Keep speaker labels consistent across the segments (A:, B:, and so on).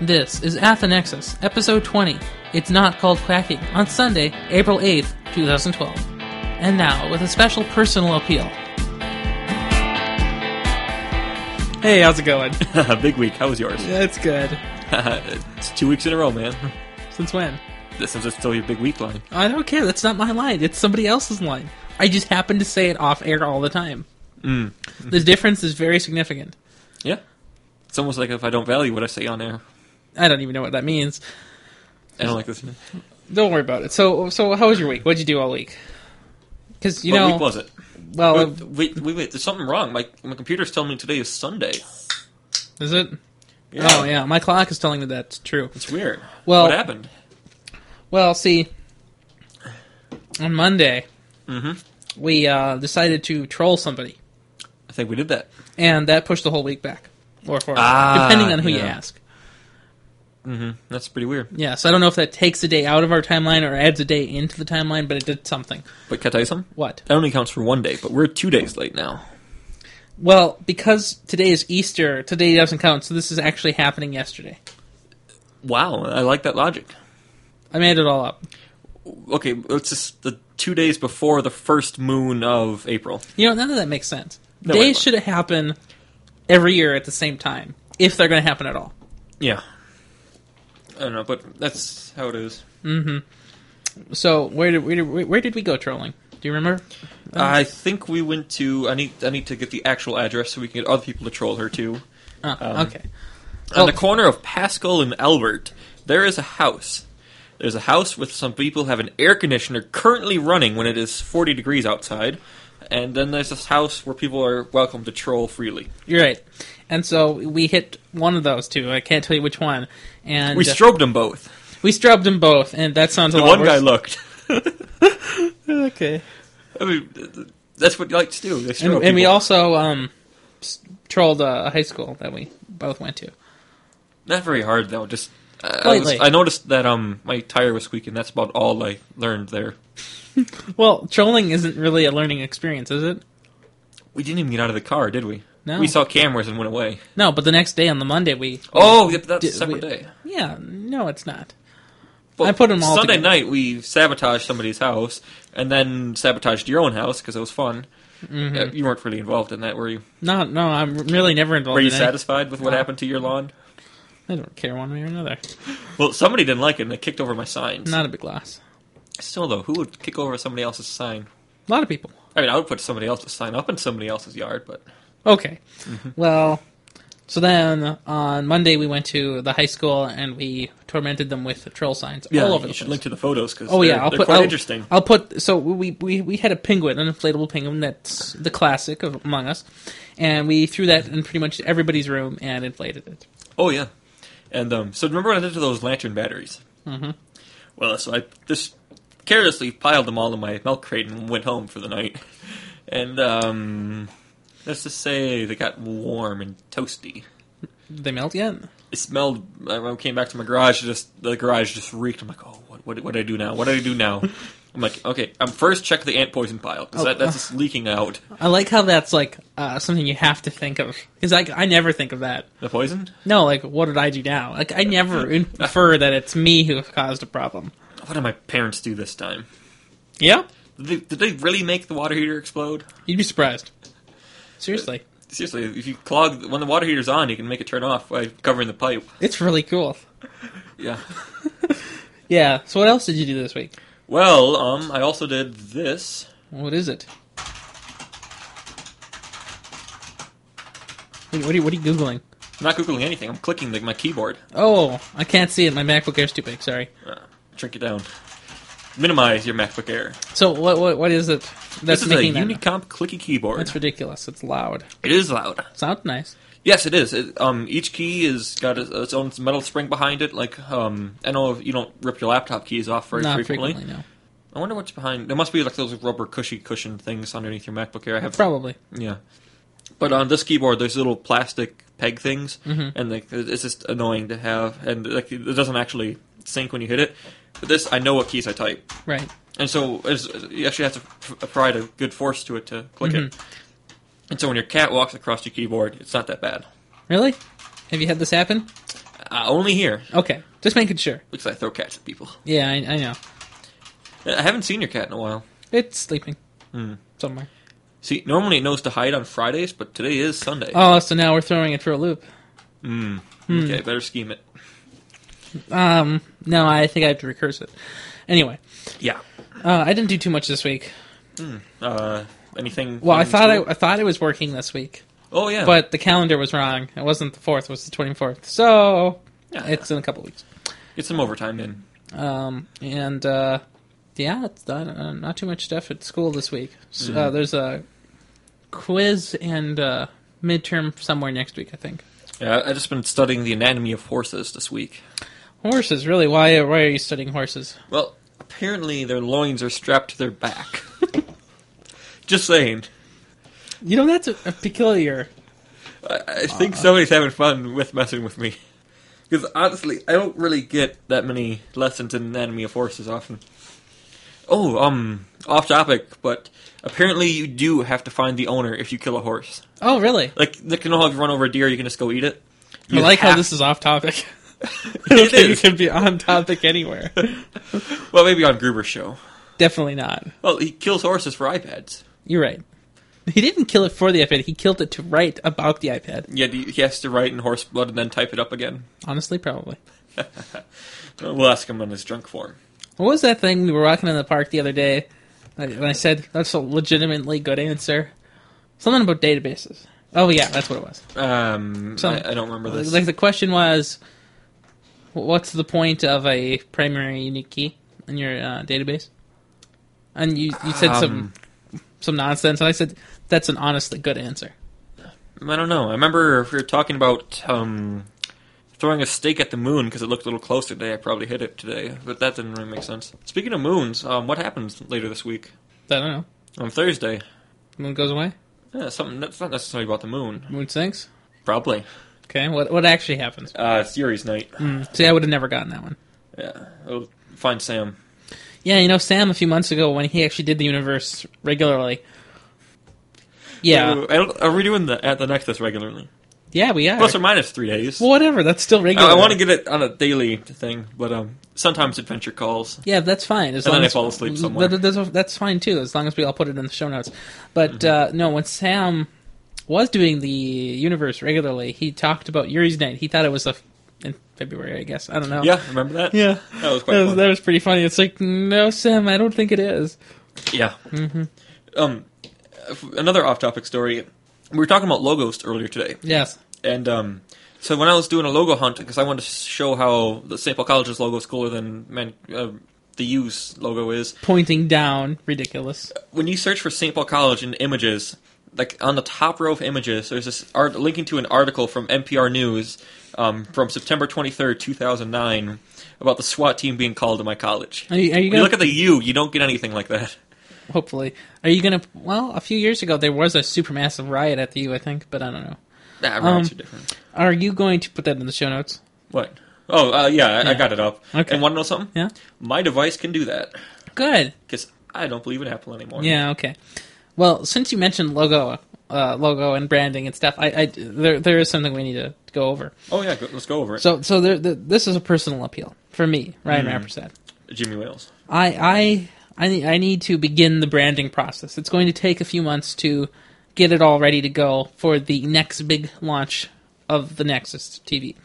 A: This is Athenexus, episode 20. It's not called quacking. On Sunday, April 8th, 2012. And now, with a special personal appeal. Hey, how's it going?
B: Big week. How was yours?
A: That's good.
B: it's two weeks in a row, man.
A: Since when?
B: This is still your big week line.
A: I don't care. That's not my line. It's somebody else's line. I just happen to say it off air all the time.
B: Mm.
A: The difference is very significant.
B: Yeah. It's almost like if I don't value what I say on air,
A: I don't even know what that means.
B: I don't like this. What
A: Don't worry about it. So, so how was your week? What'd you do all week? Because you know, uh,
B: week was it?
A: well,
B: wait, wait, wait, wait, There's something wrong. My my computer's telling me today is Sunday.
A: is it? Oh yeah, my clock is telling me that's true.
B: It's weird.
A: Well-
B: what happened?
A: Well, see, on Monday
B: hmm
A: we uh, decided to troll somebody,
B: I think we did that.
A: and that pushed the whole week back or forward,
B: Ah,
A: depending on who you
B: yeah.
A: ask.
B: hmm That's pretty weird.
A: Yeah, so I don't know if that takes a day out of our timeline or adds a day into the timeline, but it did something.
B: But can I tell you something?
A: What?
B: That only counts for one day, but we're two days late now.
A: Well, because today is Easter, today doesn't count. So this is actually happening yesterday.
B: Wow, I like that logic.
A: I made it all up.
B: Okay, it's just the two days before the first moon of April.
A: You know, none of that makes sense.
B: No, it
A: Days
B: won't.
A: should happen every year at the same time, if they're going to happen at all.
B: Yeah. I don't know, but that's how it is.
A: So where did, where did where did we go trolling? Do you remember? Oh.
B: I think we went to. I need. I need to get the actual address so we can get other people to troll her too.
A: Oh,
B: Um,
A: okay.
B: On the
A: Oh.
B: corner of Pascal and Albert, there is a house. There's a house with some people have an air conditioner currently running when it is 40 degrees outside, and then there's this house where people are welcome to troll freely.
A: You're right. And so we hit one of those two. I can't tell you which one. And
B: We
A: uh,
B: strobed them both.
A: we strobed them both, and that sounds a
B: The
A: lot
B: one guy
A: worse.
B: looked.
A: okay.
B: I mean, th- th- that's what you like to do. They
A: And,
B: strobe
A: and we
B: people.
A: also um, s- trolled a a high school that we both went to.
B: Not very hard though. Just uh, I, was,
A: Slightly.
B: I noticed that um my tire was squeaking. That's about all I learned there.
A: Well, trolling isn't really a learning experience, is it?
B: We didn't even get out of the car, did we?
A: No.
B: We saw cameras and went away.
A: No, but the next day on the Monday we.
B: Oh, yep, that's
A: Did
B: a separate
A: we-
B: day.
A: Yeah, no, it's not.
B: Well,
A: I put 'em all
B: Sunday
A: together.
B: night, we sabotaged somebody's house and then sabotaged your own house because it was fun.
A: Mm-hmm.
B: Uh, you weren't really involved in that, were you?
A: No, no, I'm really never involved.
B: Were you
A: in any-
B: satisfied with what happened to your lawn?
A: I don't care one way or another.
B: Well, somebody didn't like it and they kicked over my signs.
A: Not a big loss.
B: Still, though, who would kick over somebody else's sign?
A: A lot of people.
B: I mean, I would put somebody else's sign up in somebody else's yard, but
A: Okay.
B: Mm-hmm.
A: Well, so then on Monday we went to the high school and we tormented them with troll signs all over
B: you
A: the
B: should
A: place.
B: link to the photos because
A: oh
B: they're,
A: yeah, I'll
B: they're
A: put.
B: quite
A: I'll,
B: interesting.
A: I'll put. So we, we we had a penguin, an inflatable penguin that's the classic of Among Us, and we threw that in pretty much everybody's room and inflated it.
B: Oh yeah, and um, so remember when I did to those lantern batteries?
A: Mhm.
B: Well, so I just carelessly piled them all in my milk crate and went home for the night. And um, let's just say they got warm and toasty.
A: Did they melt yet?
B: It smelled. I I came back to my garage. Just the garage just reeked. I'm like, oh, what, what, what do I do now? What do I do now? I'm like, okay, I'm first check the ant poison pile because
A: Oh,
B: that, that's just leaking out
A: I like how that's like uh, something you have to think of because I I never think of that.
B: the poison.
A: No, like what did I do now? Like I never infer that it's me who caused a problem.
B: What did my parents do this time?
A: Yeah,
B: Did they, did they really make the water heater explode?
A: you'd be surprised. Seriously,
B: Seriously, if you clog when the water heater's on, you can make it turn off by covering the pipe.
A: it's really cool.
B: Yeah.
A: Yeah. So what else did you do this week?
B: Well, um, I also did this.
A: What is it? Wait, What are you, what are you googling?
B: I'm not googling anything. I'm clicking the, my keyboard.
A: Oh, I can't see it. My MacBook Air's too big. Sorry.
B: Uh, shrink it down. Minimize your MacBook Air.
A: So what what what is it that's
B: this is a
A: making that?
B: Unicomp clicky keyboard.
A: That's ridiculous. It's loud.
B: it is loud.
A: Sounds nice.
B: Yes, it is. It, um, each key is got its its own metal spring behind it. Like, um, I know if you don't rip your laptop keys off very
A: Not
B: frequently.
A: frequently, no.
B: I wonder what's behind. There must be like those rubber cushy cushion things underneath your MacBook Air. I have
A: Probably.
B: Yeah. But on this keyboard, there's little plastic peg things,
A: Mm-hmm.
B: and like it's just annoying to have, and like it doesn't actually sync when you hit it. But this, I know what keys I type,
A: Right.
B: and so it's, you actually have to f- apply a good force to it to click it.
A: Mm-hmm.
B: And so when your cat walks across your keyboard, it's not that bad.
A: Really? Have you had this happen?
B: Uh, only here.
A: Okay, just making sure.
B: Because I throw cats at people. Uh,
A: Yeah, I, I know.
B: I haven't seen your cat in a while.
A: It's sleeping Hmm. somewhere.
B: See, normally it knows to hide on Fridays, but today is Sunday.
A: Oh, hmm. so now we're throwing it for a loop.
B: Okay, better scheme it.
A: Um, no, I think I have to recurse it. Anyway,
B: Yeah.
A: uh, I didn't do too much this week.
B: Uh, anything?
A: Well, I thought I,
B: unusual?
A: I thought it was working this week,
B: Oh yeah.
A: but the calendar was wrong. It wasn't the fourth; it was the twenty fourth. So
B: Yeah.
A: it's in a couple weeks.
B: get some overtime in.
A: Um, and uh, yeah, it's done. Uh, not too much stuff at school this week. So, uh, there's a quiz and uh, midterm somewhere next week, I think.
B: Yeah, I- I just been studying the anatomy of horses this week.
A: Horses, really? Why? Why are you studying horses?
B: Well, apparently their loins are strapped to their back. just saying.
A: You know, that's a, a peculiar.
B: I, I
A: Uh.
B: think somebody's having fun with messing with me. Because honestly, I don't really get that many lessons in anatomy of horses often. Oh, um, off topic, but apparently you do have to find the owner if you kill a horse.
A: Oh, really?
B: Like, they can all have run over a deer, you can just go eat it.
A: I
B: You
A: like how
B: have-
A: this is off topic.
B: It
A: Okay, you
B: is.
A: can be on topic anywhere.
B: Well, maybe on Gruber's show.
A: Definitely not.
B: Well, he kills horses for iPads.
A: You're right. He didn't kill it for the iPad. He killed it to write about the iPad.
B: Yeah, he he has to write in horse blood and then type it up again.
A: Honestly, probably.
B: Uh, We'll ask him on his drunk form.
A: What was that thing we were walking in the park the other day? like, And I said that's a legitimately good answer. Something about databases. Oh yeah, that's what it was.
B: Um,
A: Some-
B: I, I don't remember this.
A: Like the question was, wh- what's the point of a primary unique key in your uh, database? And you you said
B: Um,
A: some some nonsense, and I said that's an honestly good answer.
B: Um, I don't know. I remember we were talking about um, throwing a stake at the moon because it looked a little close today. I probably hit it today, but that didn't really make sense. Speaking of moons, um, what happens later this week
A: I don't know.
B: on Thursday?
A: Moon goes away.
B: Yeah, something that's not necessarily about the moon.
A: Moon sinks.
B: Probably.
A: Okay, what what actually happens?
B: Uh, it's Yuri's night.
A: See, I would have never gotten that one.
B: Yeah. I'll find Sam.
A: Yeah, you know, Sam a few months ago when he actually did the universe regularly. Yeah,
B: Ooh, I don't- Are we doing the at the Nexus regularly?
A: yeah, we are.
B: Plus or minus three days.
A: Well, whatever, that's still
B: I,
A: regular.
B: I want to get it on a daily thing, but um, sometimes adventure calls.
A: Yeah, that's fine. As
B: And
A: long
B: then I
A: as, Mm,
B: fall asleep somewhere.
A: That- that's, that's fine too, as long as we all put it in the show notes. But
B: Mm-hmm.
A: uh, no, when Sam was doing the universe regularly, he talked about Yuri's Night. He thought it was a f- in February, I guess. I don't know.
B: Yeah, remember that?
A: Oh. yeah,
B: That was quite
A: that was,
B: fun.
A: that was pretty funny. It's like, no, Sam, I don't think it is.
B: Yeah. Mm-hmm. Um, f- another off-topic story. We were talking about logos earlier today,
A: Yes.
B: and um, so when I was doing a logo hunt because I wanted to show how the St. Paul College's logo is cooler than man, uh, the U's logo is.
A: Pointing down, ridiculous.
B: When you search for St. Paul College in images, like on the top row of images, there's this art linking to an article from NPR News um, from September 23rd, 2009, about the SWAT team being called to my college.
A: Are you, are you
B: When you
A: gonna
B: look at the U, you don't get anything like that.
A: hopefully? Are you gonna? Well, a few years ago there was a supermassive riot at the U, I think, but I don't know.
B: Nah,
A: Um,
B: rats are different.
A: Are you going to put that in the show notes?
B: What? Oh, uh, yeah, I, I got it up.
A: Okay.
B: And want to know something?
A: Yeah.
B: My device can do that
A: Good.
B: because I don't believe in Apple anymore.
A: Yeah. Okay. Well, since you mentioned logo, uh, logo and branding and stuff, I, I there there is something we need to go over.
B: Oh yeah, go, let's go over it.
A: So so there, th this is a personal appeal for me, Ryan
B: Hmm.
A: Rappersad.
B: Jimmy Wales.
A: I I I need, I need to begin the branding process. It's going to take a few months to get it all ready to go for the next big launch of the Nexus TV.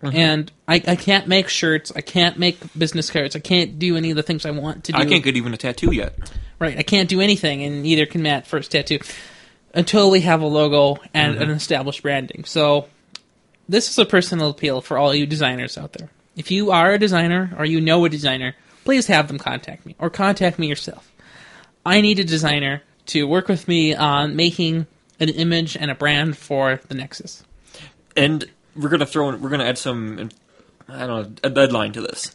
B: Uh-huh.
A: And I, I can't make shirts. I can't make business cards. I can't do any of the things I want to do.
B: I can't get even a tattoo yet.
A: Right. I can't do anything, and neither can Matt first tattoo until we have a logo and
B: Mm-hmm.
A: an established branding. So, this is a personal appeal for all you designers out there. If you are a designer or you know a designer, please have them contact me or contact me yourself. I need a designer to work with me on making an image and a brand for the Nexus.
B: And we're gonna throw. in We're gonna add some. I don't know a deadline to this.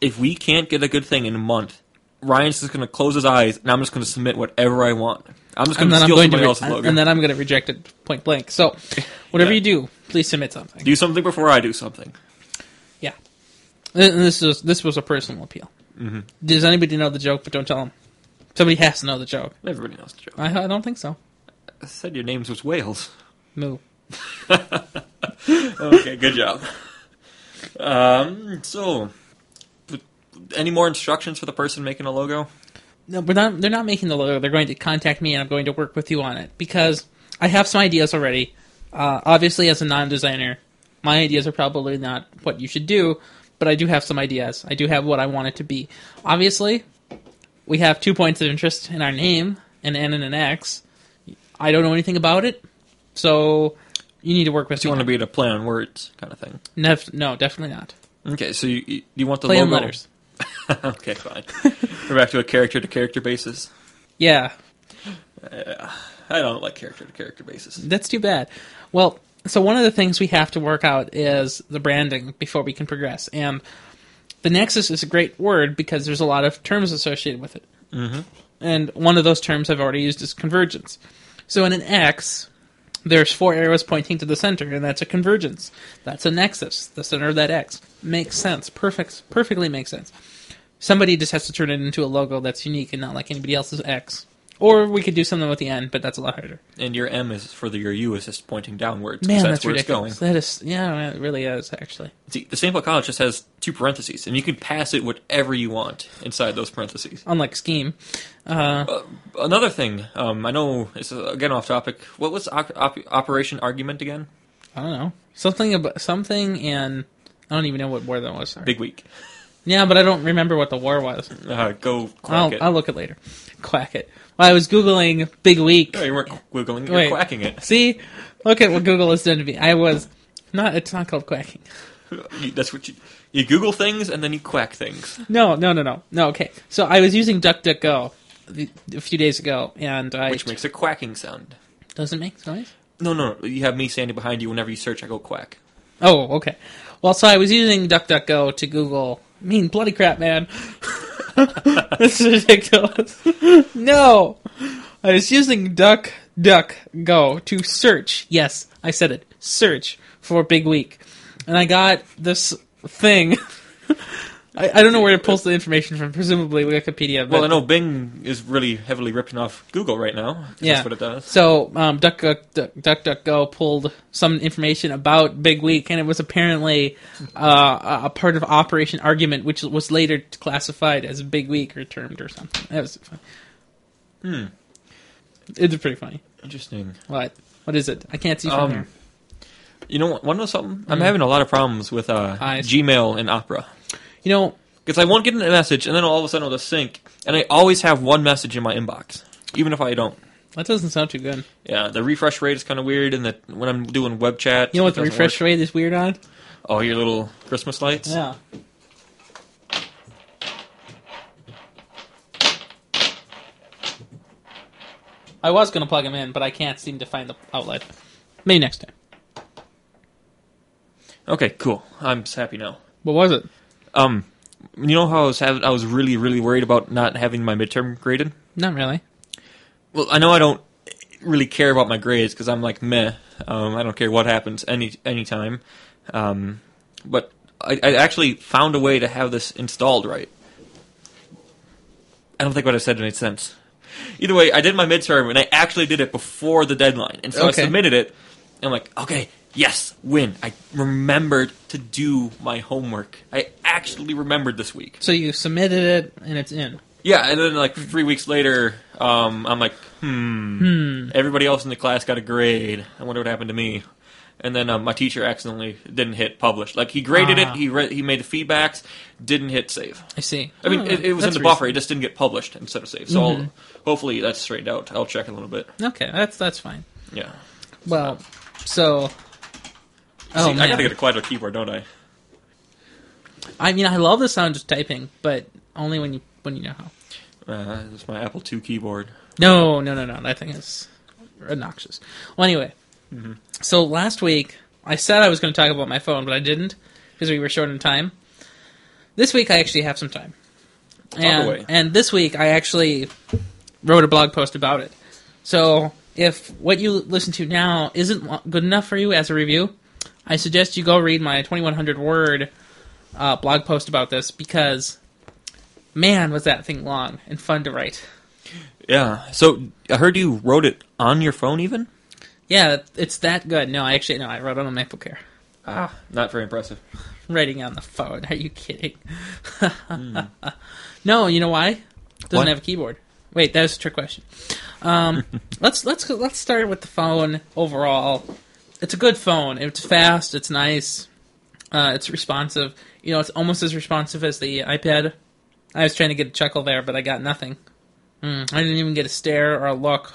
B: If we can't get a good thing in a month, Ryan's just gonna close his eyes, and I'm just gonna submit whatever I want. I'm just
A: And
B: gonna
A: then I'm
B: steal
A: going
B: somebody
A: to
B: else's
A: re-
B: logo.
A: and then I'm going to reject it point blank. So, whatever
B: Yeah.
A: you do, please submit something.
B: do something before I do something.
A: Yeah, and this is this was a personal appeal. Mm-hmm. Does anybody know the joke? But don't tell them. Somebody has to know the joke.
B: Everybody knows the joke.
A: I, I don't think so.
B: I said your name's was Wales.
A: Moo.
B: Okay, good job. Um, so, but any more instructions for the person making a logo?
A: No, but not, they're not making the logo. They're going to contact me, and I'm going to work with you on it because I have some ideas already. Uh, obviously, as a non-designer, my ideas are probably not what you should do, but I do have some ideas. I do have what I want it to be. Obviously, we have two points of interest in our name, an N and an X. I don't know anything about it, so you need to work with
B: Do you
A: me.
B: want to be at a play on words kind of thing?
A: Nef- no, definitely not.
B: Okay, so you, you- you want the
A: Play on
B: logo?
A: letters.
B: okay, fine. We're back to a character to character basis.
A: Yeah,
B: I don't like character to character basis.
A: That's too bad. Well, so one of the things we have to work out is the branding before we can progress. And the nexus is a great word because there's a lot of terms associated with it. Mm-hmm. And one of those terms I've already used is convergence. So in an X, there's four arrows pointing to the center, and that's a convergence. That's a nexus, the center of that X. Makes sense. Perfect. Perfectly makes sense. Somebody just has to turn it into a logo that's unique and not like anybody else's X. Or we could do something with the N, but that's a lot harder.
B: And your M is for the your U is just pointing downwards. 'cause
A: Man,
B: that's,
A: that's,
B: where
A: ridiculous.
B: it's going.
A: That is, yeah, it really is actually.
B: See, the sample college just has two parentheses, and you can pass it whatever you want inside those parentheses.
A: Unlike Scheme, Uh,
B: Uh, Another thing, um, I know it's uh, again off topic. What was op- op- Operation Argument again?
A: I don't know something about something in. I don't even know what war that was. Sorry.
B: Big week.
A: Yeah, but I don't remember what the war was.
B: Uh, go quack
A: I'll,
B: it.
A: I'll look it later. Quack it. Well, I was googling big week.
B: No, you weren't wiggling. You're
A: Wait.
B: quacking it.
A: See, look at what Google has done to me. I was not. It's not called quacking.
B: You- That's what you you Google things and then you quack things.
A: No, no, no, no, no. Okay, so I was using DuckDuckGo the- a few days ago, and I
B: which makes a quacking sound.
A: doesn't make noise.
B: No, no, no. You have me standing behind you. Whenever you search, I go quack.
A: Oh, okay. Well, so I was using DuckDuckGo to Google. I mean, bloody crap, man. this is ridiculous. no, I was using DuckDuckGo to search. Yes, I said it. Search for Big Week, and I got this thing. I, I don't know where it pulls the information from. Presumably Wikipedia. But
B: Well, I know Bing is really heavily ripping off Google right now. 'cause
A: Yeah.
B: That's what it does.
A: So um, Duck, Duck, Duck, Duck, pulled some information about Big Week, and it was apparently uh, a part of Operation Argument, which was later classified as Big Week or termed or something. That was fun. Hmm. It's pretty funny.
B: Interesting.
A: What? What is it? I can't see from
B: Um,
A: here.
B: You know, what- want to know something?
A: Mm.
B: I'm having a lot of problems with uh,
A: I-
B: Gmail and Opera.
A: You know,
B: Because I won't get a message, and then all of a sudden it'll just sync. And I always have one message in my inbox, even if I don't.
A: that doesn't sound too good.
B: Yeah, the refresh rate is kind of weird, and the, when I'm doing web chat,
A: You know what the
B: it doesn't
A: refresh
B: work.
A: rate is weird on?
B: Oh, your little Christmas lights.
A: Yeah. I was going to plug him in, but I can't seem to find the outlet. Maybe next time.
B: Okay, cool. I'm s- happy now.
A: What was it?
B: Um, you know how I was having, I was really, really worried about not having my midterm graded.
A: Not really.
B: Well, I know I don't really care about my grades because I'm like meh. Um, I don't care what happens any any time. Um, but I, I actually found a way to have this installed right. I don't think what I said made sense. Either way, I did my midterm and I actually did it before the deadline, and so
A: Okay.
B: I submitted it. And I'm like, okay, yes, win. I remembered to do my homework. I actually remembered this week.
A: So you submitted it and it's in.
B: Yeah, and then like three weeks later, um, I'm like, hmm, Everybody else in the class got a grade. I wonder what happened to me. And then um, my teacher accidentally didn't hit publish. Like he graded
A: Ah.
B: it, he re- he made the feedbacks, didn't hit save.
A: I see.
B: I mean,
A: Oh,
B: it, it was in
A: that's Mm-hmm.
B: the buffer. It just didn't get published instead of save. So I'll, hopefully that's straightened out. I'll check in a little bit.
A: reason- Okay, that's that's fine.
B: Yeah.
A: Well, so. Oh
B: See,
A: man.
B: I gotta get a quieter keyboard, don't I?
A: I mean, I love the sound of typing, but only when you when you know how.
B: Uh, it's my Apple II keyboard.
A: No, no, no, no. That thing is obnoxious. Well, anyway, so last week I said I was going to talk about my phone, but I didn't because we were short on time. This week I actually have some time, and
B: away.
A: and this week I actually wrote a blog post about it. So if what you listen to now isn't wa- good enough for you as a review, I suggest you go read my 2100 word uh, blog post about this because man was that thing long and fun to write.
B: Yeah. So I heard you wrote it on your phone, even.
A: Yeah, it's that good. No, I actually no, I wrote it on my MacBook Air.
B: Ah, not very impressive.
A: Writing on the phone. Are you kidding? no, you know why? Doesn't
B: What?
A: have a keyboard. Wait, that was a trick question. Um, let's let's go- let's start with the phone overall. It's a good phone. It's fast. It's nice. Uh, it's responsive. You know, it's almost as responsive as the iPad. I was trying to get a chuckle there, but I got nothing. Mm, I didn't even get a stare or a look.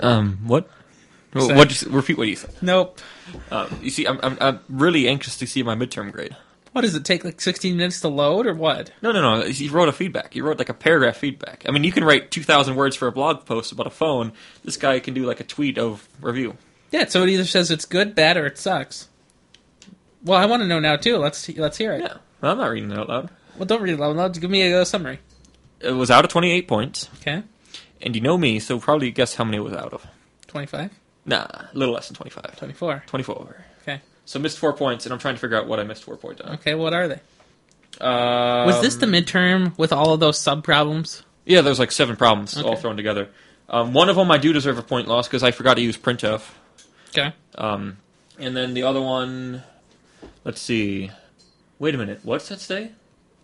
B: Um, what? Oh,
A: Sorry.
B: What? Just, repeat what you said.
A: Nope.
B: Um, you see, I'm, I'm I'm really anxious to see my midterm grade.
A: What does it take? Like 16 minutes to load, or what?
B: No, no, no. You wrote a feedback. You wrote like a paragraph feedback. I mean, you can write two thousand words for a blog post about a phone. This guy can do like a tweet of review.
A: Yeah, so it either says it's good, bad, or it sucks. Well, I want to know now too. Let's let's hear it.
B: Yeah, well, I'm not reading it out loud.
A: Well, don't read it out loud. Give me a, uh summary.
B: It was out of twenty eight points,
A: Okay,
B: and you know me, so probably guess how many it was out of.
A: 25,
B: Nah, a little less than 25.
A: 24.
B: 24.
A: Okay,
B: So missed four points, and I'm trying to figure out what I missed four points on.
A: okay. What are they?
B: Um,
A: Was this the midterm with all of those sub problems?
B: Yeah, there's like seven problems all
A: Okay.
B: thrown together. Um, one of them I do deserve a point loss because I forgot to use printf.
A: Okay,
B: Um, and then the other one, let's see. Wait a minute, what's that say?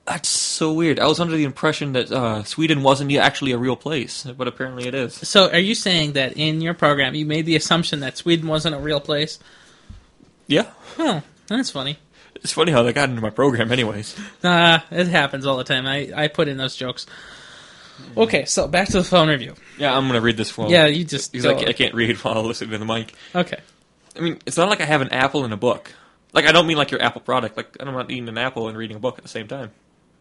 B: That's so weird. I was under the impression that uh, Sweden wasn't actually a real place, but apparently it is.
A: so are you saying that in your program you made the assumption that Sweden wasn't a real place?
B: Yeah,
A: Oh, that's funny.
B: it's funny how that got into my program, anyways.
A: Nah, it happens all the time. I I put in those jokes. Hmm. Okay, so back to the phone review.
B: Yeah, I'm gonna read this one.
A: Yeah, you just
B: because I,
A: go-
B: ca- I can't read while listening to the mic.
A: okay.
B: I mean, it's not like I have an apple and a book. Like, I don't mean like your Apple product. Like, I'm not eating an apple and reading a book at the same time.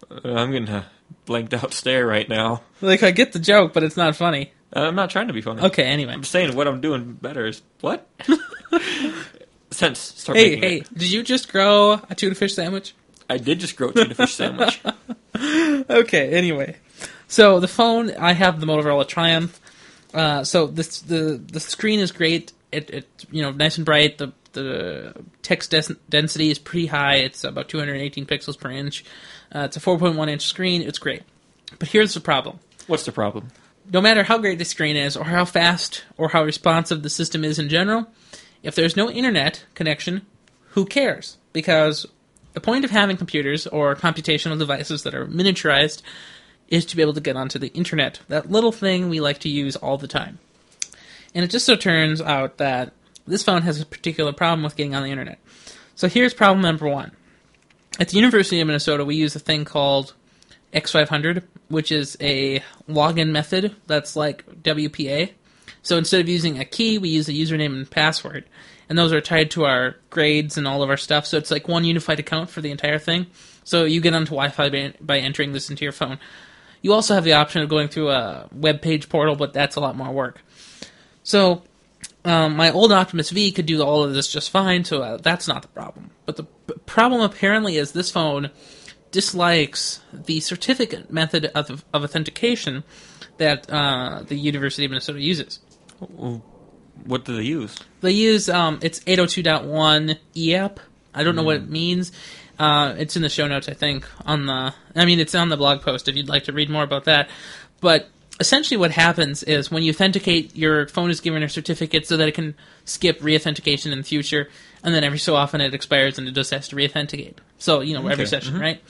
B: Uh, I'm getting a blanked out stare right now.
A: Like I get the joke, but it's not funny.
B: Uh, I'm not trying to be funny.
A: Okay, anyway.
B: I'm saying what I'm doing better is what? Sense. Start
A: Hey,
B: making
A: hey,
B: It.
A: did you just grow a tuna fish sandwich?
B: I did just grow a tuna fish sandwich.
A: Okay, anyway. So the phone, I have the Motorola Triumph. Uh, so this, the the screen is great. It, it you know nice and bright. The the text des- density is pretty high. It's about 218 pixels per inch. Uh, it's a 4.1 inch screen. It's great. But here's the problem.
B: What's the problem?
A: no matter how great the screen is, or how fast, or how responsive the system is in general, if there's no internet connection, who cares? Because the point of having computers or computational devices that are miniaturized is to be able to get onto the internet, that little thing we like to use all the time. And it just so turns out that this phone has a particular problem with getting on the internet. So here's problem number one. At the University of Minnesota, we use a thing called X500, which is a login method that's like WPA. So instead of using a key, we use a username and password. And those are tied to our grades and all of our stuff. So it's like one unified account for the entire thing. So you get onto Wi Fi by, by entering this into your phone. You also have the option of going through a web page portal, but that's a lot more work. So um, my old Optimus V could do all of this just fine, so uh, that's not the problem. But the p- problem apparently is this phone dislikes the certificate method of, of authentication that uh, the University of Minnesota uses.
B: What do they use?
A: They use um, it's 802.1 EAP. I don't know what it means. Uh, it's in the show notes, I think. On the, I mean, it's on the blog post if you'd like to read more about that. But essentially, what happens is when you authenticate, your phone is given a certificate so that it can skip reauthentication in the future, and then every so often it expires and it just has to reauthenticate. So you know, every
B: Okay.
A: session, right?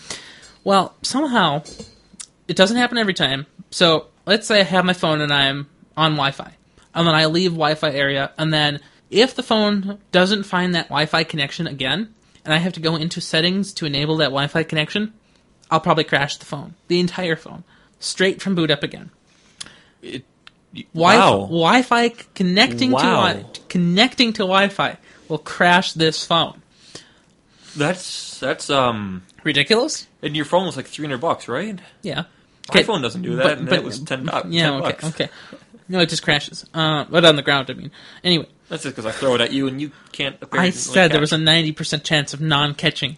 A: Well, somehow it doesn't happen every time. So let's say I have my phone and I'm on Wi-Fi, and then I leave Wi-Fi area, and then if the phone doesn't find that Wi-Fi connection again, and I have to go into settings to enable that Wi-Fi connection, I'll probably crash the phone, the entire phone, straight from boot up again.
B: It, y-
A: Wi-
B: wow.
A: Wi-Fi connecting
B: Wow.
A: to wi- connecting to Wi-Fi will crash this phone.
B: That's that's um.
A: Ridiculous?
B: And your phone was like three hundred bucks, right?
A: Yeah.
B: My
A: Okay.
B: phone doesn't do that,
A: but-
B: and
A: but-
B: it was ten, bu-
A: Yeah.
B: 10
A: Okay.
B: bucks.
A: Okay. No, it just crashes. Uh, but on the ground, I mean. Anyway,
B: That's just because I throw it at you and you can't.
A: I
B: Apparently
A: said there
B: catch
A: was a ninety percent chance of non-catching.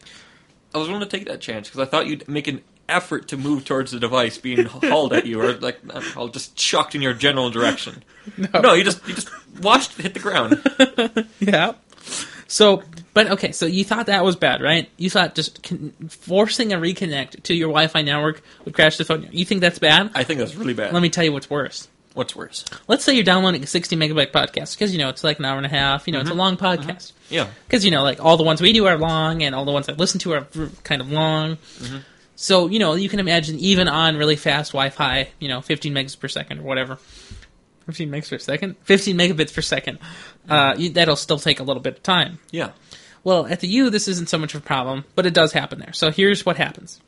B: I was willing to take that chance because I thought you'd make an effort to move towards the device being hauled at you, or like not hauled, just chucked in your general direction. No, you just you just watched it hit the ground.
A: Yeah. So, but okay. So you thought that was bad, right? You thought just con- forcing a reconnect to your Wi-Fi network would crash the phone. You think that's bad?
B: I think that's really bad.
A: Let me tell you what's worse.
B: What's worse?
A: Let's say you're downloading a 60 megabyte podcast because you know it's like an hour and a half. You know, it's a long podcast.
B: Yeah.
A: because you know like all the ones we do are long and all the ones i listen to are r- kind of long so you know you can imagine even on really fast wi-fi you know 15 megs per second or whatever 15 megs per second 15 megabits per second uh, you, that'll still take a little bit of time
B: Yeah.
A: well at the u this isn't so much of a problem but it does happen there so here's what happens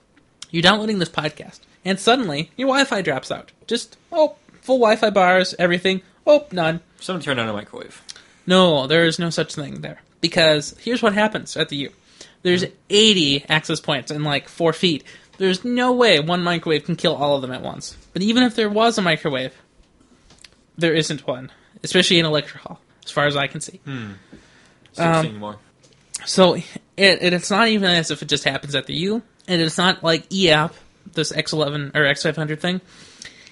A: you're downloading this podcast and suddenly your wi-fi drops out just oh full wi-fi bars everything oh none
B: Someone turned on a microwave.
A: no, there is no such thing there. Because here's what happens at the U. There's 80 access points in like four feet. There's no way one microwave can kill all of them at once. But even if there was a microwave, there isn't one, especially in a lecture hall, as far as I can see. Um,
B: Sixteen more.
A: So it, it, it's not even as if it just happens at the U, and it's not like EAP, this X11 or X500 thing.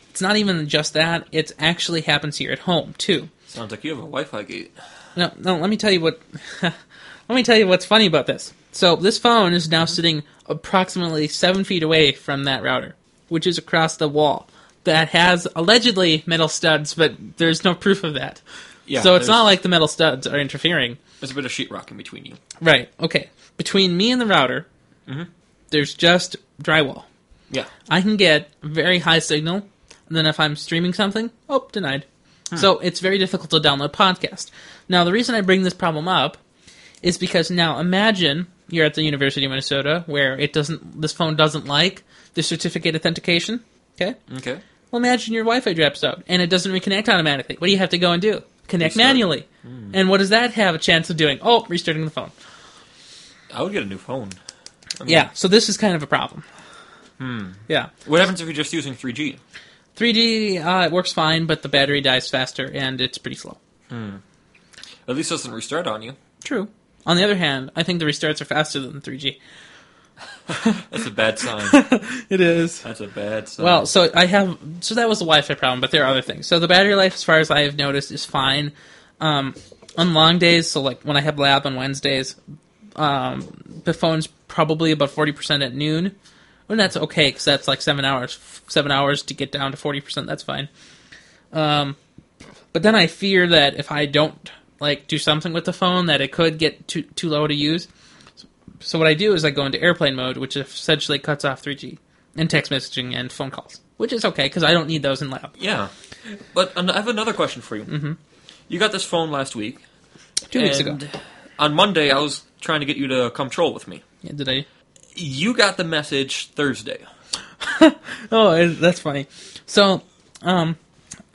A: It's not even just that. It actually happens here at home too.
B: Sounds like you have a Wi-Fi gate.
A: No, no. Let me tell you what. let me tell you what's funny about this. So this phone is
B: Mm-hmm.
A: now sitting approximately seven feet away from that router, which is across the wall that has allegedly metal studs, but there's no proof of that.
B: Yeah.
A: so it's
B: there's-
A: not like the metal studs are interfering.
B: there's a bit of sheetrock in between you.
A: Right. Okay. Between me and the router,
B: Mm-hmm.
A: there's just drywall.
B: Yeah.
A: I can get very high signal, and then if I'm streaming something, oh, denied. So it's very difficult to download podcast. Now, the reason I bring this problem up is because now imagine you're at the University of Minnesota where it doesn't this phone doesn't like the certificate authentication. Okay,
B: Okay.
A: well imagine your Wi-Fi drops out and it doesn't reconnect automatically. What do you have to go and do? Connect
B: Restart. Hmm.
A: manually. And what does that have a chance of doing? Oh, restarting the phone.
B: I would get a new phone. I mean,
A: Yeah. So this is kind of a problem. Hmm. Yeah.
B: What happens if you're just using 3G?
A: 3D, uh, it works fine, but the battery dies faster and it's pretty slow.
B: At least it doesn't restart on you.
A: True. On the other hand, I think the restarts are faster than 3G.
B: That's a bad sign.
A: It is.
B: That's a bad sign.
A: Well, so I have. So that was the Wi Fi problem, but there are other things. So the battery life, as far as I have noticed, is fine. Um, on long days, so like when I have lab on Wednesdays, um, the phone's probably about 40% at noon. And that's okay, because that's like seven hours. Seven hours to get down to 40%, that's fine. Um, But then I fear that if I don't like do something with the phone, that it could get too too low to use. So what I do is I go into airplane mode, which essentially cuts off 3G and text messaging and phone calls, which is okay because I don't need those in lab.
B: yeah. But an- I have another question for you. Mm-hmm. You got this phone last week.
A: Two weeks ago,
B: and On Monday, I was trying to get you to come troll with me.
A: yeah, did I?
B: You got the message Thursday.
A: Oh, I- that's funny. So, um,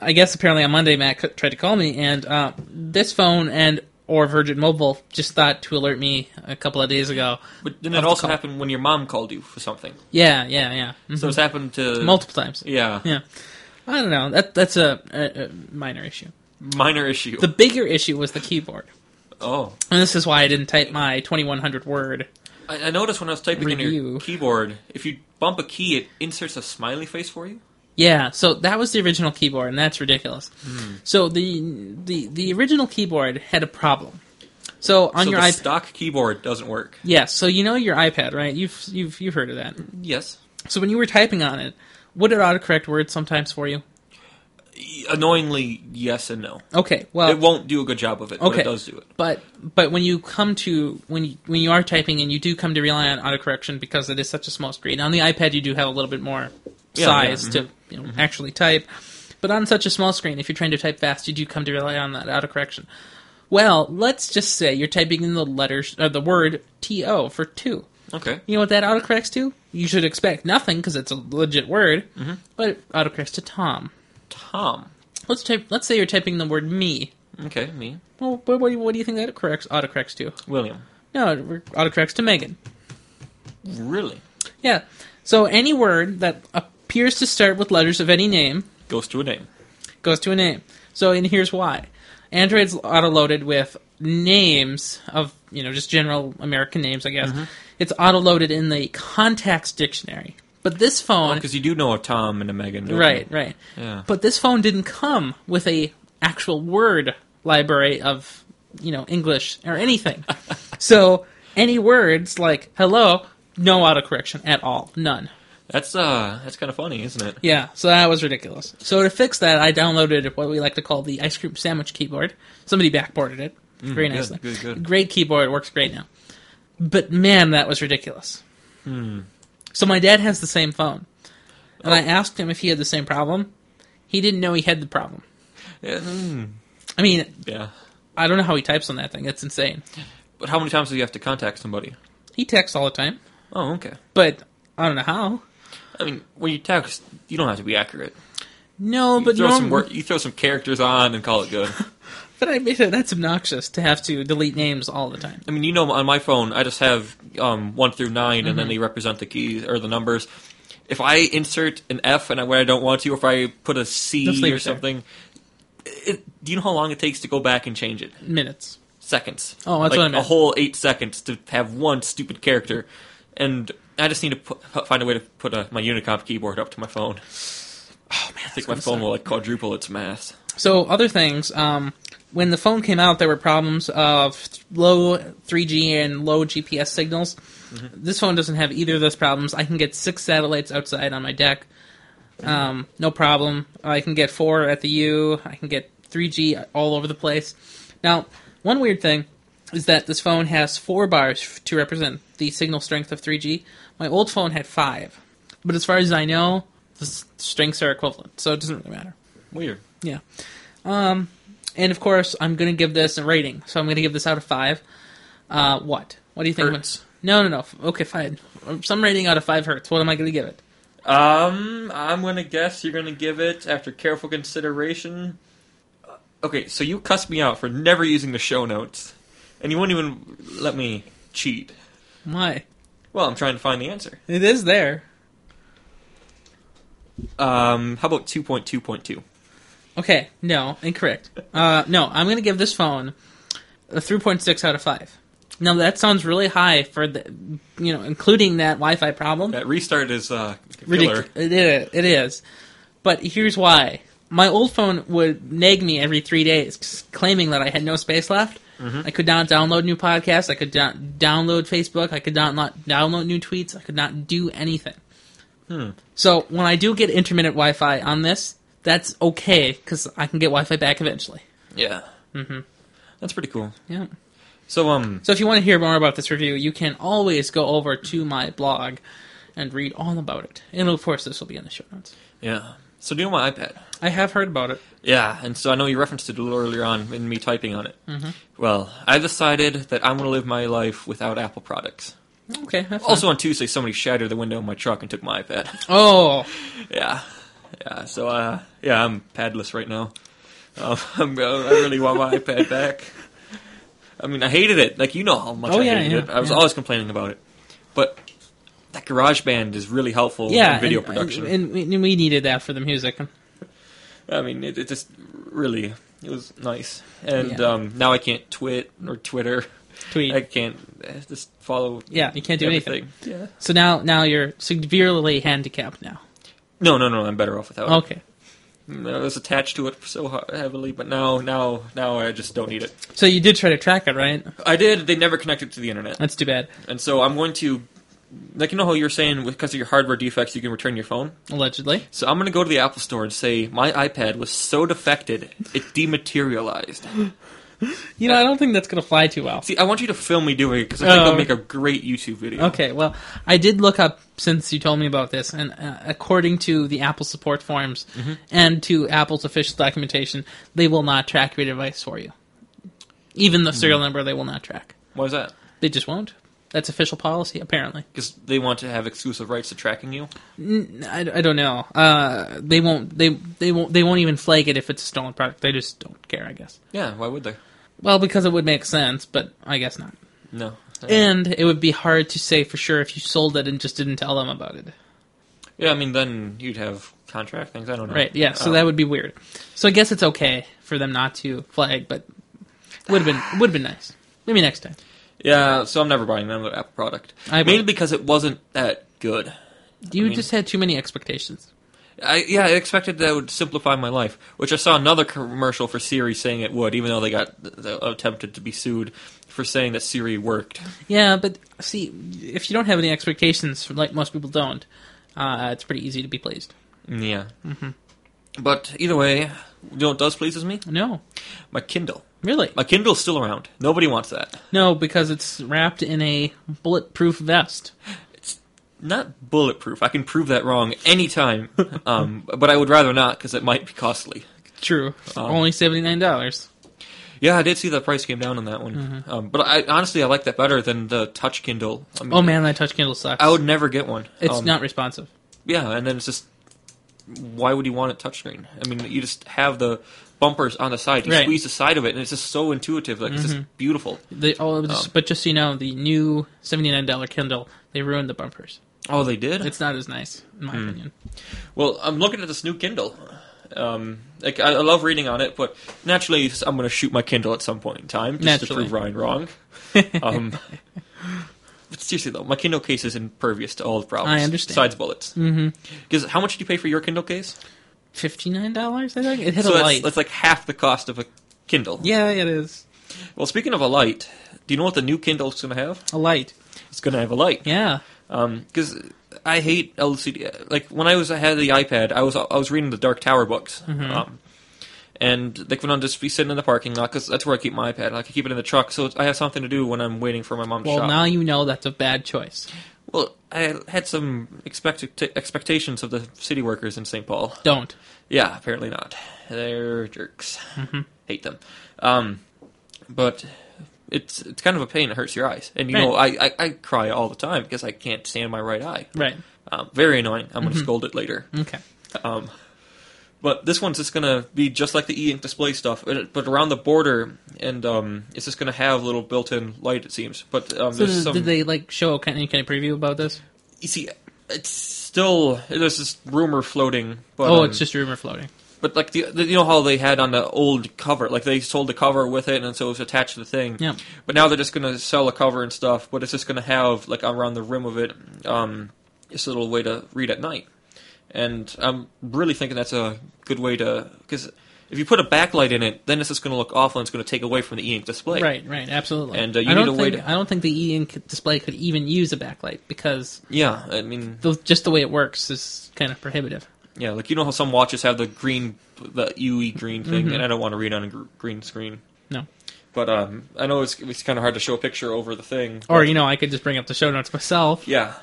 A: I guess apparently on Monday, Matt c- tried to call me, and uh, this phone and or Virgin Mobile just thought to alert me a couple of days ago.
B: But then
A: Of
B: it
A: the
B: also
A: call.
B: happened when your mom called you for something.
A: Yeah, yeah, yeah. Mhm.
B: So it's happened to
A: Multiple times.
B: Yeah,
A: Yeah, I don't know. That that's a, a, a minor issue.
B: minor issue.
A: The bigger issue was the keyboard,
B: oh,
A: and this is why I didn't type my 2100 word.
B: I, I noticed when I was typing in
A: Review.
B: your keyboard, if you bump a key, it inserts a smiley face for you.
A: Yeah, so that was the original keyboard, and that's ridiculous. So the the the original keyboard had a problem. So on
B: so
A: your
B: the
A: iPad,
B: stock keyboard doesn't work.
A: yes. So you know your iPad, right? You've you've you've heard of that.
B: Yes,
A: So when you were typing on it, would it autocorrect words sometimes for you?
B: annoyingly, yes and no.
A: Okay, well,
B: it won't do a good job of it, but
A: Uh, Okay.
B: it does do it.
A: But but when you come to when you, when you are typing and you do come to rely on autocorrection because it is such a small screen. On the iPad, you do have a little bit more
B: Yeah, Mm-hmm.
A: size
B: yeah,
A: to you know, actually type. But on such a small screen, if you're trying to type fast, you do come to rely on that autocorrection. Well, let's just say you're typing in the letters or the word to for two.
B: Okay,
A: You know what that autocorrects to? You should expect nothing because it's a legit word,
B: Mm-hmm.
A: but it autocorrects to Tom.
B: Tom.
A: Let's type. Let's say you're typing the word me.
B: Okay, me,
A: Well, what, what, do you- what do you think that corrects, autocorrects to?
B: William.
A: No, it re- autocorrects to Megan.
B: Really
A: Yeah. So any word that appears to start with letters of any name
B: goes to a name.
A: goes to a name. So and here's why. Android's auto-loaded with names of, you know, just general American names, I guess. It's auto-loaded in the contacts dictionary. But this phone
B: Because you do know a Tom and a Megan, don't Oh, you?
A: Right, right.
B: Yeah.
A: But this phone didn't come with a actual word library of you know English or anything. so any words like hello, no autocorrection at all, none.
B: That's uh, that's kind of funny, isn't it?
A: Yeah, so that was ridiculous. So to fix that, I downloaded what we like to call the ice cream sandwich keyboard. Somebody backported it very
B: Mm, good,
A: nicely.
B: good, good.
A: Great keyboard, works great now. But man, that was ridiculous.
B: Hmm.
A: So my dad has the same phone, and I asked him if he had the same problem. He didn't know he had the problem.
B: Yeah. mm,
A: I mean,
B: yeah.
A: I don't know how he types on that thing. That's insane.
B: But how many times do you have to contact somebody?
A: He texts all the time,
B: Oh, okay.
A: but I don't know how.
B: I mean, when you text, you don't have to be accurate.
A: No,
B: You
A: but
B: throw
A: norm-
B: some wor- you throw some characters on and call it good.
A: but I mean, that's obnoxious to have to delete names all the time.
B: I mean, you know, on my phone, I just have um, one through 9 and then
A: Mm-hmm.
B: they represent the keys or the numbers. If I insert an F and I, when I don't want to, or if I put a
A: Just
B: C
A: leave
B: or
A: it there.
B: something, it, do you know how long it takes to go back and change it?
A: Minutes.
B: Seconds.
A: Oh, that's
B: like
A: what I meant.
B: a whole eight seconds to have one stupid character, and I just need to put, find a way to put a, my Unicomp keyboard up to my phone.
A: Oh man,
B: I
A: that's
B: think my
A: gonna
B: phone
A: suck.
B: will like quadruple its mass.
A: So other things, um, when the phone came out, there were problems of low 3G and low GPS signals. This phone doesn't have either of those problems. I can get six satellites outside on my deck, um, no problem. I can get four at the U. I can get 3G all over the place. Now, one weird thing is that this phone has four bars f- to represent the signal strength of 3G. My old phone had five, but as far as I know, the s- strengths are equivalent, so it doesn't really matter.
B: Weird.
A: Yeah. Um, and of course, I'm going to give this a rating. So I'm going to give this out of five. Uh, what? What do you think?
B: Hertz.
A: No, no, no. F- Okay, fine. Some rating out of five hertz. What am I going to give it?
B: Um, I'm gonna guess you're gonna give it after careful consideration. uh, Okay, so you cussed me out for never using the show notes, and you won't even let me cheat.
A: Why?
B: Well, I'm trying to find the answer.
A: It is there.
B: Um, how about two point two point two?
A: Okay, no, incorrect. Uh, no, I'm going to give this phone a 3.6 out of five. Now that sounds really high for the, you know, including that Wi-Fi problem.
B: That restart is uh killer.
A: ridiculous. It is. It is. But here's why. My old phone would nag me every three days, c- claiming that I had no space left. I could not download new podcasts. I could not download Facebook. I could not, not download new tweets. I could not do anything. So when I do get intermittent Wi-Fi on this, that's okay because I can get Wi-Fi back eventually.
B: Yeah. Mm-hmm. That's pretty cool.
A: Yeah.
B: So um,
A: So if you want to hear more about this review, you can always go over to my blog and read all about it. And of course, this will be in the show notes.
B: yeah. So do you know my iPad?
A: I have heard about it.
B: Yeah, and so I know you referenced it a little earlier on in me typing on it. Mm-hmm. Well, I decided that I'm gonna live my life without Apple products.
A: Okay. have fun.
B: Also on Tuesday, somebody shattered the window of my truck and took my iPad.
A: Oh,
B: yeah, yeah. So uh, yeah, I'm padless right now. Um, I'm, uh, I really want my iPad back. I mean, I hated it. Like you know how much
A: Oh,
B: I
A: yeah,
B: hated
A: yeah,
B: it. I was
A: yeah.
B: always complaining about it. But that GarageBand is really helpful
A: yeah.
B: in video
A: and-
B: production.
A: and, we- and we needed that for the music.
B: I mean, it, it just really it was nice. And
A: Yeah.
B: um, now I can't twit or Twitter.
A: Tweet.
B: I can't I just follow.
A: Yeah, you can't do
B: everything. Yeah.
A: So now, now you're severely handicapped now.
B: No, no, no. I'm better off without. it.
A: Okay.
B: Mm, I was attached to it so ho- heavily, but now, now, now I just don't need it.
A: So you did try to track it, right?
B: I did. They never connected to the internet,
A: That's too bad.
B: and so I'm going to, like you know how you're saying because of your hardware defects you can return your phone.
A: Allegedly.
B: So I'm going to go to the Apple Store and say my iPad was so defected it dematerialized.
A: You know, I don't think that's going to fly too well.
B: See, I want you to film me doing it because I think
A: Oh.
B: I'll make a great YouTube video.
A: Okay. Well, I did look up since you told me about this, and uh, according to the Apple support forums
B: Mm-hmm.
A: and to Apple's official documentation, they will not track your device for you. Even the
B: Mm.
A: serial number, they will not track.
B: Why is that?
A: They just won't. That's official policy, apparently.
B: Because they want to have exclusive rights to tracking you.
A: I, I don't know. Uh, they won't. They they won't. They won't even flag it if it's a stolen product. They just don't care, I guess.
B: Yeah. Why would they?
A: Well, because it would make sense, but I guess not.
B: No.
A: And it would be hard to say for sure if you sold it and just didn't tell them about it.
B: yeah, I mean, then you'd have contract things. I don't know.
A: Right? Yeah. So
B: Oh.
A: that would be weird. So I guess it's okay for them not to flag, but would have been would have been nice. Maybe next time.
B: Yeah, so I'm never buying another Apple product.
A: I
B: Mainly
A: would-
B: because it wasn't that good.
A: You
B: mean-
A: just had too many expectations.
B: I yeah, I expected that would simplify my life, which I saw another commercial for Siri saying it would, even though they got th- th- attempted to be sued for saying that Siri worked.
A: Yeah, but see, if you don't have any expectations, like most people don't, Uh, it's pretty easy to be pleased.
B: Yeah. But either way, you know what does pleases me?
A: No,
B: My Kindle.
A: really,
B: My Kindle's still around. Nobody wants that.
A: no, because it's wrapped in a bulletproof vest.
B: It's not bulletproof. I can prove that wrong anytime. um, but I would rather not because it might be costly.
A: True,
B: Oh.
A: only seventy nine dollars.
B: Yeah, I did see the price came down on that one.
A: Mm-hmm.
B: Um, but I honestly, I like that better than the Touch Kindle. I mean,
A: Oh man, that touch Kindle sucks.
B: I would never get one.
A: it's
B: Um,
A: not responsive.
B: Yeah, and then it's just why would you want a touchscreen? I mean, you just have the bumpers on the side. You
A: Right. Mm-hmm.
B: squeeze the side of it, and it's just so intuitive. Like it's just beautiful.
A: They, oh, just,
B: Um,
A: but just so you know, the new seventy nine dollar Kindle they ruined the bumpers.
B: Oh, they did.
A: It's not as nice, in my
B: Hmm.
A: opinion.
B: well, I'm looking at this new Kindle. Um, like I, I love reading on it, but naturally, I'm going to shoot my Kindle at some point in time just to
A: Naturally.
B: prove Ryan wrong. Um, but seriously though, my Kindle case is impervious to all the problems.
A: I understand.
B: Besides bullets. Mm-hmm. Because how much did you pay for your Kindle case?
A: Fifty nine dollars, I think it hit
B: So
A: a
B: that's,
A: light.
B: that's like half the cost of a Kindle.
A: Yeah, it is
B: Well, speaking of a light, do you know what the new Kindle's going to have?
A: a light.
B: It's going to have a light.
A: Yeah,
B: Because Um, I hate LCD. Like when I was I had the iPad, I was I was reading the Dark Tower books.
A: Mm-hmm.
B: Um, and like when I'll just be sitting in the parking lot because that's where I keep my iPad. Like I keep it in the truck, so it's- I have something to do when I'm waiting for my mom to
A: Well,
B: shop.
A: now you know that's a bad choice.
B: well, I had some expect- expectations of the city workers in St. Paul.
A: Don't.
B: Yeah, apparently not. They're jerks.
A: Mm-hmm.
B: Hate them. Um, but it's it's kind of a pain. It hurts your eyes, and you know I, I, I cry all the time because I can't stand my right eye.
A: Right.
B: Um, very annoying.
A: Mm-hmm.
B: I'm going to scold it later.
A: Okay.
B: Um, but this one's just going to be just like the e-ink display stuff, but but around the border, and um, it's just going to have little built-in light. It seems, but um,
A: So
B: there's
A: did,
B: some.
A: did they like show kind of, any kind of preview about this?
B: you see, it's still there's this rumor floating. But,
A: oh,
B: um,
A: it's just rumor floating.
B: But like the, the you know how they had on the old cover, like they sold the cover with it, and so it was attached to the thing.
A: Yeah.
B: But now they're just gonna sell a cover and stuff, but it's just gonna have like around the rim of it, um, this little way to read at night. And I'm really thinking that's a good way to because if you put a backlight in it, then it's just gonna look awful and it's gonna take away from the ink display.
A: Right. Right. Absolutely.
B: And, uh, you
A: I
B: need
A: don't
B: a way
A: think
B: to-
A: I don't think the e-ink display could even use a backlight because
B: Yeah. I mean,
A: the, just the way it works is kind of prohibitive.
B: yeah. Like you know how some watches have the green, the UE green thing, and I don't want to read on a gr- green screen.
A: Mm-hmm. No.
B: But um, I know it's it's kind of hard to show a picture over the thing.
A: Or you know, I could just bring up the show notes myself.
B: Yeah,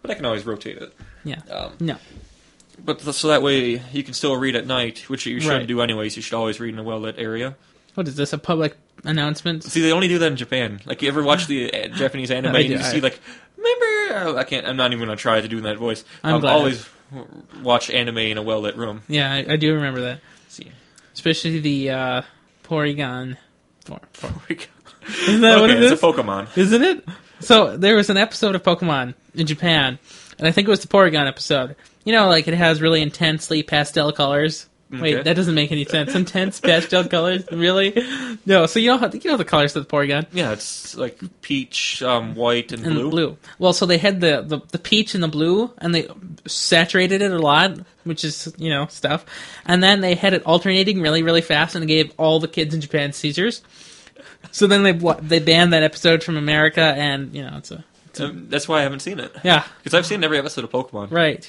B: but I can always rotate it.
A: Yeah.
B: Um,
A: no.
B: But th- so that way you can still read at night, which you shouldn't
A: Right.
B: do anyways. You should always read in a well lit area.
A: What is this? A public announcement?
B: See, they only do that in Japan. Like you ever watch the uh, Japanese anime
A: I
B: and
A: do-
B: you
A: I-
B: see like, remember? Oh, I can't. I'm not even gonna try to do that voice.
A: I'm
B: um,
A: glad.
B: always w- watch anime in a well lit room.
A: Yeah, I, I do remember that,
B: See,
A: especially the uh, Porygon. Four, four.
B: is
A: that
B: okay,
A: what it
B: it's
A: is?
B: a Pokemon.
A: isn't it? So there was an episode of Pokemon in Japan, and I think it was the Porygon episode. You know, like it has really intensely pastel colors. Wait,
B: Okay.
A: that doesn't make any sense. Intense pastel colors, really? No. So you know, how, you know the colors of the Porygon
B: Yeah, it's like peach, um, white, and,
A: and
B: blue.
A: the blue. Well, so they had the, the the peach and the blue, and they saturated it a lot, which is you know stuff. And then they had it alternating really, really fast, and it gave all the kids in Japan seizures. So then they wa- they banned that episode from America, and you know it's a
B: Um, that's why I haven't seen it.
A: yeah
B: Because I've seen every episode of Pokemon.
A: right.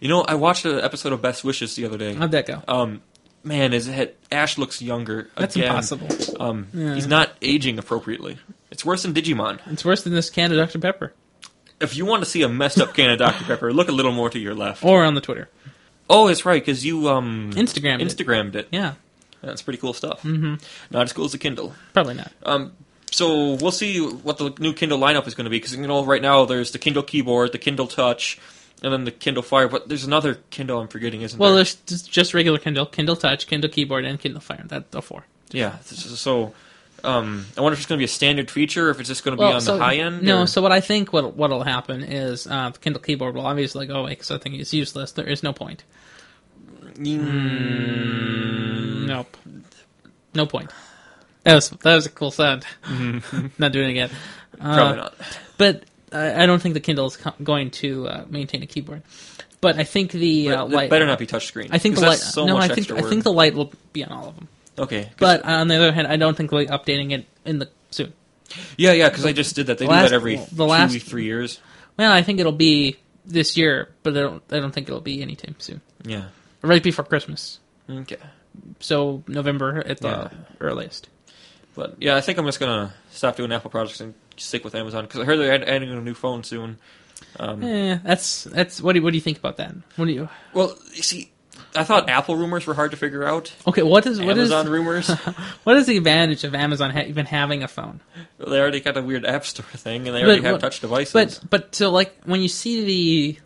B: You know, I watched an episode of Best Wishes the other day.
A: How'd that go?
B: Um, man, is it, Ash looks younger.
A: That's
B: again.
A: impossible.
B: Um,
A: Yeah.
B: he's not aging appropriately. It's worse than Digimon.
A: It's worse than this can of Dr. Pepper.
B: If you want to see a messed up can of Dr Pepper, look a little more to your left.
A: Or on the Twitter.
B: Oh, it's right because you um
A: Instagrammed it.
B: Instagrammed it.
A: Yeah,
B: That's pretty cool stuff. Mm-hmm. Not as cool as the Kindle.
A: probably not.
B: Um, so we'll see what the new Kindle lineup is going to be because you know right now there's the Kindle keyboard, the Kindle Touch, and then the Kindle Fire. But there's another Kindle I'm forgetting, isn't
A: Well,
B: there?
A: there's just- just regular Kindle, Kindle Touch, Kindle Keyboard, and Kindle Fire. That's the four.
B: Yeah. s- s- So, um, I wonder if it's going to be a standard feature, or if it's just going to be on the high end.
A: No,
B: or-
A: so what I think what what'll happen is uh, the Kindle Keyboard will obviously go away because I think it's useless. There is no point.
B: Mm,
A: mm, Nope. No point. That was that was a cool sound. not doing it again. Uh,
B: Mm-hmm. probably not.
A: But I, I don't think the Kindle is co- going to uh, maintain a keyboard. But I think the uh,
B: It
A: light.
B: better not be touchscreen.
A: I think
B: 'cause
A: the light.
B: that's so
A: no,
B: much
A: I think
B: extra
A: I
B: work.
A: think the light will be on all of them.
B: okay. 'cause-
A: But on the other hand, I don't think they'll be updating it in the soon.
B: yeah, yeah, because I just did that. They
A: last-
B: do that every
A: the last-
B: two, three years.
A: Well, I think it'll be this year, but I don't I don't think it'll be anytime soon.
B: Yeah.
A: Right before Christmas,
B: Okay.
A: so November at the
B: Yeah.
A: earliest.
B: But yeah, I think I'm just gonna stop doing Apple products and stick with Amazon because I heard they're add- adding a new phone soon. Um,
A: Eh, that's that's what do you, what do you think about that? What do you?
B: Well, you see, I thought Apple rumors were hard to figure out.
A: Okay, what is what is
B: Amazon rumors.
A: what is the advantage of Amazon ha- even having a phone?
B: they already got a weird App Store thing, and they
A: But
B: already have
A: what-
B: touch devices.
A: But but so like when you see the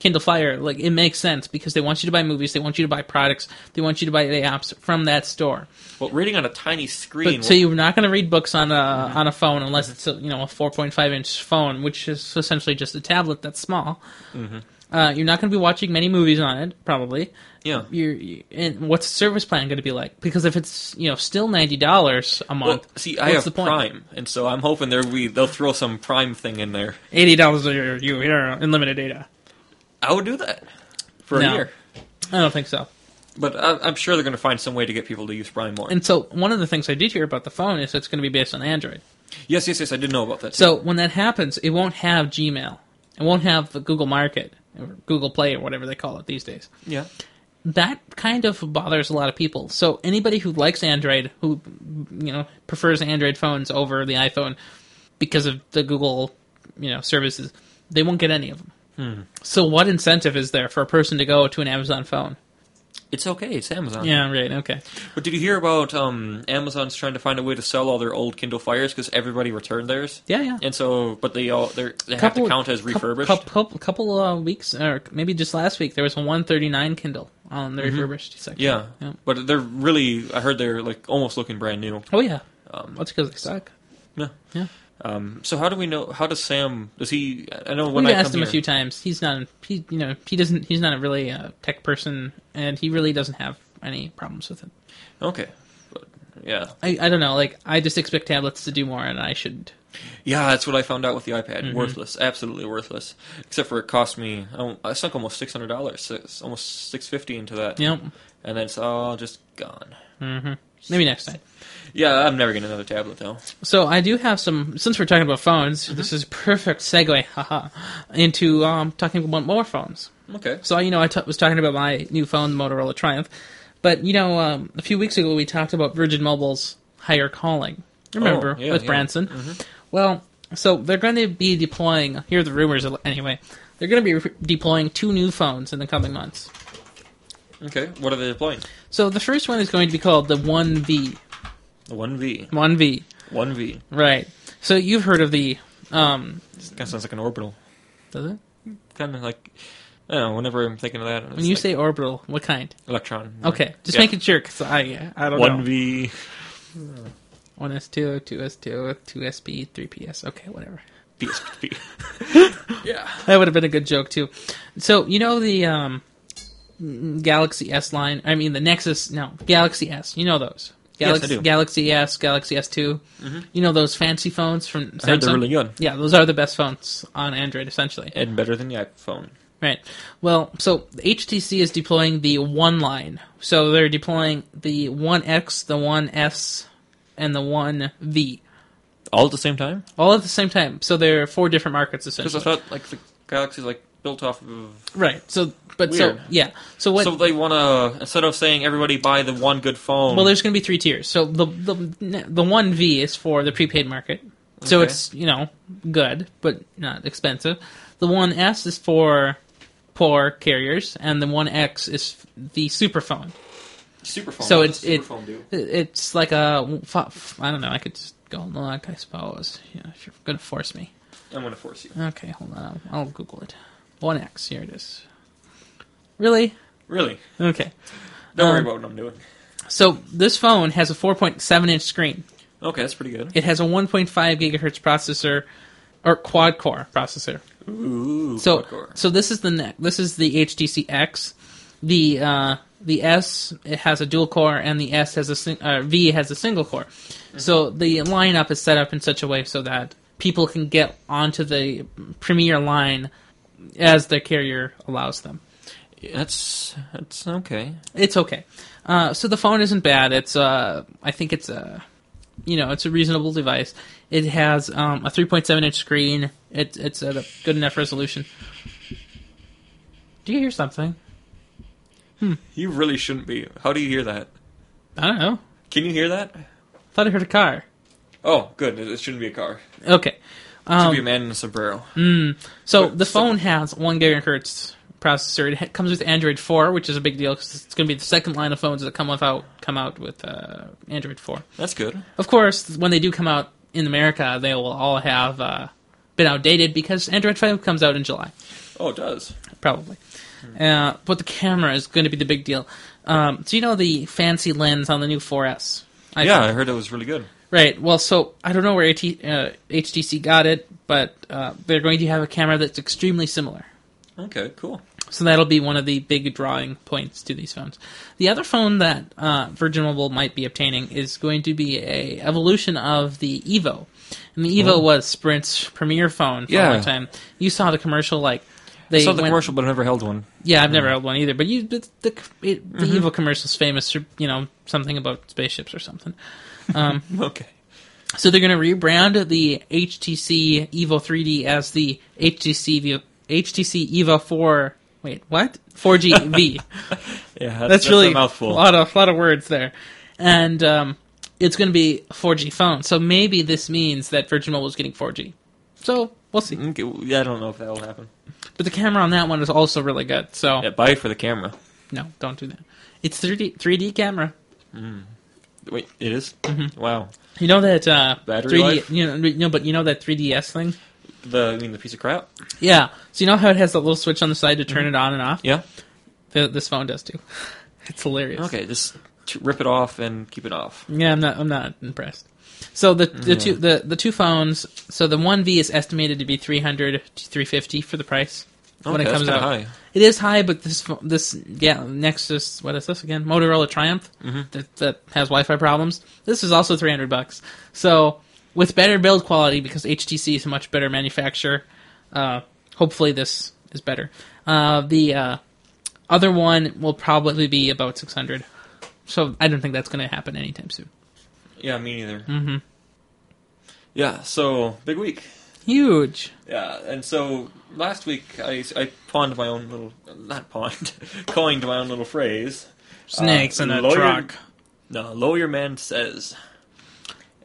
A: Kindle Fire, like it makes sense because they want you to buy movies, they want you to buy products, they want you to buy the apps from that store.
B: well, reading on a tiny screen.
A: But so you're not going to read books on a on a phone unless it's a, you know a 4.5 inch phone, which is essentially just a tablet that's small.
B: Mm-hmm.
A: Uh, you're not going to be watching many movies on it, probably.
B: yeah.
A: You're, you and what's the service plan going to be like? Because if it's you know still ninety dollars a
B: Well,
A: month,
B: see, I
A: what's
B: have
A: the point?
B: Prime, and so I'm hoping there we they'll throw some Prime thing in there.
A: Eighty dollars a year, you you know, unlimited data.
B: I would do that for
A: No.
B: a year.
A: I don't think so.
B: But I, I'm sure they're going to find some way to get people to use Prime more.
A: And so one of the things I did hear about the phone is it's going to be based on Android.
B: yes, yes, yes. I did know about that. too.
A: So when that happens, it won't have Gmail. It won't have the Google Market or Google Play or whatever they call it these days.
B: yeah,
A: That kind of bothers a lot of people. So anybody who likes Android, who you know prefers Android phones over the iPhone because of the Google you know services, they won't get any of them.
B: Hmm.
A: So what incentive is there for a person to go to an Amazon phone?
B: it's okay. It's Amazon.
A: Yeah, right. Okay.
B: But did you hear about um, Amazon's trying to find a way to sell all their old Kindle Fires because everybody returned theirs?
A: Yeah, yeah.
B: And so, but they all they're, they have to count as refurbished.
A: Couple, couple, couple uh, weeks, or maybe just last week, there was a 139 Kindle on the refurbished section.
B: Mm-hmm. Yeah. but they're really. I heard they're like almost looking brand new.
A: Oh yeah.
B: Um,
A: That's because they suck.
B: Yeah.
A: Yeah.
B: Um, so how do we know? How does Sam? Does he? I know when
A: We've
B: I
A: asked
B: come
A: him a
B: here-
A: few times. He's not. He you know he doesn't. He's not a really uh, tech person, and he really doesn't have any problems with it.
B: Okay. But, yeah.
A: I, I don't know. Like I just expect tablets to do more, and I shouldn't.
B: Yeah, that's what I found out with the iPad.
A: Mm-hmm.
B: Worthless, absolutely worthless. Except for it cost me. oh, I- I sunk almost six hundred dollars, almost six fifty into that.
A: You know.
B: And then it's all just gone.
A: Mm-hmm. Maybe next time.
B: Yeah, I'm never getting another tablet though.
A: So I do have some. Since we're talking about phones, this is a perfect segue, haha, into um, talking about more phones.
B: Okay.
A: So you know, I t- was talking about my new phone, the Motorola Triumph, but you know, um, a few weeks ago we talked about Virgin Mobile's Higher Calling. Remember
B: Oh, yeah,
A: with
B: yeah.
A: Branson? Well, so they're going to be deploying. Here are the rumors, anyway. They're going to be re- deploying two new phones in the coming months.
B: Okay. What are they deploying?
A: So the first one is going to be called the One V.
B: The one V.
A: One V,
B: One V.
A: right? So you've heard of the, um,
B: Kind of sounds like an orbital.
A: does it?
B: Kind of like. I don't know. Whenever I'm thinking of that, it's
A: When you
B: like
A: say orbital, what kind?
B: electron.
A: Okay, just
B: Yeah.
A: make it sure, because I I don't know.
B: One V.
A: One S two, two S two, two S P, three P S. Okay, whatever.
B: PSP. yeah.
A: That would have been a good joke too. So you know the um, Galaxy S line. I mean the Nexus. No, Galaxy S. You know those.
B: Yes, I
A: Galaxy,
B: do. Mm-hmm.
A: Galaxy S, Galaxy S2. You know those fancy phones from Samsung.
B: I heard they're really good
A: yeah, those are the best phones on Android, essentially.
B: and better than the iPhone.
A: Right. Well, so HTC is deploying the One line. So they're deploying the One X, the One S, and the One V.
B: All at the same time?
A: all at the same time. So there are four different markets
B: Because
A: essentially.
B: I thought like the Galaxy's like built off of
A: right. So, but so
B: Weird.
A: yeah. So what?
B: So they want to instead of saying everybody buy the one good phone.
A: well, there's going to be three tiers. So the the the one V is for the prepaid market. So
B: Okay.
A: it's you know good but not expensive. The one S is for poor carriers, and the one X is the super phone.
B: super phone.
A: so
B: what
A: it's-
B: does super
A: it-
B: phone do?
A: It- It's like a fi- I don't know. I could just go and look. I suppose. Yeah, if you're going to force me.
B: I'm gonna force you.
A: Okay, hold on. I'll, I'll Google it. One X. Here it is. Really?
B: Really?
A: Okay.
B: Don't worry
A: Um,
B: about what I'm doing.
A: So this phone has a 4.7 inch screen.
B: Okay, that's pretty good.
A: It has a 1.5 gigahertz processor or quad core processor.
B: Ooh.
A: So
B: hardcore.
A: so this is the ne- this is the HTC X. The uh, the S it has a dual core and the S has a sing- uh, V has a single core. So the lineup is set up in such a way so that people can get onto the premier line as their carrier allows them.
B: that's that's okay.
A: It's okay. Uh, so the phone isn't bad. It's uh, I think it's a, you know, it's a reasonable device. It has um, a 3.7 inch screen. It, it's at a good enough resolution. Do you hear something?
B: You really shouldn't be. How do you hear that?
A: I don't know.
B: Can you hear that?
A: Thought I heard a car.
B: Oh, good. It it shouldn't be a car. It
A: Okay.
B: should
A: Um, hmm.
B: be a man in a sombrero.
A: So
B: But-
A: the
B: so-
A: phone has one gigahertz processor. It ha- comes with Android four, which is a big deal because it's going to be the second line of phones that come without come out with uh, Android four.
B: That's good.
A: Of course, when they do come out in America, they will all have uh, been outdated because Android five comes out in July
B: Oh, it does.
A: probably. Uh, but the camera is going to be the big deal. Um, so you know the fancy lens on the new 4S? iPhone?
B: Yeah, I heard it was really good.
A: Right. Well, so I don't know where AT, uh, HTC got it, but uh, they're going to have a camera that's extremely similar.
B: Okay, cool.
A: So that'll be one of the big drawing points to these phones. The other phone that uh, Virgin Mobile might be obtaining is going to be a evolution of the Evo. And the Evo was Sprint's premier phone for a
B: Oh. Yeah.
A: long time. You saw the commercial, like they
B: I saw the
A: went-
B: commercial, Mm-hmm. but I never held one.
A: yeah, I've never held one either. But you, the the, it, the
B: Mm-hmm.
A: evil commercial's famous for you know something about spaceships or something.
B: Okay.
A: So they're going to rebrand the HTC Evo 3D as the HTC v, HTC Evo 4. Wait, what? 4G V.
B: Yeah, that's,
A: that's,
B: that's
A: really
B: a mouthful.
A: lot of lot of words there, and um, it's going to be a 4G phone. So maybe this means that Virgin Mobile is getting 4G. So we'll see.
B: Mm, Okay, well, yeah, I don't know if that will happen.
A: But the camera on that one is also really good. So
B: Yeah, buy for the camera.
A: no, don't do that. It's 3D 3D camera.
B: Wait, it is?
A: Mm-hmm.
B: Wow.
A: You know that uh,
B: Battery
A: 3D,
B: life?
A: You know, no, but you know that 3DS thing.
B: The you mean the piece of crap?
A: Yeah. So you know how it has that little switch on the side to turn
B: Mm.
A: it on and off.
B: Yeah.
A: Th- this phone does too. It's hilarious.
B: Okay, just t- rip it off and keep it off.
A: Yeah, I'm not. I'm not impressed. So the the two
B: Hmm.
A: the, the two phones. So the one V is estimated to be 300 to 350 for the price when
B: okay,
A: it
B: that's
A: comes
B: kinda
A: out.
B: high.
A: It is high, but this pho- this yeah Nexus what is this again? Motorola Triumph
B: Mm-hmm.
A: that that has Wi-Fi problems. This is also 300 bucks. So with better build quality because HTC is a much better manufacturer. Uh, hopefully this is better. Uh, the uh, other one will probably be about 600. So I don't think that's going to happen anytime soon.
B: Yeah, me neither. Mm-hmm. Yeah, so big week.
A: Huge.
B: Yeah, and so last week I, I pawned my own little not pawned, coined my own little phrase.
A: Snakes
B: Uh,
A: in a
B: lawyer-
A: truck.
B: No, lawyer man says.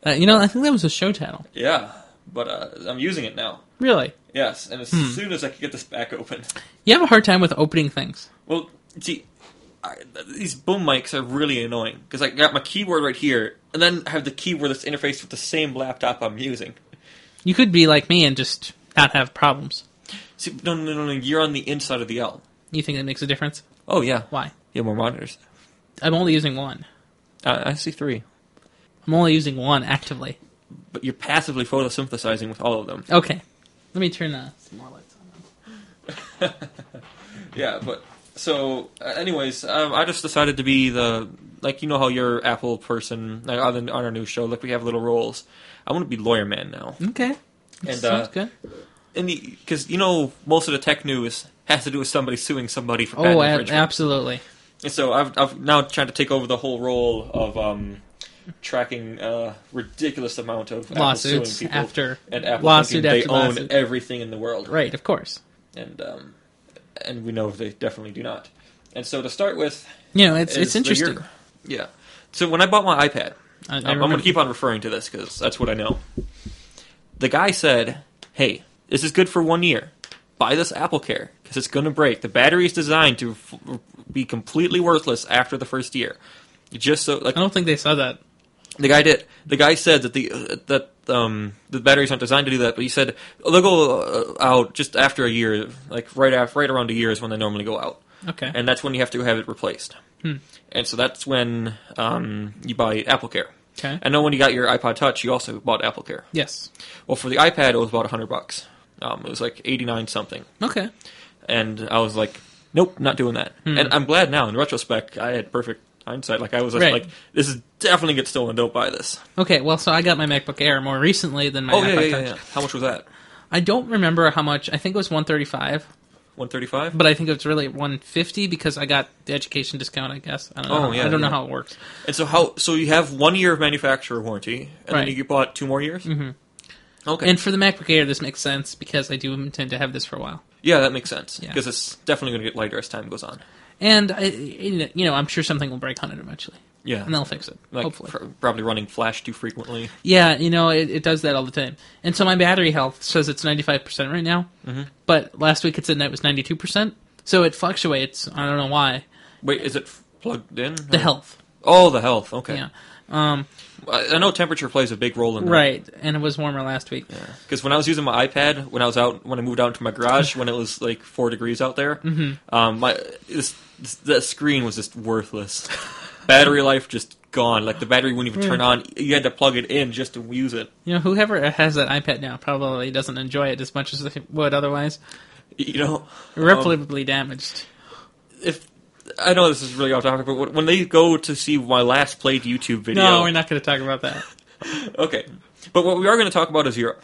A: Uh, you know, I think that was a show title.
B: Yeah, but uh, I'm using it now.
A: Really?
B: Yes, and as
A: Hmm.
B: soon as I can get this back open,
A: You have a hard time with opening things.
B: Well, see, I, these boom mics are really annoying because I got my keyboard right here, and then I have the keyboard that's interfaced with the same laptop I'm using.
A: You could be like me and just not have problems.
B: See, no, no, no, no, you're on the inside of the L.
A: You think that makes a difference?
B: Oh yeah,
A: Why?
B: you have more monitors.
A: I'm only using one.
B: I, I see three,
A: I'm only using one actively.
B: but you're passively photosynthesizing with all of them.
A: Okay. Let me turn uh, some more lights on.
B: Yeah, but so, uh, anyways, um, I just decided to be the like you know how your Apple person like on, the, on our new show, like we have little roles. I'm gonna be lawyer man now.
A: Okay.
B: And,
A: Sounds
B: uh,
A: good.
B: and because you know most of the tech news has to do with somebody suing somebody for patent
A: Oh, ab-
B: infringement.
A: absolutely.
B: And so I've, I've now tried to take over the whole role of um, tracking a ridiculous amount of Apple
A: Lawsuits
B: suing people
A: after-
B: and Apple
A: lawsuit
B: thinking they
A: after
B: own
A: lawsuit.
B: everything in the world,
A: Right, of course.
B: and um, and we know they definitely do not. And so to start with,
A: You know, it's
B: is
A: it's
B: the year-
A: interesting.
B: yeah. So when I bought my iPad,
A: I- I
B: um, I'm going
A: remember-
B: to keep on referring to this because that's what I know. The guy said, "Hey, this is good for one year. Buy this Apple Care because it's going to break. The battery is designed to f- be completely worthless after the first year." Just so, like
A: I don't think they saw that.
B: the guy did. The guy said that the uh, that um the batteries aren't designed to do that, but he said they'll go uh, out just after a year, like right after, right around a year is when they normally go out
A: Okay.
B: and that's when you have to have it replaced.
A: Hmm.
B: And so that's when um, you buy AppleCare.
A: okay.
B: I know when you got your iPod Touch, you also bought AppleCare.
A: yes.
B: Well, for the iPad, it was about hundred bucks. Um, it was like eighty nine something,
A: Okay.
B: and I was like, "Nope, not doing that."
A: Hmm.
B: And I'm glad now. In retrospect, I had perfect hindsight. Like I was just
A: Right.
B: like, "This is definitely get stolen. Don't buy this."
A: Okay, well, so I got my MacBook Air more recently than my
B: oh
A: iPod
B: yeah, yeah,
A: Touch.
B: yeah, yeah. How much was that?
A: I don't remember how much. I think it was 135,
B: One thirty five.
A: but I think it was really 150 because I got the education discount, I guess. I don't know.
B: Oh, yeah,
A: I don't know
B: yeah.
A: how it works.
B: And so how? So you have one year of manufacturer warranty, and
A: Right.
B: then you bought two more years. Mm-hmm. Okay.
A: And for the MacBook Air, this makes sense because I do intend to have this for a while.
B: Yeah, that makes sense
A: Yeah.
B: because it's definitely going to get lighter as time goes on.
A: And I, you know, I'm sure something will break hundred eventually,
B: Yeah,
A: and they'll fix it.
B: like
A: hopefully,
B: pr- probably running flash too frequently.
A: yeah. You know, it, it does that all the time. And so my battery health says it's ninety five percent right now,
B: Mm-hmm.
A: but last week it said it was ninety two percent. So it fluctuates. I don't know why.
B: Wait, is it f- plugged in?
A: The
B: or-
A: health,
B: Oh, the health. Okay.
A: yeah, um,
B: I I know temperature plays a big role in that.
A: right. And it was warmer last week.
B: Because when I was using my iPad, when I was out, when I moved out to my garage, when it was like four degrees out there,
A: Mm-hmm.
B: um, my this, this the screen was just worthless. battery life just gone. Like the battery wouldn't even
A: Hmm.
B: turn on. You had to plug it in just to use it.
A: You know, whoever has that iPad now probably doesn't enjoy it as much as they would otherwise.
B: You know, Um,
A: Irreparably damaged.
B: if I know this is really off topic, but when they go to see my last played YouTube video,
A: No, we're not going to talk about that.
B: Okay, but what we are going to talk about is Europe.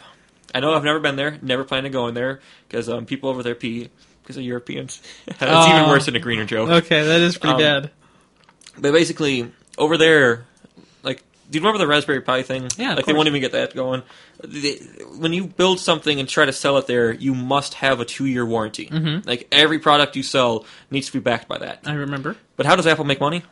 B: I know I've never been there, never plan to go in there because um, people over there pee because of Europeans. It's even
A: Oh.
B: worse than a greener joke.
A: Okay, that is pretty
B: Um,
A: bad.
B: But basically, over there, like, do you remember the Raspberry Pi thing?
A: Yeah, of
B: like they
A: course.
B: won't even get that going. They, when you build something and try to sell it there, you must have a two-year warranty.
A: Mm-hmm.
B: Like every product you sell needs to be backed by that.
A: I remember.
B: But how does Apple make money?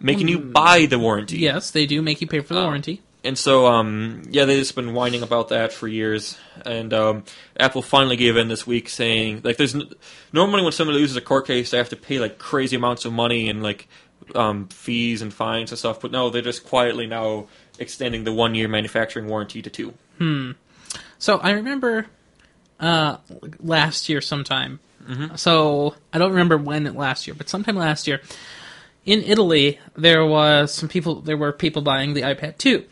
B: Making
A: Mm.
B: you buy the warranty.
A: Yes, they do make you pay for the
B: Um,
A: warranty.
B: And so, um, yeah, they've just been whining about that for years. And um, Apple finally gave in this week, saying like, "There's n- normally when somebody loses a court case, they have to pay like crazy amounts of money and like um, fees and fines and stuff. But no, they're just quietly now extending the one year manufacturing warranty to two. Oh,
A: So I remember uh, last year sometime. So I don't remember when last year, but sometime last year in Italy there was some people. There were people buying the iPad 2,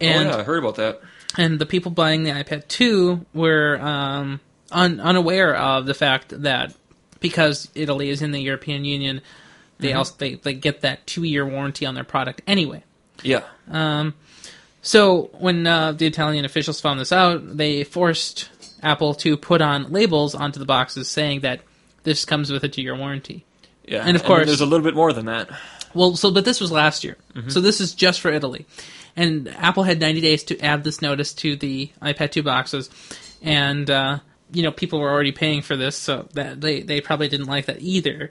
A: and
B: oh yeah, I heard about that.
A: and the people buying the iPad 2 were um, un- unaware of the fact that because Italy is in the European Union, they also they, they get that two year warranty on their product anyway.
B: Yeah,
A: So when uh, the Italian officials found this out, they forced Apple to put on labels onto the boxes saying that this comes with a two year warranty.
B: yeah.
A: and of course-
B: there's a little bit more than that.
A: Well, so but this was last year,
B: Mm-hmm.
A: so this is just for Italy, and Apple had 90 days to add this notice to the iPad 2 boxes, and uh, you know people were already paying for this, so that they they probably didn't like that either,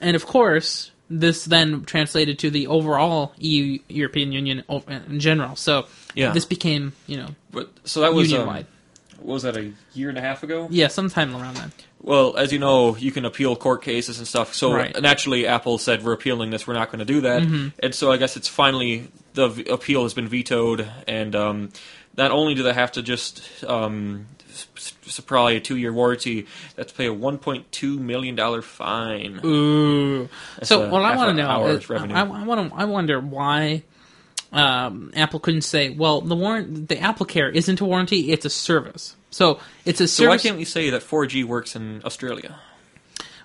A: and of course this then translated to the overall EU European Union o- in general. So
B: Yeah.
A: this became you know
B: But so that was
A: union
B: um,
A: wide,
B: what was that a year and a half ago?
A: yeah, sometime around then.
B: Well, as you know, you can appeal court cases and stuff. So
A: Right. Mm-hmm.
B: naturally, Apple said we're appealing this. We're not going to do that. And so I guess it's finally the v- appeal has been vetoed. And um, not only do they have to just um, s- s- supply a two-year warranty, they have to pay a 1.2 million dollar fine.
A: Ooh. So
B: a-
A: what I
B: that's
A: want to
B: an
A: know
B: hour's
A: is,
B: revenue.
A: I, I want to, I wonder why um, Apple couldn't say, well, the warrant, the Apple Care isn't a warranty; it's a service. So it's a
B: So why
A: service.
B: can't we say that 4G works in Australia?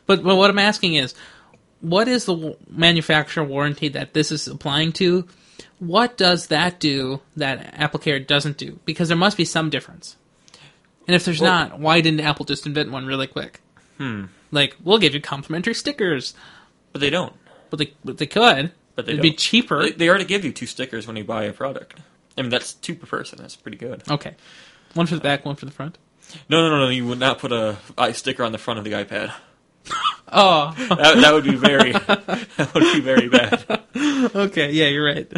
A: but, but what I'm asking is, what is the w- manufacturer warranty that this is applying to? What does that do that Apple Care doesn't do? Because there must be some difference. And if there's
B: Well-
A: not, why didn't Apple just invent one really quick? Hmm. Like we'll give you complimentary stickers,
B: But they don't.
A: but they but they could.
B: But they
A: it'd be
B: don't.
A: cheaper.
B: They, they already give you two stickers when you buy a product. I mean, that's two per person. That's pretty good.
A: Okay. One for the back, one for the front.
B: No, no, no, no. You would not put a i sticker on the front of the iPad.
A: Oh,
B: that, that would be very that would be very bad.
A: okay. Yeah, you're right.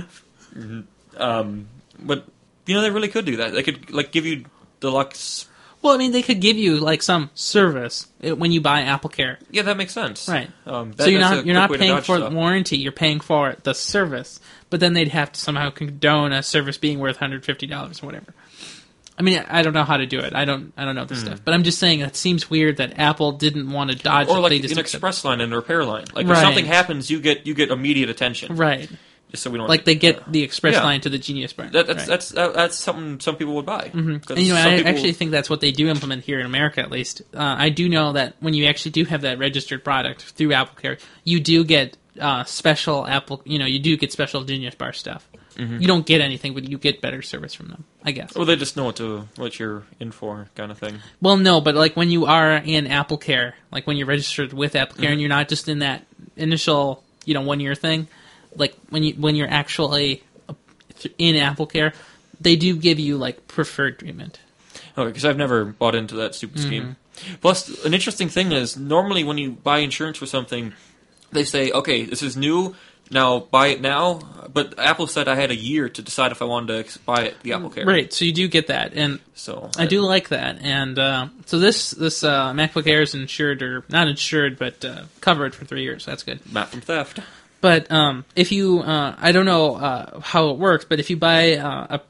B: Um, but you know they really could do that. They could like give you deluxe.
A: Well, I mean, they could give you like some service uh, when you buy Apple Care,
B: Yeah, that makes sense.
A: right?
B: Um, that-
A: so you're
B: that's
A: not
B: a
A: you're
B: quick
A: not
B: way to
A: paying
B: dodge
A: for
B: stuff.
A: the warranty. You're paying for the service, but then they'd have to somehow condone a service being worth 150 dollars or whatever. I mean, I don't know how to do it. I don't I don't know
B: Hmm.
A: this stuff, but I'm just saying it seems weird that Apple didn't want to dodge
B: Or
A: it.
B: like
A: they just
B: an
A: accept-
B: express line and a repair line. Like if
A: Right.
B: something happens, you get you get immediate attention.
A: right?
B: Just so we don't
A: Like they get
B: Yeah.
A: the express
B: Yeah.
A: line to the Genius Bar.
B: That, that's
A: right.
B: that's that, that's something some people would buy. Mm-hmm.
A: And, you know, I actually think that's what they do implement here in America, at least. Uh, I do know that when you actually do have that registered product through Apple Care, you do get uh, special Apple. You know, you do get special Genius Bar stuff. You don't get anything, but you get better service from them, I guess.
B: Well, they just know what to what you're in for, kind of thing.
A: Well, no, but like when you are in Apple Care, like when you're registered with Apple Care, and you're not just in that initial, you know, one year thing. Like when you when you're uh, actually in Apple Care, they do give you like preferred treatment.
B: Okay, because I've never bought into that
A: Mm-hmm.
B: stupid scheme. Plus, an interesting thing is normally when you buy insurance for something, they say, "Okay, this is new. Now buy it now." But Apple said I had a year to decide if I wanted to ex- buy it, the Apple Care.
A: Right, so you do get that, and
B: So
A: I do like that. And uh, so this this uh, MacBook Air is insured or not insured, but uh, covered for three years. That's good.
B: Not from theft.
A: But um, if you, uh, I don't know uh, how it works, but if you buy uh, a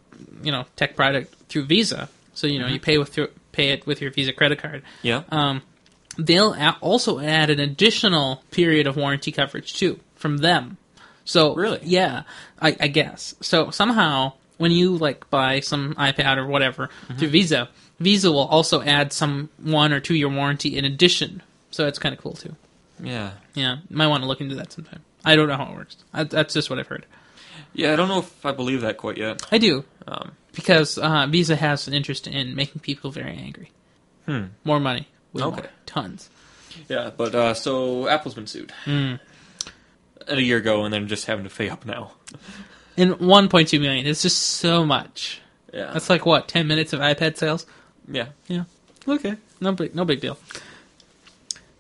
A: you know tech product through Visa, so you know you pay with through, pay it with your Visa credit card,
B: Yeah.
A: um, they'll a- also add an additional period of warranty coverage too from them. So
B: Really?
A: yeah, I, I guess. So somehow, when you like buy some iPad or whatever
B: Mm-hmm.
A: through Visa, Visa will also add some one or two year warranty in addition. So it's kind of cool too.
B: yeah.
A: Yeah, might want to look into that sometime. I don't know how it works. I, that's just what I've heard.
B: Yeah. I don't know if I believe that quite yet.
A: I do
B: Um,
A: because uh, Visa has an interest in making people very angry.
B: Hmm.
A: More money. Way
B: Okay.
A: more. Tons. Hmm.
B: yeah. But uh, so Apple's been sued. A year ago, and then just having to pay up now.
A: And 1.2 million. It's just so much.
B: Yeah.
A: That's like what 10 minutes of iPad sales.
B: yeah.
A: Yeah. Okay. No big no big deal.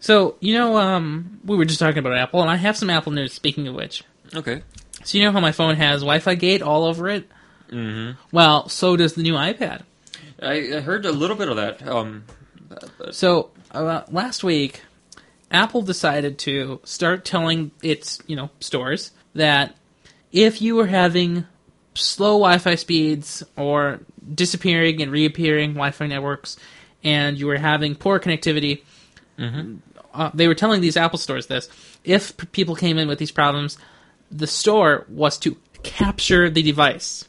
A: So you know, um, we were just talking about Apple, and I have some Apple news. Speaking of which,
B: Okay.
A: so you know how my phone has Wi-Fi gate all over it.
B: Mm-hmm.
A: Well, so does the new iPad.
B: I, I heard a little bit of that. Um, but- but-
A: So uh, last week, Apple decided to start telling its you know stores that if you were having slow Wi-Fi speeds or disappearing and reappearing Wi-Fi networks, and you were having poor connectivity, uh, they were telling these Apple stores this: if p- people came in with these problems, the store was to capture the device.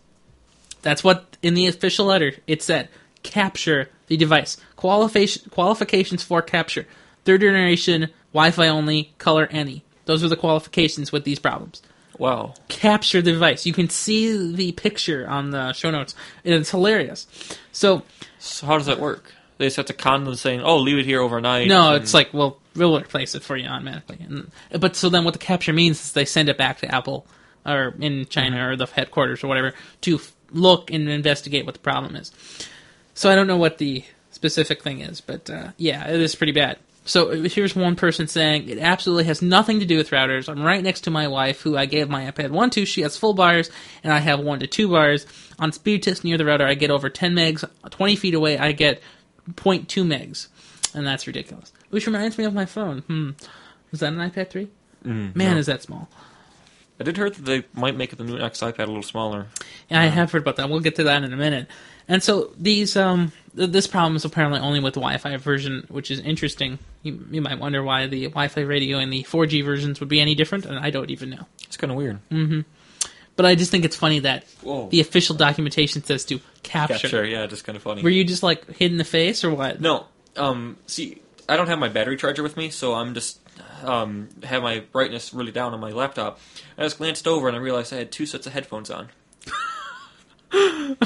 A: That's what in the official letter it said. Capture the device. Qualification qualifications for capture. Third generation Wi-Fi only, color any. Those are the qualifications with these problems.
B: wow.
A: Capture the device. You can see the picture on the show notes. and It's hilarious. So
B: So how does that work? They just have to con them saying, "Oh, leave it here overnight."
A: no,
B: and-
A: it's like well, we'll replace it for you automatically. And, but so then what the capture means is they send it back to Apple or in China or the headquarters or whatever to f- look and investigate what the problem is. So I don't know what the specific thing is, but uh, yeah, it is pretty bad. So uh, here's one person saying it absolutely has nothing to do with routers. I'm right next to my wife, who I gave my iPad one to. She has full bars, and I have one to two bars. On speed test near the router, I get over 10 megs. 20 feet away, I get 0.2 megs, and that's ridiculous. Which reminds me of my phone. Hmm, was that an iPad three?
B: Mm,
A: Man, is that small.
B: I did hear that they might make the new next iPad a little smaller.
A: Yeah, I have heard about that. We'll get to that in a minute. And so these um th- this problem is apparently only with the Wi-Fi version, which is interesting. You, you might wonder why the Wi-Fi radio and the 4G versions would be any different, and I don't even know.
B: It's kind of weird.
A: But I just think it's funny that
B: Whoa.
A: the official documentation says to capture.
B: Capture, yeah, just kind of funny.
A: Were you just like hit in the face or what?
B: no, um, see, I don't have my battery charger with me, so I'm just um have my brightness really down on my laptop. I just glanced over and I realized I had two sets of headphones on. I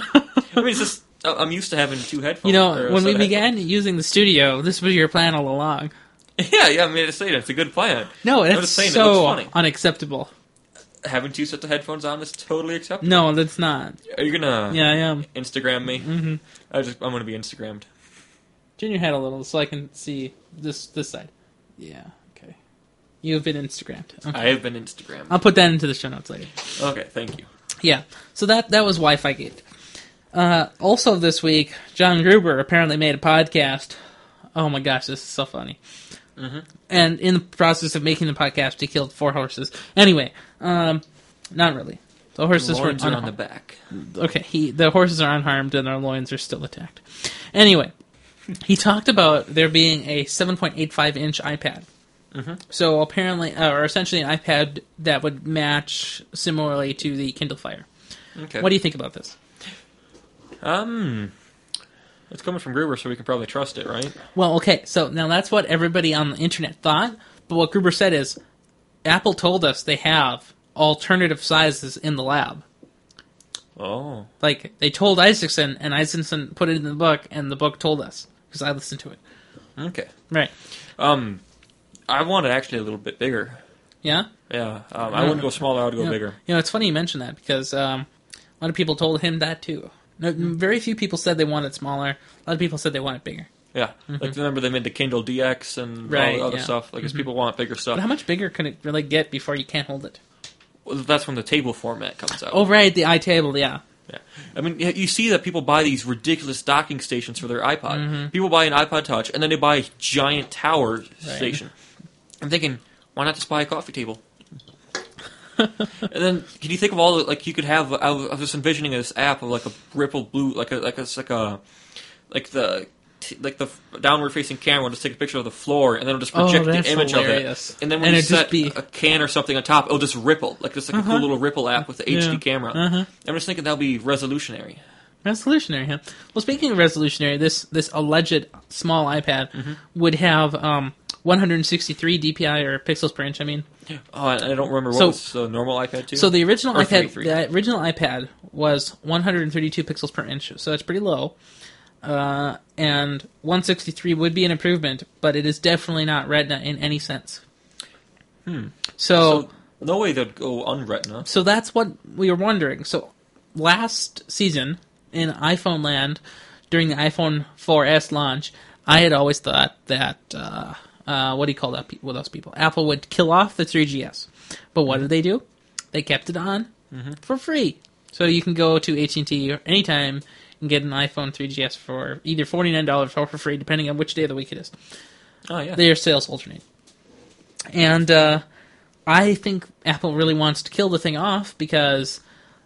B: mean, it's just I- I'm used to having two headphones.
A: You
B: or
A: know,
B: a
A: when
B: set
A: we
B: of headphones.
A: began using the studio, this was your plan all along.
B: yeah, yeah, I mean, it's, it's a good plan.
A: No,
B: I'm
A: that's
B: just saying, it
A: so
B: looks funny.
A: unacceptable.
B: Having two sets of headphones on is totally acceptable.
A: No, that's not.
B: Are you gonna?
A: Mm-hmm. Yeah, I um, am.
B: Instagram me. Mm-hmm. I just I'm gonna be Instagrammed.
A: Turn your head a little so I can see this this side. Yeah. Okay. You have been Instagrammed. Okay.
B: I have been Instagrammed.
A: I'll put that into the show notes later.
B: Okay, thank you.
A: Yeah. So that that was Wi-Fi Gate. Uh, also this week, John Gruber apparently made a podcast. Oh my gosh, this is so funny.
B: Mm-hmm.
A: And in the process of making the podcast, he killed four horses. Anyway, um, not really. The horses were
B: Lawns are on
A: unharmed.
B: the back.
A: okay, he the horses are unharmed and their loins are still intact. Anyway, he talked about there being a 7.85 inch iPad. So apparently, uh, or essentially, an iPad that would match similarly to the Kindle Fire.
B: Okay.
A: What do you think about this?
B: um, it's coming from Gruber, so we can probably trust it, right?
A: Well, okay, so now that's what everybody on the internet thought, but what Gruber said is Apple told us they have alternative sizes in the lab.
B: Oh,
A: Like they told Isaacson, and Isaacson put it in the book, and the book told us because I listened to it.
B: okay.
A: Right?
B: Um, I want it actually a little bit bigger.
A: Yeah.
B: Yeah, um, I wouldn't go smaller. I would go
A: you know,
B: bigger.
A: You know, it's funny you mention that because um, a lot of people told him that too. No, Very few people said they want it smaller. A lot of people said they want it bigger.
B: Yeah, like remember they made the Kindle DX and all
A: Mm-hmm. Right,
B: the other
A: yeah. Mm-hmm.
B: stuff. Like, as people want bigger
A: But how
B: stuff,
A: much bigger can it really get before you can't hold it?
B: Well, that's when the table format comes out.
A: Oh, right, the iTable, yeah.
B: Yeah. I mean, yeah, you see that people buy these ridiculous docking stations for their iPod.
A: Mm-hmm.
B: People buy an iPod Touch and then they buy a giant tower station. I'm thinking, why not just buy a coffee table? and then, can you think of all the like you could have? I was I was just envisioning this app of like a ripple blue, like a like a like a like the t- like the downward facing camera will just take a picture of the floor and then it'll just
A: Oh,
B: project
A: that's
B: the image
A: hilarious.
B: of it. And then when
A: And
B: you
A: it'd just
B: set
A: be- Uh-huh.
B: a can or something on top, it'll just ripple like just like a cool little ripple app with the HD
A: Yeah.
B: camera.
A: Uh-huh.
B: I'm just thinking that'll be resolutionary.
A: Resolutionary, huh? Well, speaking of resolutionary, this this alleged small iPad would have um, 163 DPI or pixels per inch. I mean,
B: Oh, and I don't remember what
A: So-
B: was the normal iPad too.
A: so the original
B: Or
A: iPad,
B: 33.
A: the original iPad was 132 pixels per inch, so it's pretty low. Uh, and 163 would be an improvement, but it is definitely not Retina in any sense. Hmm.
B: So, no way they'd go on Retina.
A: So that's what we were wondering. So last season in iPhone land during the iPhone 4S launch, I had always thought that uh, uh, what do you call that? pe- Well, those people, Apple would kill off the 3GS. But what did they do? They kept it on for free. So you can go to AT and T anytime and get an iPhone 3GS for either forty nine dollars or for free, depending on which day of the week it is
B: Oh yeah,
A: their sales alternate. And uh, I think Apple really wants to kill the thing off because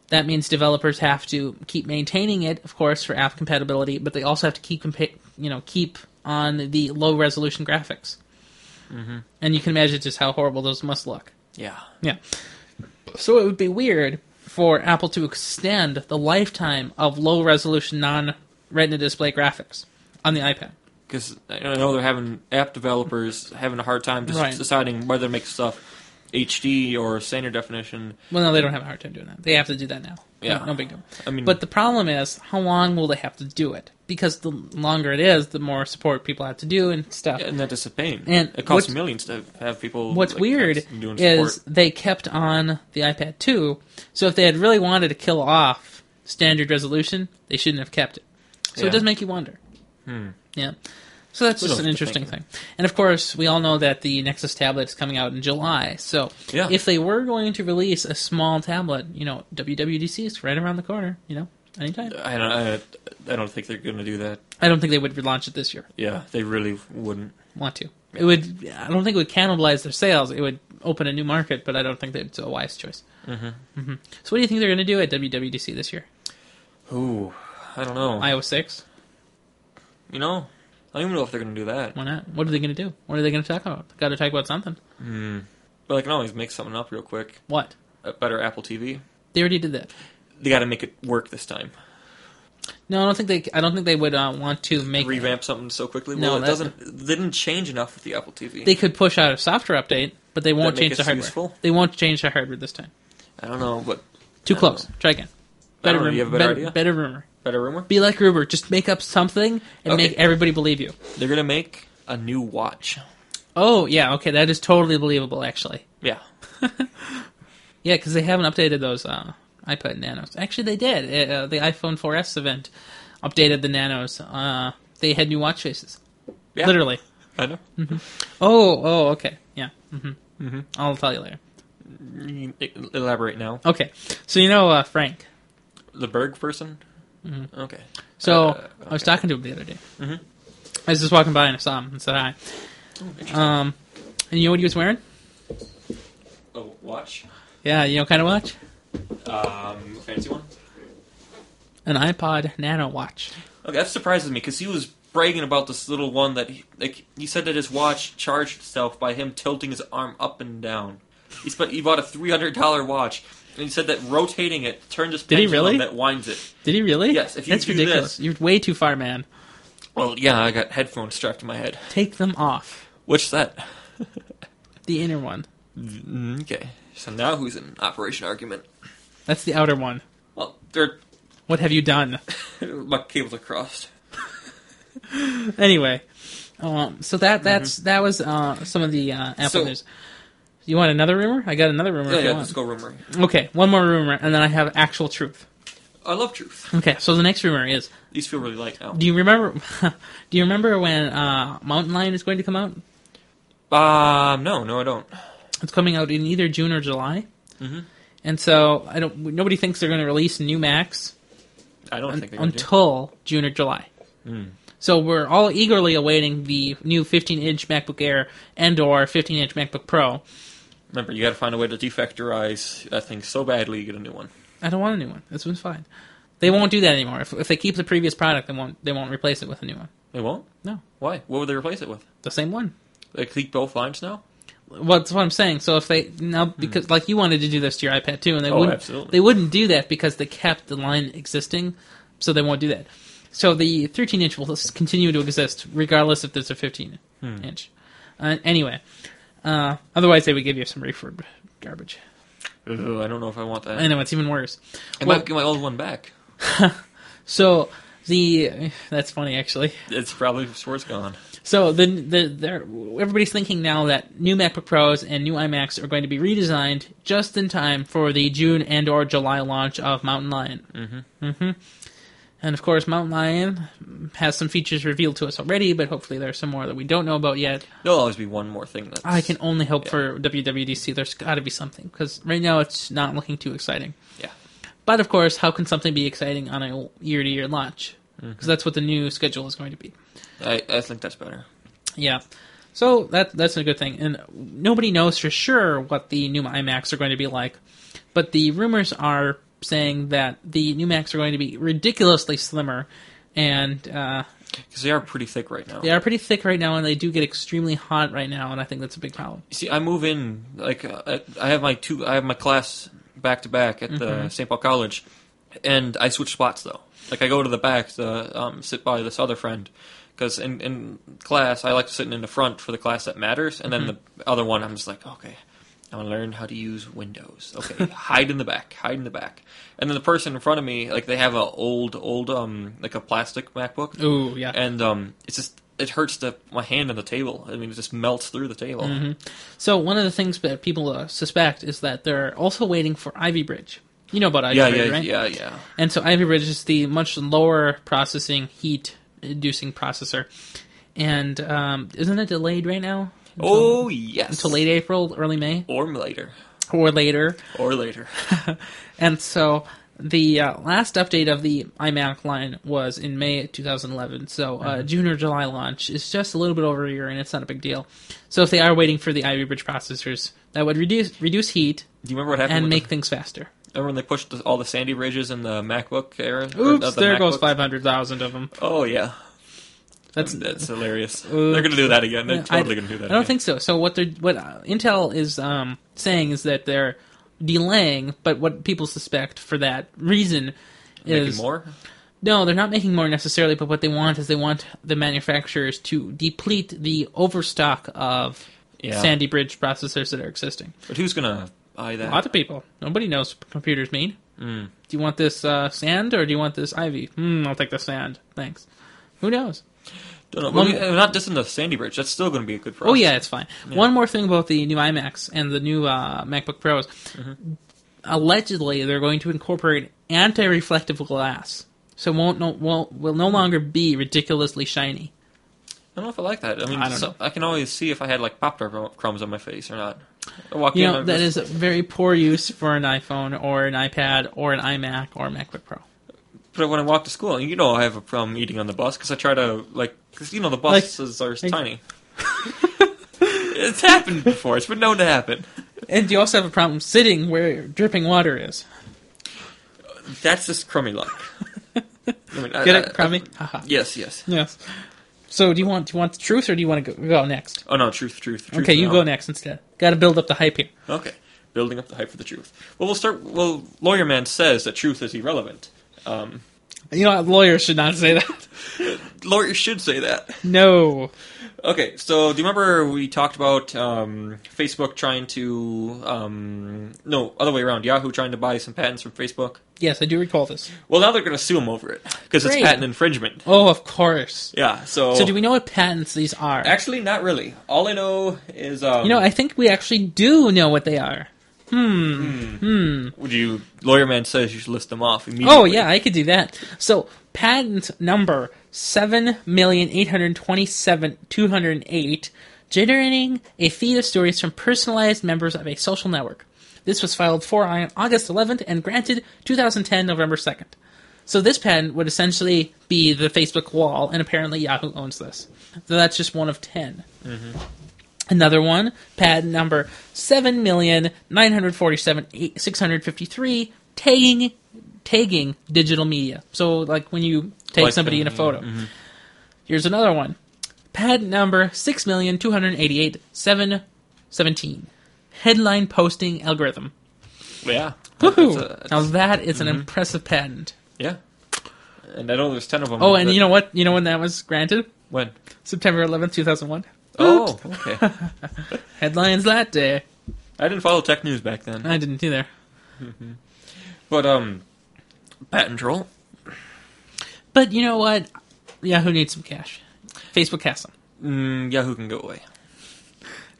A: that means developers have to keep maintaining it, of course, for app compatibility, but they also have to keep compa- you know keep on the low resolution graphics. And you can imagine just how horrible those must look.
B: yeah.
A: Yeah. So it would be weird for Apple to extend the lifetime of low resolution non retina display graphics on the iPad.
B: Because I know they're having app developers having a hard time just
A: Right.
B: deciding whether to make stuff HD or standard definition.
A: Well, no, they don't have a hard time doing that. They have to do that now.
B: Yeah.
A: No, no big deal.
B: I mean-
A: but the problem is, how long will they have to do it? Because the longer it is, the more support people have to do and stuff.
B: And that is a pain.
A: And
B: it costs
A: what's-
B: millions to have people.
A: What's
B: like,
A: weird
B: doing
A: is
B: support.
A: they kept on the iPad 2, so if they had really wanted to kill off standard resolution, they shouldn't have kept it. So
B: Yeah.
A: it does make you wonder. Hmm. Yeah. So that's
B: Who
A: just
B: knows
A: an
B: what to
A: interesting
B: think.
A: thing. And of course, we all know that the Nexus tablet is coming out in July. So
B: Yeah.
A: if they were going to release a small tablet, you know, WWDC is right around the corner, you know, anytime.
B: I don't. I, I don't think they're going to do that.
A: I don't think they would relaunch it this year.
B: Yeah, they really wouldn't.
A: Want to. It would I don't think it would cannibalize their sales. It would open a new market, but I don't think that's a wise choice. Mm-hmm. So what do you think they're going to do at WWDC this year?
B: Ooh, I don't know.
A: iOS 6?
B: you know, I don't even know if they're going to do that.
A: Why not? What are they going to do? What are they going to talk about? Got to talk about something.
B: But I can always make something up real quick.
A: What?
B: A better Apple TV.
A: They already did that.
B: They got to make it work this time.
A: No, I don't think they I don't think they would uh, want to make
B: revamp something so quickly.
A: No,
B: Well, it
A: that-
B: doesn't. It didn't change enough with the Apple TV.
A: They could push out a software update, but they won't
B: That make
A: change the
B: us
A: hardware.
B: useful?
A: They won't change the hardware this time.
B: I don't know, but
A: Too
B: I don't
A: close. Try again.
B: Oh. I
A: Better
B: don't know,
A: rumor.
B: you have a better
A: better,
B: idea?
A: better rumor.
B: better rumor.
A: Be like Gruber. Just make up something and
B: Okay.
A: make everybody believe you.
B: They're gonna make a new watch.
A: Oh yeah, okay, that is totally believable actually.
B: Yeah,
A: Yeah, because they haven't updated those uh, iPod Nanos. Actually, they did. Uh, the iPhone 4S event updated the Nanos. Uh, they had new watch faces,
B: yeah.
A: literally.
B: I know.
A: Oh, oh, okay, yeah. hmm
B: Mm-hmm.
A: I'll tell you later.
B: You can Elaborate now.
A: Okay, so you know uh, Frank.
B: The Berg person.
A: Mm-hmm.
B: Okay.
A: So
B: Uh, mm-hmm.
A: I was talking to him the other day. I was just walking by and I saw him and said hi.
B: Oh,
A: Um, and you know what he was wearing?
B: A Oh, watch.
A: Yeah, you know, kind of watch.
B: Um, fancy one.
A: An iPod Nano watch.
B: Okay, that surprises me because he was bragging about this little one that he, like he said that his watch charged itself by him tilting his arm up and down. He spent he bought a three hundred dollar watch and he said that rotating it turns this
A: Did he
B: pendulum
A: really?
B: that winds it.
A: Did he really?
B: Yes, if you
A: that's
B: do
A: ridiculous.
B: this-
A: You're way too far, man.
B: Well, yeah, I got headphones strapped to my head.
A: Take them off.
B: What's that?
A: The inner one.
B: Mm, Okay, so now who's in operation argument?
A: That's the outer one.
B: Well, they're
A: What have you done?
B: my cables are crossed.
A: anyway, um, so that that's that was uh, some of the uh, Apple
B: Mm-hmm. So-
A: news. You want another rumor? I got another rumor.
B: Yeah,
A: if you
B: yeah,
A: want.
B: let's go rumor.
A: Okay, one more rumor, and then I have actual truth.
B: I love truth.
A: Okay, so the next rumor is:
B: These feel really light now.
A: Do you remember? do you remember when uh, Mountain Lion is going to come out?
B: Um, no, no, I don't.
A: It's coming out in either June or July.
B: Mm-hmm.
A: And so I don't. Nobody thinks they're going to release new Max
B: I don't think they're gonna do. Hmm.
A: until June or July. So we're all eagerly awaiting the new 15-inch MacBook Air and/or 15-inch MacBook Pro.
B: Remember, you got to find a way to defactorize that thing so badly you get a new one.
A: I don't want a new one. This one's fine. They won't do that anymore. If, if they keep the previous product, they won't. They won't replace it with a new one.
B: They won't.
A: No,
B: Why? What would they replace it with?
A: the same one.
B: They keep both lines now.
A: Well, that's what I'm saying. So if they now because like you wanted to do this to your iPad too, and they
B: Hmm. Oh,
A: wouldn't
B: absolutely.
A: they wouldn't do that because they kept the line existing, so they won't do that. So the 13 inch will s- continue to exist regardless if there's a 15 inch. Uh, anyway, uh, otherwise they would give you some refurb garbage.
B: Ugh, I don't know if I want that.
A: I know it's even worse.
B: I
A: Well,
B: might get my old one back.
A: so the that's funny actually.
B: It's probably before it's gone.
A: So the the they're, everybody's thinking now that new MacBook Pros and new iMacs are going to be redesigned just in time for the June and or July launch of Mountain Lion. Mm-hmm. Mm-hmm. And of course, Mountain Lion has some features revealed to us already, but hopefully there's some more that we don't know about yet.
B: There'll always be one more thing that's.
A: I can only hope for WWDC. There's got to be something because right now it's not looking too exciting.
B: Yeah.
A: But of course, how can something be exciting on a year-to-year launch? Because that's what the new schedule is going to be.
B: I, I think that's better.
A: Yeah. So that that's a good thing. And nobody knows for sure what the new iMacs are going to be like, but the rumors are saying that the new Macs are going to be ridiculously slimmer, and uh,
B: Because they are pretty thick right now.
A: they are pretty thick right now, and they do get extremely hot right now, and I think that's a big problem.
B: You See, I move in like uh, I- I have my two. I have my class back to back at the St. Paul College, and I switch spots though. Like I go to the back to um, sit by this other friend, because in, in class I like sitting in the front for the class that matters, and then the other one I'm just like, okay, I want to learn how to use Windows. Okay, hide in the back, hide in the back, and then the person in front of me, like they have a old old um like a plastic MacBook,
A: Ooh, yeah.
B: and um it's just it hurts the my hand on the table. I mean, it just melts through the table.
A: So one of the things that people uh, suspect is that they're also waiting for Ivy Bridge. You know about Ivy
B: yeah,
A: Bridge,
B: yeah,
A: right?
B: yeah, yeah.
A: And so Ivy Bridge is the much lower processing heat inducing processor, and um, isn't it delayed right now? Until-
B: Oh yes,
A: until late April, early May,
B: or later,
A: or later.
B: or later.
A: And so the uh, last update of the iMac line was in May 2011. So
B: Mm-hmm.
A: uh, June or July launch is just a little bit over a year, and it's not a big deal. So if they are waiting for the Ivy Bridge processors, that would reduce reduce heat
B: Do you remember what happened?
A: and
B: with
A: make
B: the,
A: things faster.
B: remember when they pushed the, all the Sandy Bridges in the MacBook era? Or
A: Oops,
B: not the
A: there goes
B: MacBook?
A: 500,000 of them.
B: Oh yeah,
A: That's
B: that's hilarious. They're gonna do that again. They're totally
A: I,
B: gonna do that.
A: I don't
B: again.
A: think so. So what they're what uh, Intel is um, saying is that they're delaying, but what people suspect for that reason
B: Making
A: is
B: more.
A: no, they're not making more necessarily. But what they want is they want the manufacturers to deplete the overstock of
B: Yeah.
A: Sandy Bridge processors that are existing.
B: But who's gonna buy that?
A: A lot of people, nobody knows what computers mean.
B: Mm.
A: Do you want this uh, sand or do you want this ivy? Hmm, I'll take the sand. Thanks. Who knows?
B: Don't know.
A: One-
B: Well, yeah, not just in the Sandy Bridge. That's still gonna be a good. Process.
A: Oh yeah, it's fine. One more thing about the new iMacs and the new uh, MacBook Pros.
B: Mm-hmm.
A: Allegedly, they're going to incorporate anti-reflective glass, so won't no won't, will no longer be ridiculously shiny.
B: I don't know if I like that. I mean,
A: I
B: I,
A: don't know.
B: I can always see if I had like pop crumbs on my face or not. I walk
A: You
B: in.
A: know
B: I'm
A: that
B: just-
A: is a very poor use for an iPhone or an iPad or an iMac or a MacBook Pro.
B: But when I walk to school, you know I have a problem eating on the bus because I try to like, cause, you know the buses are
A: like-
B: tiny. it's happened before. It's been known to happen.
A: And you also have a problem sitting where dripping water is.
B: That's just crummy luck. I mean, I-
A: Get
B: I-
A: it, crummy?
B: I-
A: Haha.
B: yes, yes.
A: yes. So do you want do you want the truth or do you want to go, go next?
B: Oh no, truth, truth, truth.
A: Okay, you
B: no.
A: go next instead. Got to build up the hype here.
B: Okay, building up the hype for the truth. Well, we'll start. Well, lawyer man says that truth is irrelevant. Um,
A: You know, lawyers should not say that.
B: lawyers should say that.
A: No.
B: Okay, so do you remember we talked about um, Facebook trying to um, no other way around Yahoo trying to buy some patents from Facebook?
A: Yes, I do recall this.
B: Well, now they're going to sue him over it because it's
A: Great.
B: patent infringement.
A: Oh, of course.
B: Yeah. So,
A: So, do we know what patents these are?
B: actually not really. All I know is um,
A: you know, I think we actually do know what they are.
B: Would you? Lawyer man says you should list them off immediately.
A: Oh yeah, I could do that. So patent number seven million eight hundred twenty-seven two hundred eight, generating a feed of stories from personalized members of a social network. This was filed for on August 11th and granted 2010 November 2nd. So this patent would essentially be the Facebook wall, and apparently Yahoo owns this. So that's just one of 10 Another one, patent number 7,947,653, tagging, tagging digital media. So, like when you take
B: Like,
A: somebody in a
B: um,
A: photo. Here's another one, patent number 6,288,717, headline posting algorithm.
B: Yeah.
A: Woohoo!
B: That's mm-hmm. a-
A: now, that is an impressive patent.
B: yeah. And I know there's ten of them.
A: Oh, and
B: but-
A: you know what? You know when that was granted?
B: when?
A: September 11th, 2001.
B: Oh, okay.
A: Headlines that day.
B: I didn't follow tech news back then,
A: I didn't either.
B: but um, patent troll.
A: But you know what? Yahoo needs some cash. Facebook has some.
B: Mm, Yahoo can go away.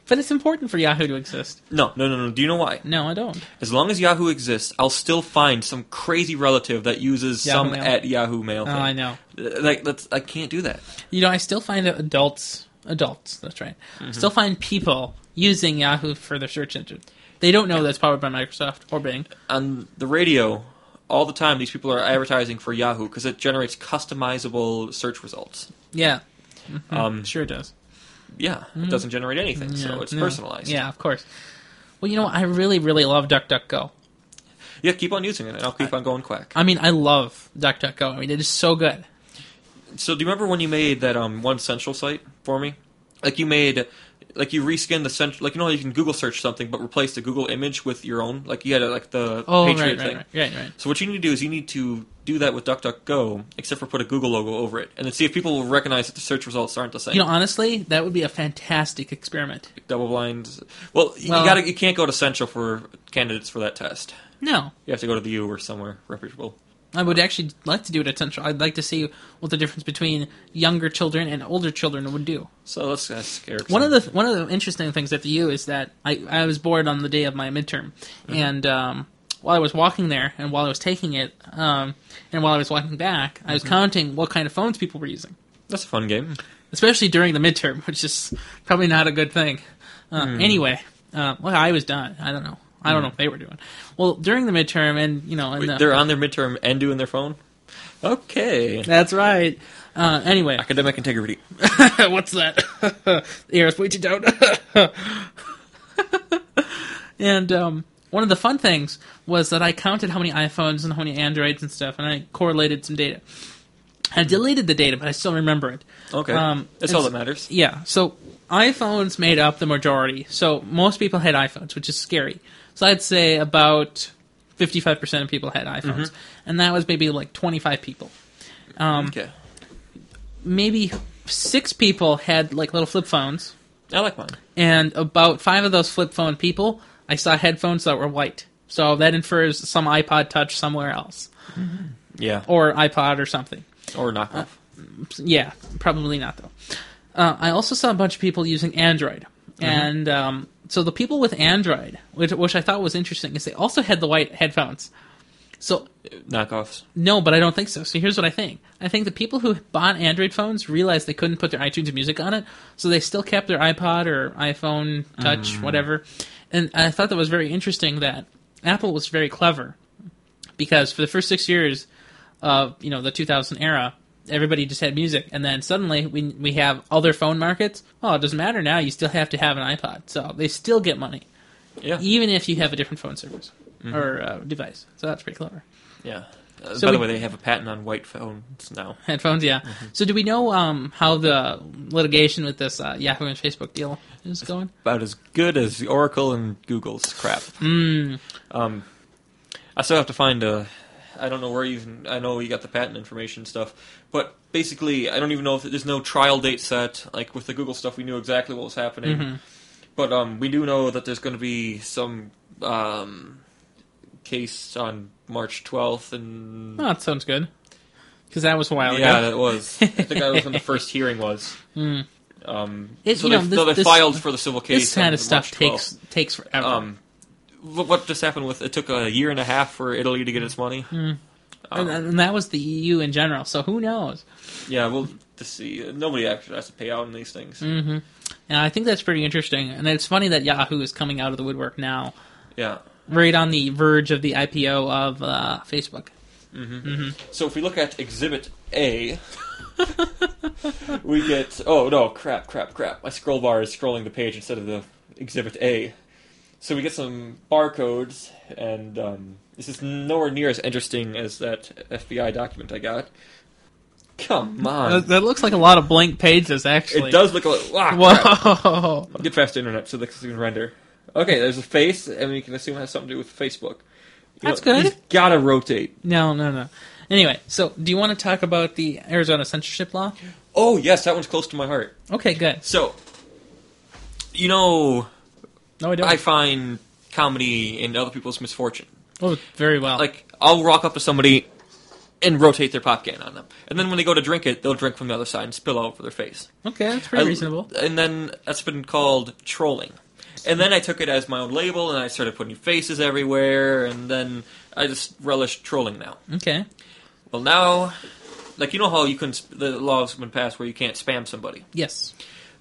A: But it's important for Yahoo to exist.
B: No, no, no, no. Do you know why?
A: No, I don't.
B: As long as Yahoo exists, I'll still find some crazy relative that uses
A: Yahoo
B: some
A: Mail.
B: at Yahoo Mail.
A: Oh,
B: thing.
A: I know.
B: Uh, Like that's I can't do that.
A: You know, I still find adults, adults, that's right,
B: Mm-hmm.
A: still find people using Yahoo for their search engine. They don't know that's powered by Microsoft or Bing.
B: On the radio, all the time, these people are advertising for Yahoo because it generates customizable search results.
A: Yeah, Hmm.
B: Um,
A: sure does.
B: yeah, it doesn't generate anything, so
A: Hmm. Yeah,
B: it's
A: no.
B: personalized.
A: Yeah, of course. Well, you know, what? I really, really love DuckDuckGo.
B: yeah. Keep on using it, and I'll keep on going quack.
A: I mean, I love DuckDuckGo. I mean, it is so good.
B: So do you remember when you made that um one central site for me? Like you made like you reskinned the central like you know how you can Google search something but replace the Google image with your own. Like you had uh, like the
A: Oh, right,
B: Patriot
A: right,
B: thing.
A: right, right, right.
B: So what you need to do is you need to do that with DuckDuckGo, except for put a Google logo over it, and then see if people will recognize that the search results aren't the same.
A: You know, honestly, that would be a fantastic experiment.
B: Double blind. Well, you
A: Well-
B: gotta you can't go to Central for candidates for that test.
A: No,
B: You have to go to the U or somewhere reputable.
A: I would actually like to do it at Central. I'd like to see what the difference between younger children and older children would do.
B: So let's ask Eric.
A: One of the one of the interesting things at the U is that I, I was bored on the day of my midterm, and um, while I was walking there, and while I was taking it, um, and while I was walking back, I was counting what kind of phones people were using,
B: that's a fun game.
A: especially during the midterm, which is probably not a good thing. Uh, Anyway, uh, well, I was done. I don't know. I don't know what they were doing. Well, during the midterm, and you know, and the,
B: They're on their midterm and doing their phone. Okay.
A: that's right. Uh, anyway,
B: Academic integrity.
A: What's that? the air is way too down. and um, one of the fun things was that I counted how many iPhones and how many Androids and stuff, and I correlated some data. I deleted the data, but I still remember it.
B: Okay.
A: Um,
B: That's all
A: it's-
B: that matters.
A: Yeah, so iPhones made up the majority. So most people had iPhones, which is scary. So I'd say about 55% of people had iPhones. And that was maybe like 25 people um,
B: okay.
A: maybe six people had like little flip phones,
B: I like mine.
A: and about five of those flip phone people, I saw headphones that were white. So that infers some iPod Touch somewhere else,
B: Yeah. Or,
A: or iPod or something.
B: Oh, knockoff.
A: Yeah, probably not though. Uh, I also saw a bunch of people using Android, and um, so the people with Android, which, which I thought was interesting, is they also had the white headphones. So
B: Knockoffs.
A: No, but I don't think so. So here's what I think. I think the people who bought Android phones realized they couldn't put their iTunes music on it, so they still kept their iPod or iPhone Touch, whatever. And I thought that was very interesting that Apple was very clever because for the first six years of you know the 2000 era, everybody just had music, and then suddenly we we have other phone markets. Well, it doesn't matter now. You still have to have an iPod, so they still get money
B: Yeah.
A: even if you have a different phone service or uh, device. So that's pretty clever.
B: Yeah. Uh,
A: So
B: by the
A: we-
B: way, they have a patent on white phones now.
A: Headphones, yeah.
B: Mm-hmm.
A: So, do we know um, how the litigation with this uh, Yahoo and Facebook deal is going?
B: About as good as the Oracle and Google's crap.
A: Hmm.
B: Um, I still have to find a. I don't know where you even. I know you got the patent information stuff, but basically, I don't even know if there's no trial date set. Like with the Google stuff, we knew exactly what was happening.
A: Mm-hmm.
B: But um, we do know that there's going to be some um, case on March 12th, and
A: Oh, that sounds good. Because that was a while
B: yeah,
A: ago.
B: that was. I think that was when the first hearing was. Um,
A: It-
B: so
A: you
B: they,
A: know, this-
B: so they
A: this-
B: filed for the civil case.
A: This kind
B: on
A: of stuff
B: March 12th.
A: takes takes forever.
B: Um, wh- what just happened with it took a year and a half for Italy to get its money.
A: Hmm.
B: Um,
A: and, and that was the EU in general. So who knows?
B: Yeah, we'll just see. Nobody actually has to pay out on these
A: Hmm.
B: things.
A: And I think that's pretty interesting. And it's funny that Yahoo is coming out of the woodwork now,
B: Yeah.
A: right on the verge of the IPO of uh, Facebook.
B: So if we look at Exhibit A, we get oh no crap crap crap. My scroll bar is scrolling the page instead of the Exhibit A. So we get some barcodes, and um, this is nowhere near as interesting as that FBI document I got. Come
A: That,
B: on,
A: that looks like a lot of blank pages, actually.
B: Um, it does look a little. Ah, crap.
A: Whoa.
B: Get fast internet so this can render. Okay, there's a face, and we can assume it has something to do with Facebook. You
A: That's good.
B: He's gotta rotate.
A: No, no, no. Anyway, so do you want to talk about the Arizona censorship law?
B: Oh yes, that one's close to my heart.
A: Okay, good.
B: So, you know,
A: No, I don't.
B: I find comedy in other people's misfortune.
A: oh, very well.
B: Like, I'll walk up to somebody and rotate their pop can on them. And then when they go to drink it, they'll drink from the other side and spill all over their face.
A: okay, that's pretty
B: I-
A: reasonable.
B: And then that's been called trolling. And then I took it as my own label and I started putting faces everywhere and then I just relish trolling now.
A: Okay.
B: Well, now, like, you know how you can, sp- the law's been passed where you can't spam somebody.
A: Yes.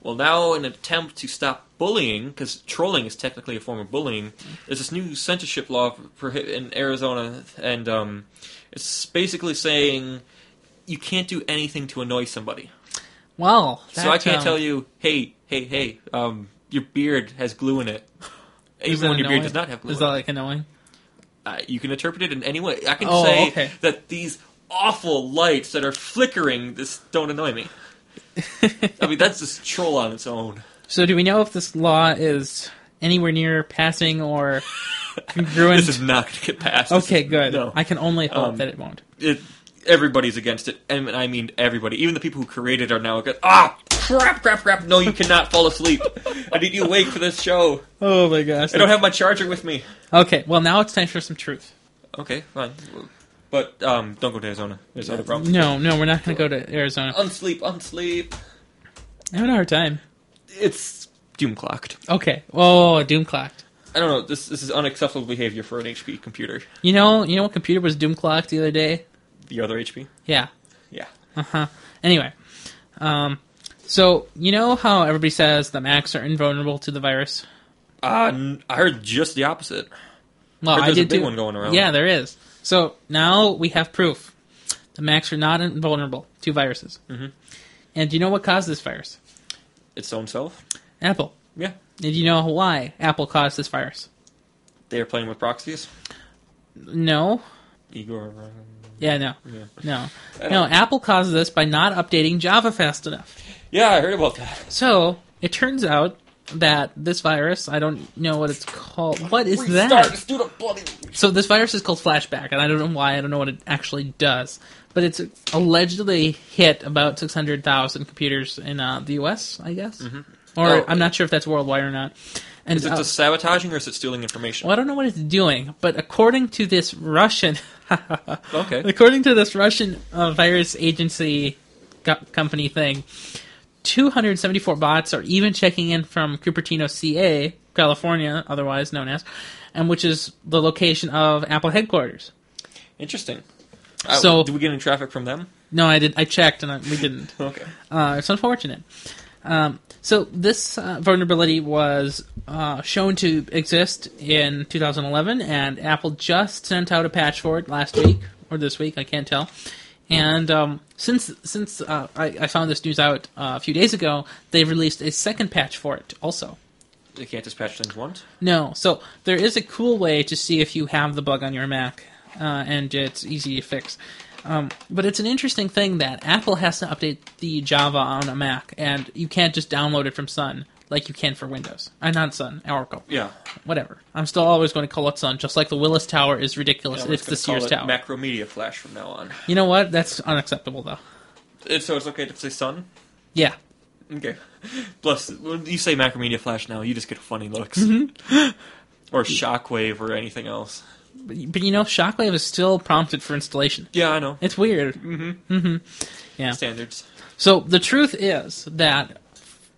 B: Well, now, in an attempt to stop bullying, because trolling is technically a form of bullying, there's this new censorship law prohi- in Arizona, and um, it's basically saying you can't do anything to annoy somebody.
A: Well,
B: so
A: that,
B: I can't
A: um,
B: tell you, hey, hey, hey, um, your beard has glue in it.
A: is
B: Even
A: that
B: when your
A: annoying?
B: beard does not have glue
A: Is
B: in
A: that
B: it.
A: like annoying?
B: Uh, you can interpret it in any way. I can
A: Oh,
B: say
A: okay.
B: that these awful lights that are flickering just don't annoy me. I mean, that's just troll on its own.
A: So do we know if this law is anywhere near passing or congruent?
B: This is not going to get passed. This
A: okay,
B: is-
A: good.
B: No,
A: I can only hope
B: Um,
A: that it won't.
B: it, everybody's against it, and I mean everybody. Even the people who created are now against. Ah, crap, crap, crap! No, you cannot fall asleep. I need you awake for this show.
A: Oh my gosh.
B: I don't have my charger with me.
A: okay, well now it's time for some truth.
B: Okay, fine, but um, don't go to Arizona. There's other problems.
A: No, no, we're not going to go to Arizona.
B: Unsleep, unsleep.
A: I'm having a hard time.
B: It's doom clocked.
A: Okay. Oh, doom clocked.
B: I don't know. This this is unacceptable behavior for an HP computer.
A: You know, you know what computer was doom clocked the other day?
B: The other HP.
A: Yeah.
B: Yeah.
A: Anyway, um, so you know how everybody says the Macs are invulnerable to the virus.
B: Uh, n- I heard just the opposite.
A: Well,
B: Heard
A: I
B: there's
A: did
B: a big
A: too.
B: one going around.
A: Yeah, there is. So now we have proof. The Macs are not invulnerable to viruses. Mm-hmm. And do you know what caused this virus?
B: Its own self.
A: Apple.
B: Yeah.
A: And do you know why Apple caused this virus?
B: They are playing with proxies.
A: No.
B: Igor. uh,
A: Yeah, no.
B: Yeah.
A: No.
B: I
A: No,
B: don't-
A: Apple caused this by not updating Java fast enough.
B: Yeah, I heard about that.
A: So it turns out that this virus, I don't know what it's called. What is
B: Restart
A: that?
B: this dude up, bloody-
A: So this virus is called Flashback, and I don't know why. I don't know what it actually does, but it's allegedly hit about six hundred thousand computers in uh, the U.S. I guess, or
B: Oh.
A: I'm not sure if that's worldwide or not. And
B: Is it
A: uh,
B: just sabotaging or is it stealing information?
A: well, I don't know what it's doing, but according to this Russian,
B: Okay.
A: according to this Russian uh, virus agency go- company thing, 274 bots are even checking in from Cupertino, CA, California, otherwise known as, and which is the location of Apple headquarters.
B: Interesting. Uh,
A: So-
B: do we get any traffic from them?
A: No, I did. I checked, and I, we didn't.
B: Okay.
A: Uh, it's unfortunate. Um, so this uh, vulnerability was uh, shown to exist in 2011, and Apple just sent out a patch for it last week or this week. I can't tell. And um, since since uh, I, I found this news out uh, a few days ago, they've released a second patch for it also.
B: They can't dispatch things once.
A: No, so there is a cool way to see if you have the bug on your Mac, uh, and it's easy to fix. Um, but it's an interesting thing that Apple has to update the Java on a Mac, and you can't just download it from Sun like you can for Windows. Uh, not Sun, Oracle.
B: Yeah.
A: Whatever. I'm still always going to call it Sun, just like the Willis Tower is ridiculous.
B: I'm
A: it's
B: just gonna
A: this year's
B: call it
A: tower.
B: Macromedia Flash from now on.
A: you know what? That's unacceptable, though.
B: It, so it's okay to say sun?
A: Yeah.
B: Okay. Plus, when you say Macromedia Flash now, you just get funny looks. Mm-hmm. or Shockwave or anything else.
A: But, but you know, Shockwave is still prompted for installation.
B: Yeah, I know.
A: It's weird. Mm-hmm. Mm-hmm. Yeah.
B: Standards.
A: So the truth is that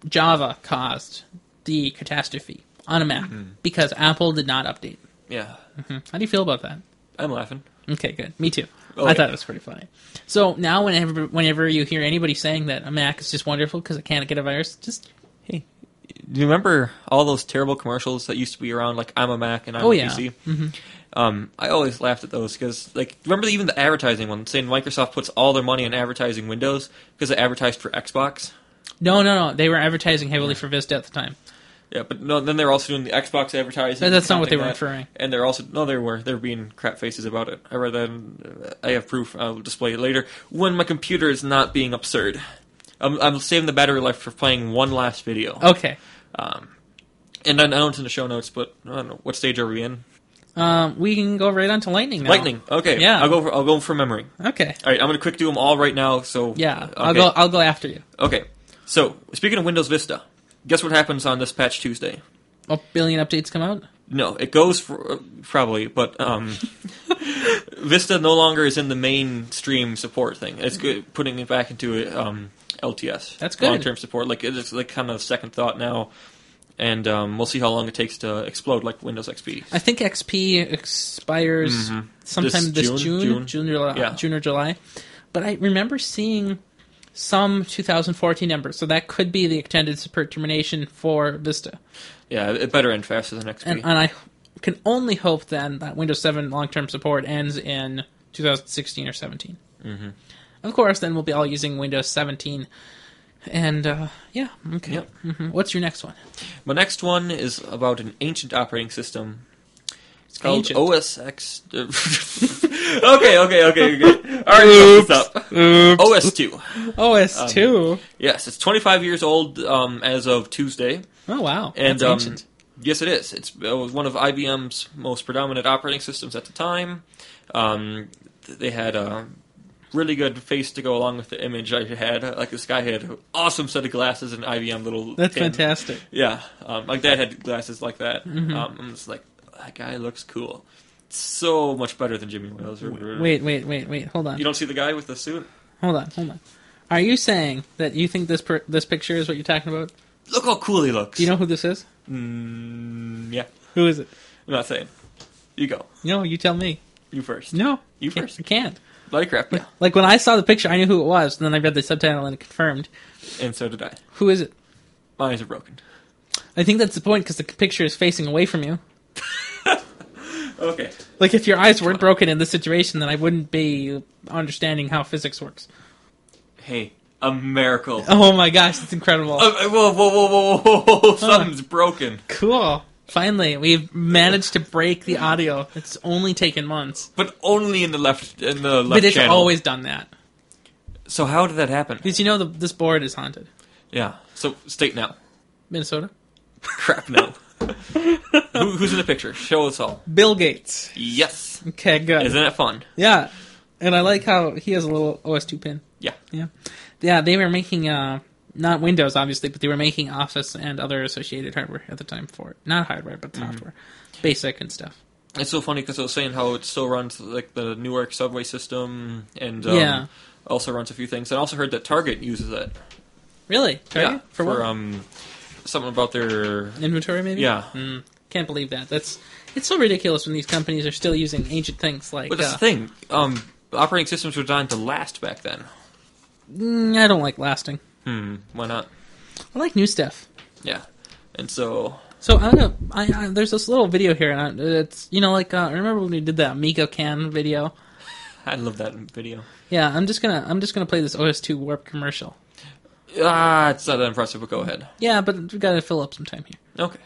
B: Hmm.
A: Java caused the catastrophe on a Mac because Apple did not update.
B: Yeah,
A: How do you feel about that?
B: I'm laughing.
A: Okay, good. Me too.
B: Oh,
A: I
B: yeah.
A: thought it was pretty funny. So now, whenever whenever you hear anybody saying that a Mac is just wonderful because it can't get a virus, just
B: Hey, do you remember all those terrible commercials that used to be around, like "I'm a Mac" and "I'm
A: Oh,
B: a
A: yeah.
B: PC"? Um, I always laughed at those because, like, remember even the advertising one saying Microsoft puts all their money in advertising Windows because they advertised for Xbox.
A: no, no, no. They were advertising heavily for Vista at the time.
B: Yeah, but no. Then they're also doing the Xbox advertising.
A: But that's not what they
B: counting
A: were
B: that.
A: referring.
B: And they're also no, they were they're being crap faces about it. I read that. in- uh, I have proof. I'll display it later when my computer is not being absurd. I'm, I'm saving the battery life for playing one last video.
A: Okay.
B: And I know it's in the show notes, but I don't know what stage are we in.
A: Um, we can go right on to lightning now.
B: Lightning. Okay.
A: Yeah.
B: I'll go. For, I'll go from memory.
A: Okay.
B: All right. I'm gonna quick do them all right now. So
A: Yeah.
B: Okay.
A: I'll go. I'll go after you.
B: Okay. So speaking of Windows Vista, guess what happens on this patch Tuesday?
A: A billion updates come out.
B: No, it goes for probably, but um, Vista no longer is in the mainstream support thing. It's good putting it back into um, LTS.
A: That's good.
B: Long term support, like it's like kind of second thought now, and um, we'll see how long it takes to explode like Windows XP.
A: I think XP expires sometime
B: Mm-hmm. This
A: this,
B: June?
A: June,
B: June?
A: June, July,
B: Yeah.
A: June or July. But I remember seeing some 2014 number, so that could be the extended support termination for Vista.
B: Yeah, it better end faster than XP.
A: And, uh, and I can only hope then that Windows 7 long term support ends in 2016 or 17. Mm-hmm. Of course, then we'll be all using Windows 17. And uh, yeah, okay.
B: Yep.
A: hmm What's your next one?
B: My next one is about an ancient operating system. It's called
A: Ancient.
B: OSX. okay, okay, okay, okay. All right, what's up? Oh. Um, OS2.
A: Oh, OS2.
B: Yes, it's 25 years old um, as of Tuesday,
A: oh, wow.
B: and
A: That's
B: um,
A: ancient.
B: yes, it is. It's it was one of IBM's most predominant operating systems at the time. Um, th- they had a really good face to go along with the image I had. Like this guy had an awesome set of glasses and IBM little.
A: That's
B: pin.
A: fantastic. Mm-hmm.
B: Yeah, um, my dad had glasses like that. Um, I'm just like, that guy looks cool. So much better than Jimmy Wales.
A: Wait, wait, wait, wait. Hold on.
B: you don't see the guy with the suit?
A: Hold on. Hold on. Are you saying that you think this per- this picture is what you're talking about?
B: Look how cool he looks.
A: Do you know who this is?
B: Mm, yeah,
A: Who is it?
B: I'm not saying. You go.
A: No, you tell me.
B: You first.
A: No.
B: You
A: Can't-
B: first.
A: I can't.
B: Bloody crap. Yeah.
A: Like when I saw the picture, I knew who it was, and then I read the subtitle and it confirmed.
B: And so did I.
A: Who is it?
B: My eyes are broken.
A: I think that's the point because the picture is facing away from you.
B: Okay.
A: Like if your eyes weren't broken in this situation, then I wouldn't be understanding how physics works.
B: Hey, a miracle.
A: Oh my gosh, it's incredible.
B: Uh, whoa, whoa, whoa, whoa, whoa, whoa, whoa. Something's broken.
A: cool. Finally, we've managed to break the audio. It's only taken months,
B: But only in the left in the left
A: but it's
B: channel.
A: always done that
B: So how did that happen?
A: because you know the, this board is haunted.
B: Yeah. So state now.
A: Minnesota.
B: Crap no. Who, who's in the picture? Show us all.
A: Bill Gates.
B: Yes.
A: Okay, good.
B: Isn't it fun?
A: Yeah, and I like how he has a little OS2 pin.
B: Yeah.
A: Yeah, yeah. They were making uh, not Windows obviously, but they were making Office and other associated hardware at the time for it. Not hardware, but
B: Mm-hmm.
A: software, basic and stuff.
B: It's so funny because I was saying how it still runs like the Newark subway system and um,
A: Yeah.
B: also runs a few things. And I also heard that Target uses it.
A: Really? Target?
B: Yeah.
A: For, what?
B: um something about their
A: Inventory, maybe.
B: yeah.
A: Mm, can't believe that. That's it's so ridiculous when these companies are still using ancient things like.
B: But that's
A: uh,
B: the thing. Um, operating systems were designed to last back then.
A: mm, I don't like lasting.
B: Hmm. Why not?
A: I like new stuff.
B: Yeah. And so
A: So I'm gonna. I, I, there's this little video here, and I, it's you know like uh, remember when we did that Miko Can video?
B: I love that video.
A: Yeah, I'm just gonna I'm just gonna play this OS2 warp commercial.
B: Ah, it's not that impressive. But go ahead.
A: Yeah, but we gotta fill up some time here.
B: Okay.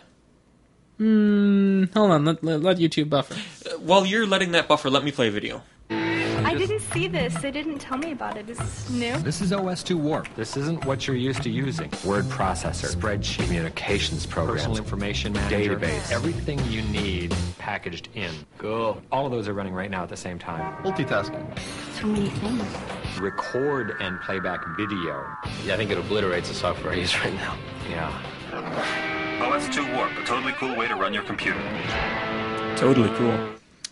A: Mm, hold on, let, let, let YouTube buffer.
B: Uh, While you're letting that buffer, let me play a video.
C: I didn't see this. They didn't tell me about it. Is this new?
D: This is OS2 Warp.
E: This isn't what you're used to using.
D: Word processor,
E: Spreadsheet,
D: communications
E: personal
D: programs,
E: information manager,
D: database.
E: everything you need packaged in. Cool. All of those are running right now at the same time.
F: Multitasking.
G: So many things.
E: Record and playback video.
F: Yeah, I think it obliterates the software I use right now.
E: Yeah.
H: OS2 Warp, a totally cool way to run your computer.
B: Totally cool.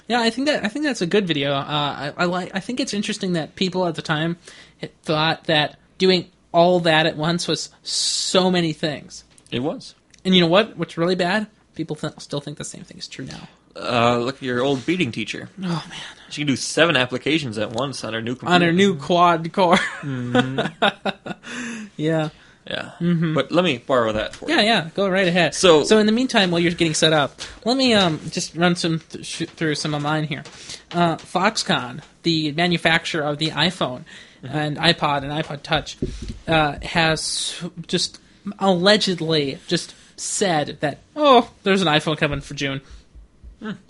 A: Yeah, I think that I think that's a good video. Uh, I, I like. I think it's interesting that people at the time it thought that doing all that at once was so many things.
B: It was.
A: And you know what? What's really bad? People th- still think the same thing is true now.
B: Uh, look at your old beating teacher.
A: Oh man,
B: She can do seven applications at once on her new computer.
A: on her new quad core. yeah,
B: Yeah. But let me borrow that for
A: Mm-hmm. yeah,
B: you.
A: yeah. Go right ahead.
B: So-
A: so in the meantime, while you're getting set up, let me um just run some th- sh- through some of mine here. Uh, Foxconn, the manufacturer of the iPhone and iPod and iPod Touch, uh, has just allegedly just said that oh, there's an iPhone coming for June.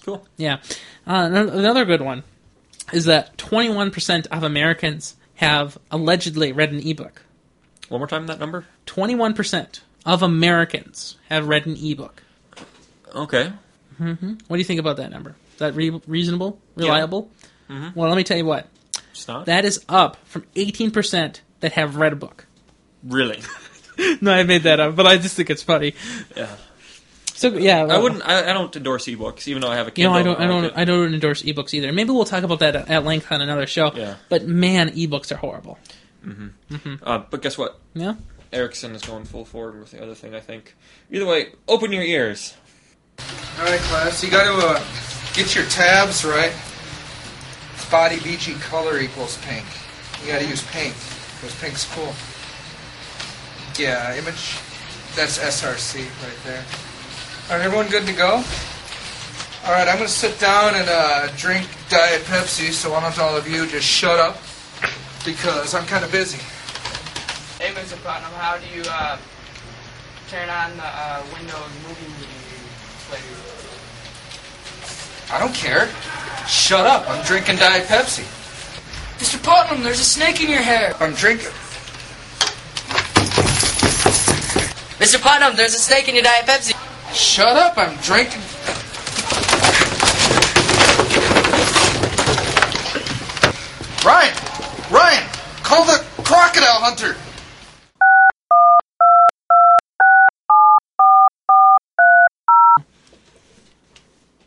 B: Cool.
A: Yeah. Uh, an- another good one is that 21% of Americans have allegedly read an ebook.
B: One more time that number.
A: 21% of Americans have read an ebook.
B: Okay.
A: What do you think about that number? Is that re- reasonable? Reliable? Well, let me tell you what.
B: It's not
A: That is up from 18% that have read a book.
B: really.
A: No, I made that up, but I just think it's funny.
B: Yeah.
A: So yeah,
B: I
A: well-
B: wouldn't. I, I don't endorse ebooks, even though I have a
A: You
B: Kindle.
A: know, I don't, I
B: like
A: don't,
B: it.
A: I don't endorse ebooks either. Maybe we'll talk about that at at length on another show.
B: Yeah.
A: But man, ebooks are horrible.
B: Uh, but guess what?
A: Yeah.
B: Ericsson is going full forward with the other thing. I think. Either way, open your ears.
G: All right, class, you got to uh, get your tabs right. Body Beachy color equals pink. You got to use pink because pink's cool. Yeah, image. That's SRC right there. All right, everyone good to go? All right, I'm going to sit down and uh, drink Diet Pepsi, so why don't all of you just shut up because I'm kind of busy.
I: Hey, Mr. Putnam, how do you uh, turn on the uh, Windows Movie Player?
G: I don't care. Shut up. I'm drinking Diet Pepsi.
I: Mr. Putnam, there's a snake in your hair.
G: I'm drinking.
I: Mr. Putnam, there's a snake in your Diet Pepsi.
G: Shut up, I'm drinking. Ryan! Ryan! Call the crocodile hunter!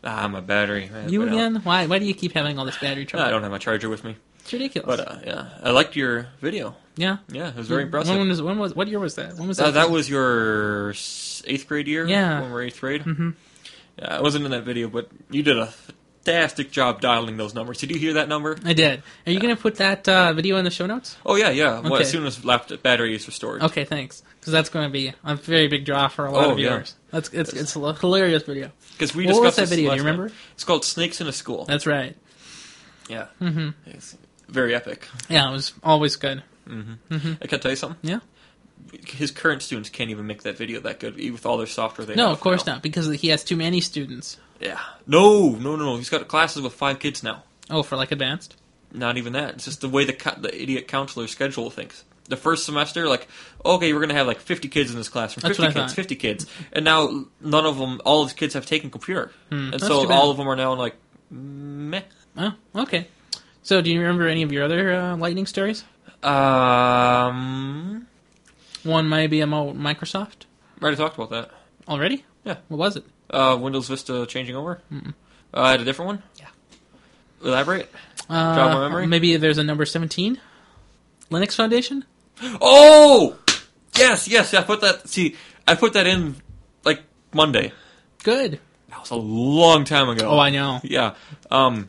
B: Ah, my battery. Man,
A: You
B: went out.
A: again? Why? Why do you keep having all this battery
B: No,
A: trouble?
B: I don't have my charger with me.
A: It's ridiculous.
B: But uh, yeah, I liked your video.
A: yeah.
B: Yeah, it was very impressive.
A: When was, when was what year was that? When was
B: Uh,
A: that?
B: that was your s- eighth grade year.
A: Yeah.
B: when we were eighth grade. Mm-hmm. Yeah, I wasn't in that video, but you did a fantastic job dialing those numbers. Did you hear that number?
A: I did. Are you going to put that uh, video in the show notes?
B: Oh yeah, yeah. Well,
A: Okay.
B: as soon as lap- battery is restored.
A: Okay, thanks. Because that's going to be a very big draw for a lot
B: Oh,
A: of
B: yeah.
A: viewers. That's it's, it's a hilarious video.
B: Because we
A: What was
B: discussed
A: that
B: this
A: video? Do
B: last
A: you remember? Uh,
B: night. It's called "Snakes in a School."
A: That's right.
B: yeah, mm-hmm. it's very epic.
A: Yeah, it was always good.
B: I can tell you something.
A: Yeah.
B: His current students can't even make that video that good, even with all their software. They
A: No,
B: have
A: of course
B: now.
A: not, because he has too many students.
B: Yeah, no, no, no. He's got classes with five kids now.
A: Oh, for like advanced.
B: Not even that. It's just the way the co- the idiot counselor schedule things. The first semester, like, okay, we're gonna have like fifty kids in this classroom,
A: That's
B: fifty
A: what I
B: kids,
A: thought.
B: fifty kids, and now none of them, all of the kids have taken computer, and
A: Hmm, That's
B: so
A: too bad.
B: all of them are now like, meh.
A: Oh, okay. So, do you remember any of your other uh, lightning stories?
B: Um,
A: One might be about Microsoft
B: we already talked about that.
A: already.
B: Yeah.
A: What was it?
B: Uh, Windows Vista changing over. Uh, I had a different one.
A: Yeah.
B: Elaborate.
A: Uh,
B: Jog my memory?
A: Maybe there's a number 17? Linux Foundation?
B: Oh, yes, yes. I put that. See, I put that in like Monday.
A: Good.
B: That was a long time ago.
A: Oh, I know.
B: Yeah. Um.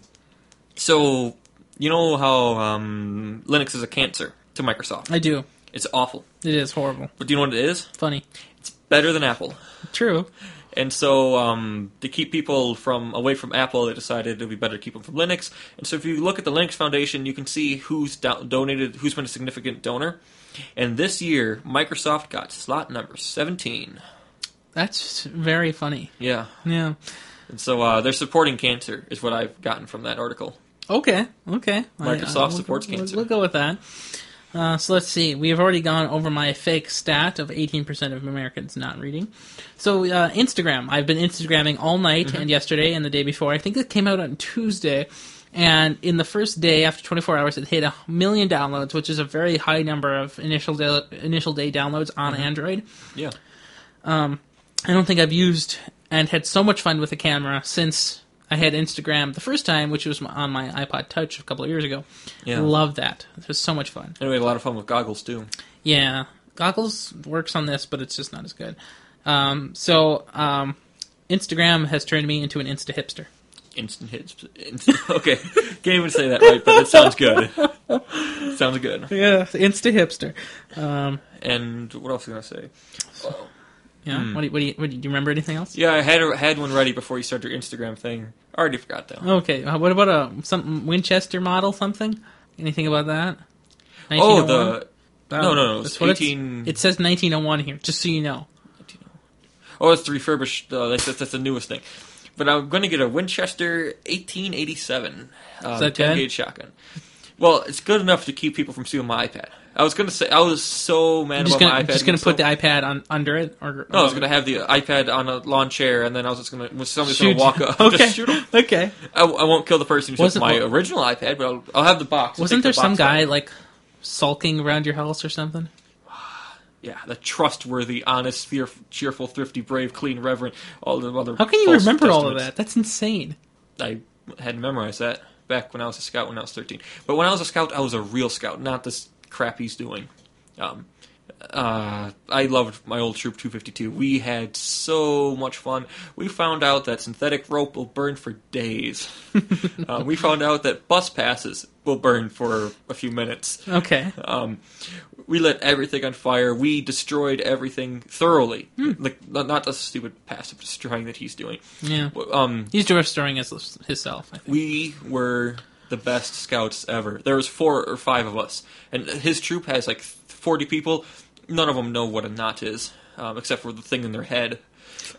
B: So you know how um, Linux is a cancer to Microsoft.
A: I do.
B: It's awful.
A: It is horrible.
B: But do you know what it is?
A: Funny.
B: It's better than Apple.
A: True.
B: And so, um, to keep people from away from Apple, they decided it would be better to keep them from Linux. And so, if you look at the Linux Foundation, you can see who's do- donated, who's been a significant donor. And this year, Microsoft got slot number seventeen.
A: That's very funny.
B: Yeah.
A: Yeah.
B: And so, uh, they're supporting cancer, is what I've gotten from that article.
A: Okay. Okay.
B: Microsoft
A: we'll-
B: supports
A: we'll,
B: cancer.
A: We'll go with that. Uh, so let's see. We have already gone over my fake stat of 18% of Americans not reading. So uh, Instagram. I've been Instagramming all night
B: Mm-hmm.
A: and yesterday and the day before. I think it came out on Tuesday. And in the first day, after 24 hours, it hit a million downloads, which is a very high number of initial da- initial day downloads on
B: Mm-hmm.
A: Android.
B: Yeah.
A: I don't think I've used and had so much fun with the camera since I had Instagram the first time, which was on my iPod Touch a couple of years ago.
B: Yeah.
A: Love that. It was so much fun.
B: And we had a lot of fun with goggles too.
A: Yeah. Goggles works on this, but it's just not as good. Um, so, um, Instagram has turned me into an Insta hipster.
B: Instant hits. Instant, okay, can't even say that right, but it sounds good. sounds good.
A: Yeah, insta hipster. Um,
B: And what else was I gonna say?
A: yeah.
B: Hmm.
A: What, do you, what, do you, what do you do? You remember anything else?
B: Yeah, I had had one ready before you started your Instagram thing. I already forgot though.
A: Okay. Uh, what about a some Winchester model something? Anything about that?
B: Oh,
A: 1901?
B: the no, no, no,
A: That's
B: it's
A: what it's-
B: 18
A: It says 1901 here, just so you know.
B: oh, it's the refurbished. Uh, that's, that's that's the newest thing. But I'm going to get a Winchester 1887 uh,
A: Is that
B: 10
A: good?
B: gauge shotgun. Well, it's good enough to keep people from stealing my iPad. I was going to say I was so mad
A: I'm
B: about
A: just gonna,
B: my iPad.
A: just gonna
B: being
A: put
B: so-
A: the iPad on under it, or
B: No, I was going to have the iPad on a lawn chair, and then I was just going to somebody's going
A: shoot.
B: to walk up.
A: okay.
B: Just shoot 'em.
A: Okay.
B: I, I won't kill the person who took
A: Wasn't-
B: my original iPad, but I'll, I'll have the box. I'll
A: Wasn't
B: take the
A: there some
B: box
A: guy
B: out.
A: like sulking around your house or something?
B: Yeah, the trustworthy, honest, fear, cheerful, thrifty, brave, clean, reverent, all the other.
A: How can you
B: false
A: remember all of
B: testaments.
A: that? That's insane.
B: I had memorized that back when I was a scout when I was 13. But when I was a scout, I was a real scout, not this crap he's doing. Um, uh, I loved my old troop 252. We had so much fun. We found out that synthetic rope will burn for days. uh, we found out that bus passes will burn for a few minutes.
A: Okay.
B: Um, we lit everything on fire. We destroyed everything thoroughly. Like not not the stupid passive destroying that he's doing.
A: Yeah.
B: W- Um,
A: He's restoring his, himself. I think.
B: we were the best scouts ever. There was four or five of us, and his troop has like forty people. None of them know what a knot is, um, except for the thing in their head.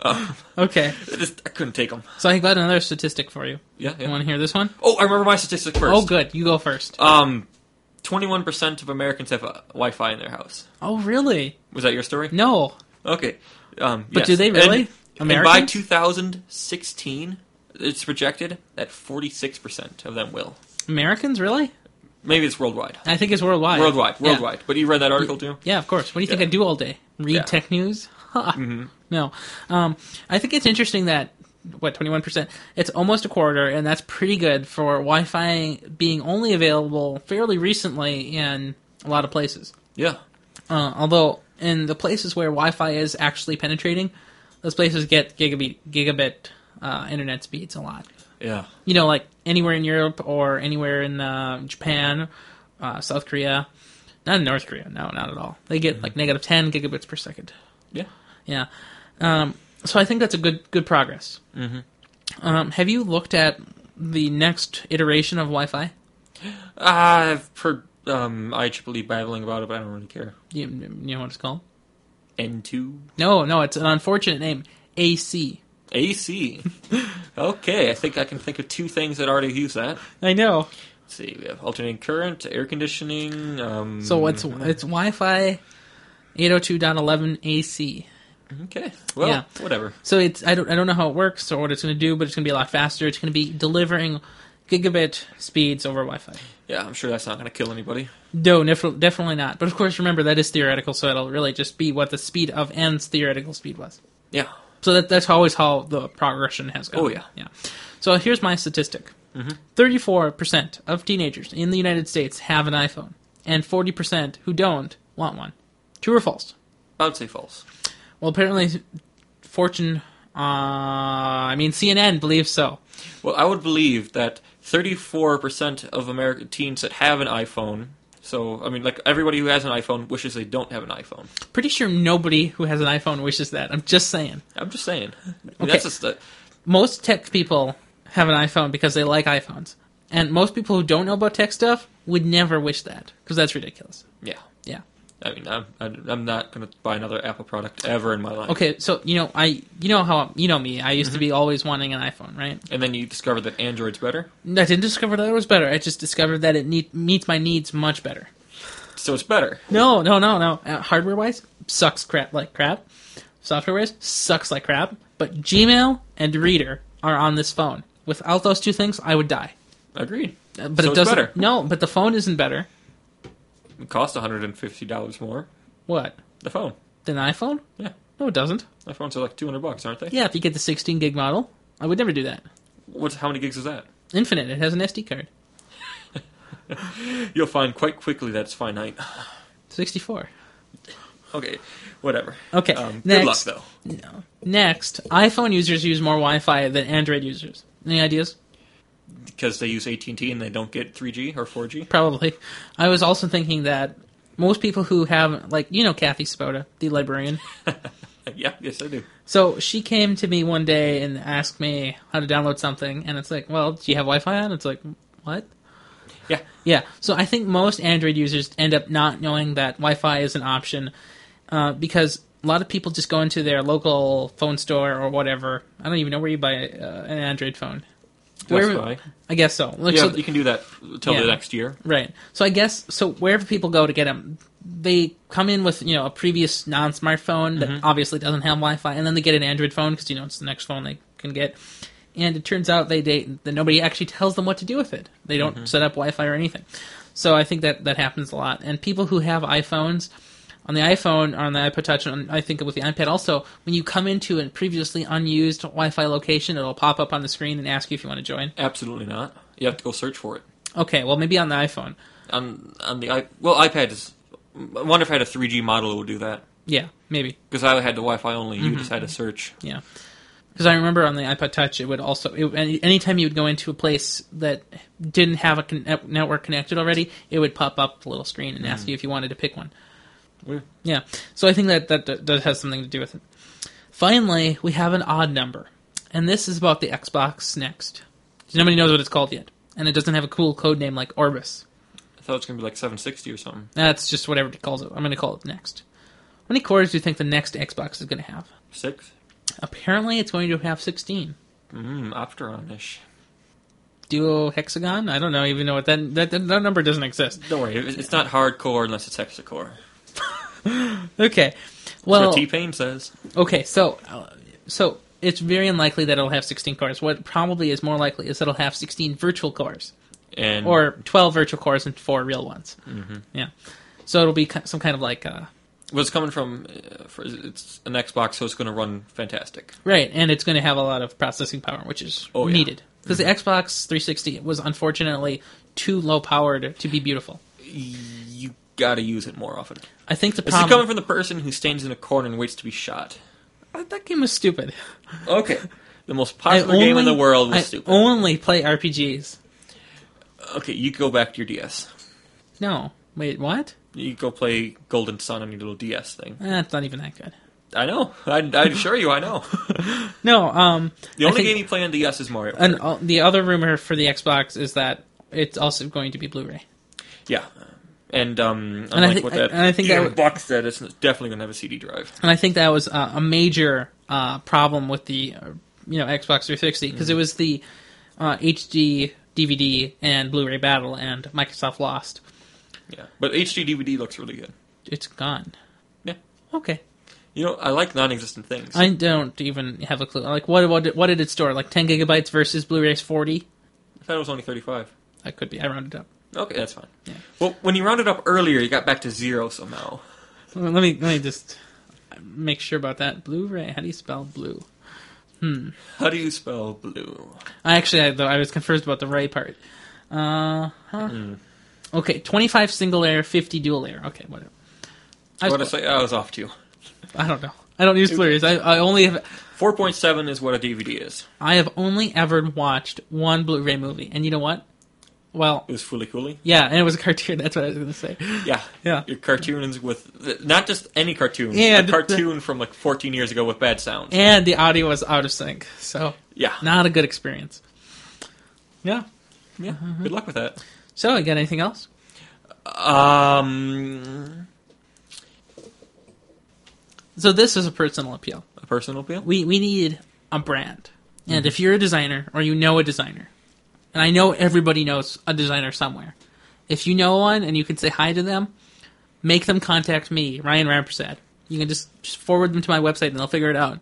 B: Um,
A: Okay.
B: I just- I couldn't take them.
A: So I got another statistic for you.
B: Yeah,
A: You
B: yeah.
A: want to hear this one?
B: Oh, I remember my statistic first.
A: Oh, good. You go first.
B: Um, twenty-one percent of Americans have uh, Wi-Fi in their house.
A: oh, really?
B: Was that your story?
A: No.
B: Okay. Um,
A: But
B: yes.
A: do they
B: And-
A: really?
B: And, by
A: Americans?
B: 2016, it's projected that 46% of them will.
A: Americans, really?
B: Maybe it's worldwide.
A: I think it's worldwide.
B: Worldwide,
A: Yeah.
B: worldwide. But you read that article too?
A: Yeah, of course. What do you think
B: Yeah.
A: I do all day? Read
B: Yeah. Mm-hmm.
A: tech news? Ha. No. Um, I think it's interesting that, what, 21%? It's almost a quarter, and that's pretty good for Wi Fi being only available fairly recently in a lot of places.
B: Yeah.
A: Uh, although, in the places where Wi Fi is actually penetrating, those places get gigabit, gigabit uh, internet speeds a lot.
B: Yeah.
A: you know, like anywhere in Europe or anywhere in uh, Japan, uh, South Korea, not in North Korea, no, not at all. They get like negative ten gigabits per second.
B: Yeah.
A: Yeah, um, so I think that's a good good progress. Mm-hmm. Um, have you looked at the next iteration of Wi-Fi?
B: I've heard um, IEEE babbling about it, but I don't really care.
A: You, you know what it's called?
B: N2?
A: No, no, it's an unfortunate name. AC.
B: AC. okay, I think I can think of two things that already use that.
A: I know.
B: Let's see, we have alternating current, air conditioning. Um,
A: So it's it's Wi-Fi 802.11 AC.
B: Okay, well,
A: Yeah.
B: whatever.
A: So it's I don't I don't know how it works or what it's going to do, but it's going to be a lot faster. It's going to be delivering gigabit speeds over Wi-Fi.
B: Yeah, I'm sure that's not going to kill anybody.
A: No, nef- definitely not. But of course, remember that is theoretical, so it'll really just be what the speed of n's theoretical speed was.
B: Yeah.
A: So that that's always how the progression has gone.
B: Oh, yeah. Mm-hmm.
A: yeah. So here's my statistic: 34 percent of teenagers in the United States have an iPhone, and 40 percent who don't want one. True or false?
B: I would say false.
A: Well, apparently, Fortune, uh, I mean CNN believes so.
B: Well, I would believe that 34% of American teens that have an iPhone, so, I mean, like, everybody who has an iPhone wishes they don't have an iPhone.
A: Pretty sure nobody who has an iPhone wishes that. I'm just saying.
B: I'm just saying. That's just a,
A: Most tech people have an iPhone because they like iPhones. And most people who don't know about tech stuff would never wish that because that's ridiculous.
B: yeah.
A: Yeah.
B: I mean, I'm, I'm I'm not going to buy another Apple product ever in my life.
A: Okay, so you know I you know how you know me. I used to be always wanting an iPhone, right?
B: And then you discover that Android's better,
A: I didn't discover that it was better. I just discovered that it need, meets my needs much better.
B: so it's better.
A: No, no, no, no. Uh, hardware wise, sucks crap like crap. Software wise, sucks like crap. But Gmail and Reader are on this phone. Without those two things, I would die.
B: Agreed.
A: Uh, But it
B: So it's
A: doesn't.
B: better.
A: No, but the phone isn't better.
B: It costs $150 more.
A: What?
B: The phone.
A: Than iPhone?
B: Yeah.
A: No, it doesn't.
B: iPhones are like 200 bucks, aren't they?
A: Yeah, if you get the 16 gig model, I would never do that.
B: What's, how many gigs is that?
A: Infinite. It has an SD card.
B: You'll find quite quickly that's finite.
A: 64.
B: Okay, whatever.
A: Okay,
B: Um, good luck,
A: next.
B: though.
A: Next, iPhone users use more Wi-Fi than Android users. Any ideas?
B: because they use AT and T and they don't get 3G or 4G.
A: Probably. I was also thinking that most people who have, like, you know, Kathy Spoda, the librarian.
B: Uh, yeah, yes, I do.
A: So she came to me one day and asked me how to download something, and it's like, well, do you have Wi Fi on? It's like, what?
B: Yeah,
A: Yeah. So I think most Android users end up not knowing that Wi Fi is an option uh, because a lot of people just go into their local phone store or whatever. I don't even know where you buy uh, an Android phone.
B: Best
A: Where-
B: Buy.
A: I guess so. Like,
B: yeah,
A: so-
B: you can do that till
A: Yeah.
B: the next year.
A: Right. So I guess so wherever people go to get them, they come in with you know a previous non-smartphone that obviously doesn't have Wi-Fi, and then they get an Android phone because you know it's the next phone they can get. And it turns out they, they that nobody actually tells them what to do with it. They don't set up Wi-Fi or anything. So I think that that happens a lot. And people who have iPhones. On the iPhone, on the iPod Touch, and I think with the iPad also, when you come into a previously unused Wi-Fi location, it'll pop up on the screen and ask you if you want to join.
B: Absolutely not. You have to go search for it
A: Okay, well maybe on the iPhone.
B: on on the i well iPad is. I wonder if I had a 3G model that would do that
A: Yeah, maybe.
B: because I had the Wi-Fi only. You just had
A: Mm-hmm.
B: to search.
A: Yeah, because I remember on the iPod Touch, it would also it, any anytime you would go into a place that didn't have a con- a network connected already, it would pop up the little screen and ask you if you wanted to pick one.
B: Yeah.
A: Yeah, so I think that that that that has something to do with it. Finally, we have an odd number, and this is about the Xbox Next. Nobody knows what it's called yet, and it doesn't have a cool code name like Orbis.
B: I thought it was gonna be like 760 or something.
A: That's just whatever it calls it. I'm going to call it Next. How many cores do you think the next Xbox is going to have?
B: Six.
A: Apparently, it's going to have 16.
B: Mm, Opteron-ish.
A: duo hexagon. I don't know even know what that that, that number doesn't exist.
B: Don't worry, it- it's not hardcore unless it's hexacore.
A: Okay,
B: That's
A: well,
B: what T Pain says.
A: okay, so uh, so it's very unlikely that it'll have 16 cores. What probably is more likely is that it'll have 16 virtual cores
B: And
A: or 12 virtual cores and four real ones. Mm-hmm. Yeah, so it'll be ki- some kind of like uh,
B: Well, it's coming from uh, for, it's an Xbox, so it's going to run fantastic.
A: Right, and it's going to have a lot of processing power, which is
B: Oh, yeah.
A: needed because the Xbox 360 was unfortunately too low powered to be beautiful.
B: You got to use it more often.
A: I think the
B: This is
A: problem
B: coming from the person who stands in a corner and waits to be shot.
A: that game was stupid.
B: Okay, the most
A: I
B: popular game in the
A: only-
B: world was
A: I
B: stupid.
A: only play RPGs.
B: okay, you go back to your DS.
A: No. Wait, what?
B: You go play Golden Sun on your little DS thing.
A: Eh, it's not even that good.
B: I know. I, I assure you, I know.
A: No, um,
B: The
A: I
B: only
A: think-
B: game you play on DS is Mario.
A: and uh, the other rumor for the Xbox is that it's also going to be Blu-ray.
B: yeah. And um, unlike
A: I think-
B: what that
A: and I think that would-
B: box said, it's definitely going to have a CD drive.
A: And I think that was uh, a major uh, problem with the uh, you know Xbox 360 because it was the uh, HD DVD and Blu-ray battle, and Microsoft lost.
B: Yeah, but HD DVD looks really good.
A: It's gone.
B: Yeah.
A: Okay.
B: You know, I like non-existent things.
A: I don't even have a clue. Like, what what did, what did it store? Like ten gigabytes versus Blu-ray's forty.
B: I thought it was only 35.
A: That could be. I rounded up.
B: Okay, that's fine.
A: Yeah.
B: Well, when you rounded up earlier, you got back to zero somehow.
A: Well, Let me let me just make sure about that. Blu-ray. How do you spell blue?
B: How do you spell blue?
A: I actually I, though I was confused about the ray part. Uh huh. Okay, twenty-five single layer, fifty dual layer. Okay, whatever. I,
B: What I
A: was,
B: say? I was off too.
A: I don't know. I don't use Blu-rays. I, I only have
B: 4.7 is what a DVD is.
A: I have only ever watched one Blu-ray movie, and you know what? Well,
B: It was fully coolly.
A: yeah, and it was a cartoon. That's what I was going to say.
B: Yeah,
A: Yeah.
B: Your cartoons with not just any cartoon.
A: Yeah,
B: a
A: the-
B: cartoon from like 14 years ago with bad sound.
A: And the audio was out of sync, so
B: yeah,
A: not a good experience. Yeah.
B: yeah. Good luck with that.
A: So, you got anything else?
B: Um,
A: So this is a personal appeal.
B: a personal appeal.
A: we we need a brand. And if you're a designer or you know a designer, and I know everybody knows a designer somewhere, if you know one and you can say hi to them, make them contact me, Ryan Rampersad. You can just, just forward them to my website and they'll figure it out.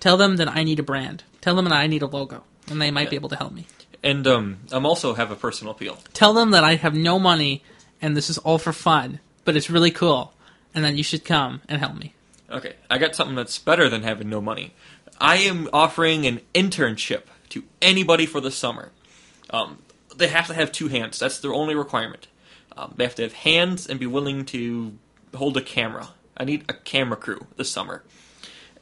A: Tell them that I need a brand. Tell them that I need a logo, and they might be able to help me.
B: And um, I'm also have a personal appeal.
A: Tell them that I have no money and this is all for fun, but it's really cool, and then you should come and help me.
B: Okay, I got something that's better than having no money. I am offering an internship to anybody for the summer. Um, they have to have two hands. That's their only requirement. Um, they have to have hands and be willing to hold a camera. I need a camera crew this summer,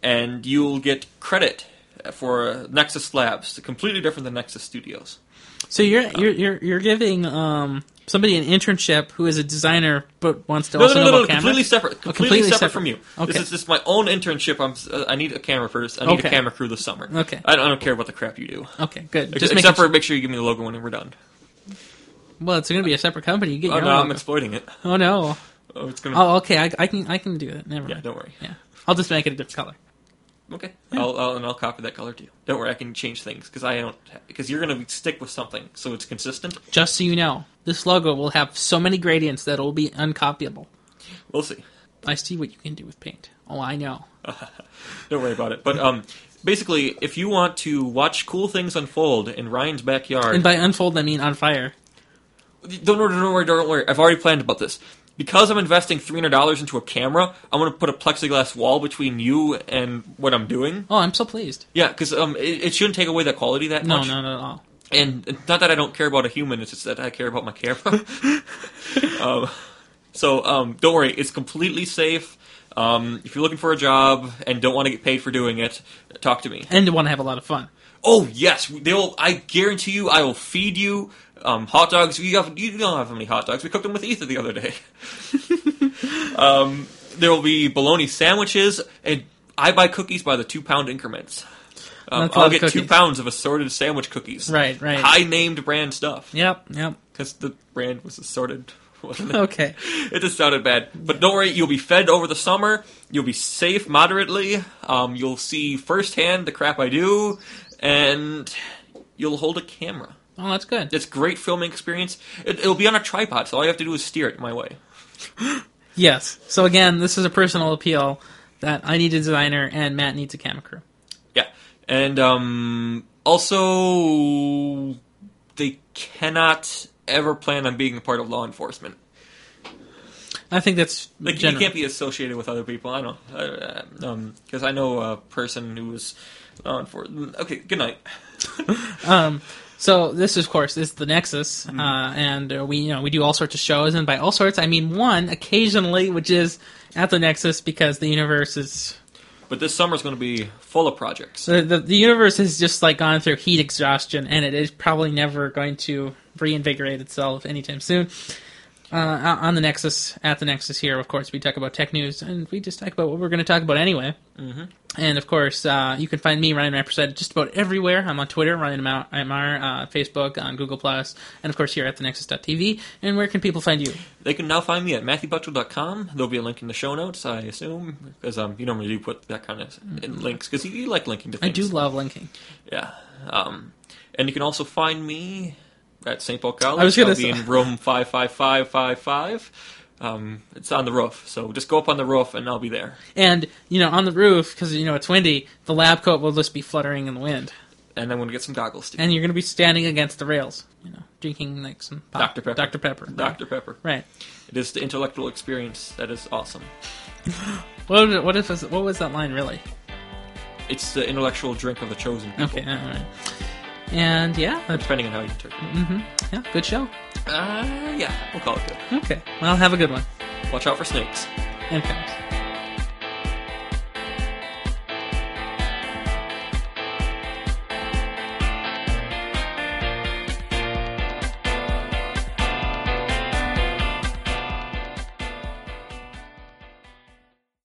B: and you'll get credit for Nexus Labs, completely different than Nexus Studios.
A: So you're you're you're, you're giving um, somebody an internship who is a designer but wants to
B: No, no,
A: also
B: no,
A: know
B: no,
A: about cameras. Oh,
B: completely separate, completely,
A: completely
B: separate,
A: separate.
B: from you.
A: Okay.
B: This is just my own internship. I'm, uh, I need a camera first. I need
A: Okay.
B: a camera crew this summer.
A: Okay.
B: I don't, I don't care about the crap you do.
A: Okay, good.
B: Ex-
A: Just
B: except
A: making
B: for make sure you give me the logo when we're done.
A: su- well, it's going to be a separate company. You get
B: Oh
A: your
B: no,
A: own.
B: I'm exploiting it.
A: oh no.
B: Oh, it's gonna.
A: Oh, okay. I, I can I can do that. Never
B: yeah,
A: mind.
B: don't worry.
A: Yeah, I'll just make it a different color.
B: Okay, I'll, I'll and I'll copy that color too. Don't worry, I can change things because I don't because you're gonna stick with something so it's consistent.
A: Just so you know, this logo will have so many gradients that it'll be uncopyable.
B: We'll see.
A: I see what you can do with paint. Oh, I know.
B: Don't worry about it. But um, basically, if you want to watch cool things unfold in Ryan's backyard,
A: And by unfold, I mean on fire.
B: Don't worry, don't worry, don't worry. I've already planned about this. Because I'm investing three hundred dollars into a camera, I'm gonna put a plexiglass wall between you and what I'm doing.
A: Oh, I'm so pleased.
B: Yeah, because um, it, it shouldn't take away the quality that
A: No,
B: much.
A: no, not at all.
B: And it's not that I don't care about a human; it's just that I care about my camera. um, so um, don't worry, it's completely safe. Um, if you're looking for a job and don't want to get paid for doing it, talk to me.
A: And want to have a lot of fun.
B: Oh yes, they'll. I guarantee you, I will feed you um, hot dogs. You have you don't have how many hot dogs. We cooked them with Ethan the other day. um, there will be bologna sandwiches, and I buy cookies by the two pound increments. Um,
A: That's a lot
B: I'll
A: of
B: get two
A: cookies.
B: pounds of assorted sandwich cookies.
A: Right, right.
B: High named brand stuff
A: Yep, yep.
B: because the brand was assorted. Wasn't it?
A: Okay.
B: It just sounded bad, but don't worry. You'll be fed over the summer. You'll be safe moderately. Um, you'll see firsthand the crap I do, and you'll hold a camera.
A: Oh, that's good.
B: It's great filming experience. It, it'll be on a tripod, so all you have to do is steer it my way.
A: Yes. So again, this is a personal appeal that I need a designer and Matt needs a camera crew.
B: Yeah, and um, also they cannot ever plan on being a part of law enforcement.
A: I think that's
B: Like
A: general.
B: you can't be associated with other people. I know, because um 'cause I know a person who was law enforcement. Okay, good night.
A: So this, of course, is the Nexus,
B: Mm-hmm.
A: uh, and uh, we you know we do all sorts of shows, and by all sorts I mean one occasionally, which is at the Nexus because the universe is
B: But this summer's going to be full of projects.
A: the, the the universe has just like gone through heat exhaustion, and it is probably never going to reinvigorate itself anytime soon. Uh, o- on the Nexus, at the Nexus here, of course, we talk about tech news, and we just talk about what we're going to talk about anyway. And of course, uh, you can find me Ryan Rampersad just about everywhere. I'm on Twitter, Ryan Mou- Imar, uh, Facebook, on Google Plus, and of course here at the Nexus.tv. And where can people find you?
B: They can now find me at MatthewButchell.com. There'll be a link in the show notes, I assume, because um, you normally do put that kind of in links because you, you like linking to
A: Mm-hmm. I
B: things.
A: do love linking.
B: Yeah. Um, and you can also find me at St. Paul College.
A: I was gonna
B: I'll be
A: say-
B: in room 55555. Um, it's on the roof, so just go up on the roof and I'll be there.
A: And you know, on the roof because you know it's windy, the lab coat will just be fluttering in the wind.
B: And I'm going to get some goggles too.
A: and you're going to be standing against the rails, you know, drinking like some pop-
B: Dr. Pepper.
A: Dr. Pepper.
B: Dr. Pepper.
A: Right.
B: It is the intellectual experience that is awesome.
A: What was- what if what was that line really?
B: It's the intellectual drink of the chosen people,
A: Okay. All right. And yeah, that's,
B: depending on how you interpret it.
A: yeah, good show.
B: Uh, yeah, we'll call it good.
A: Okay. Well, have a good one.
B: Watch out for snakes.
A: And comes.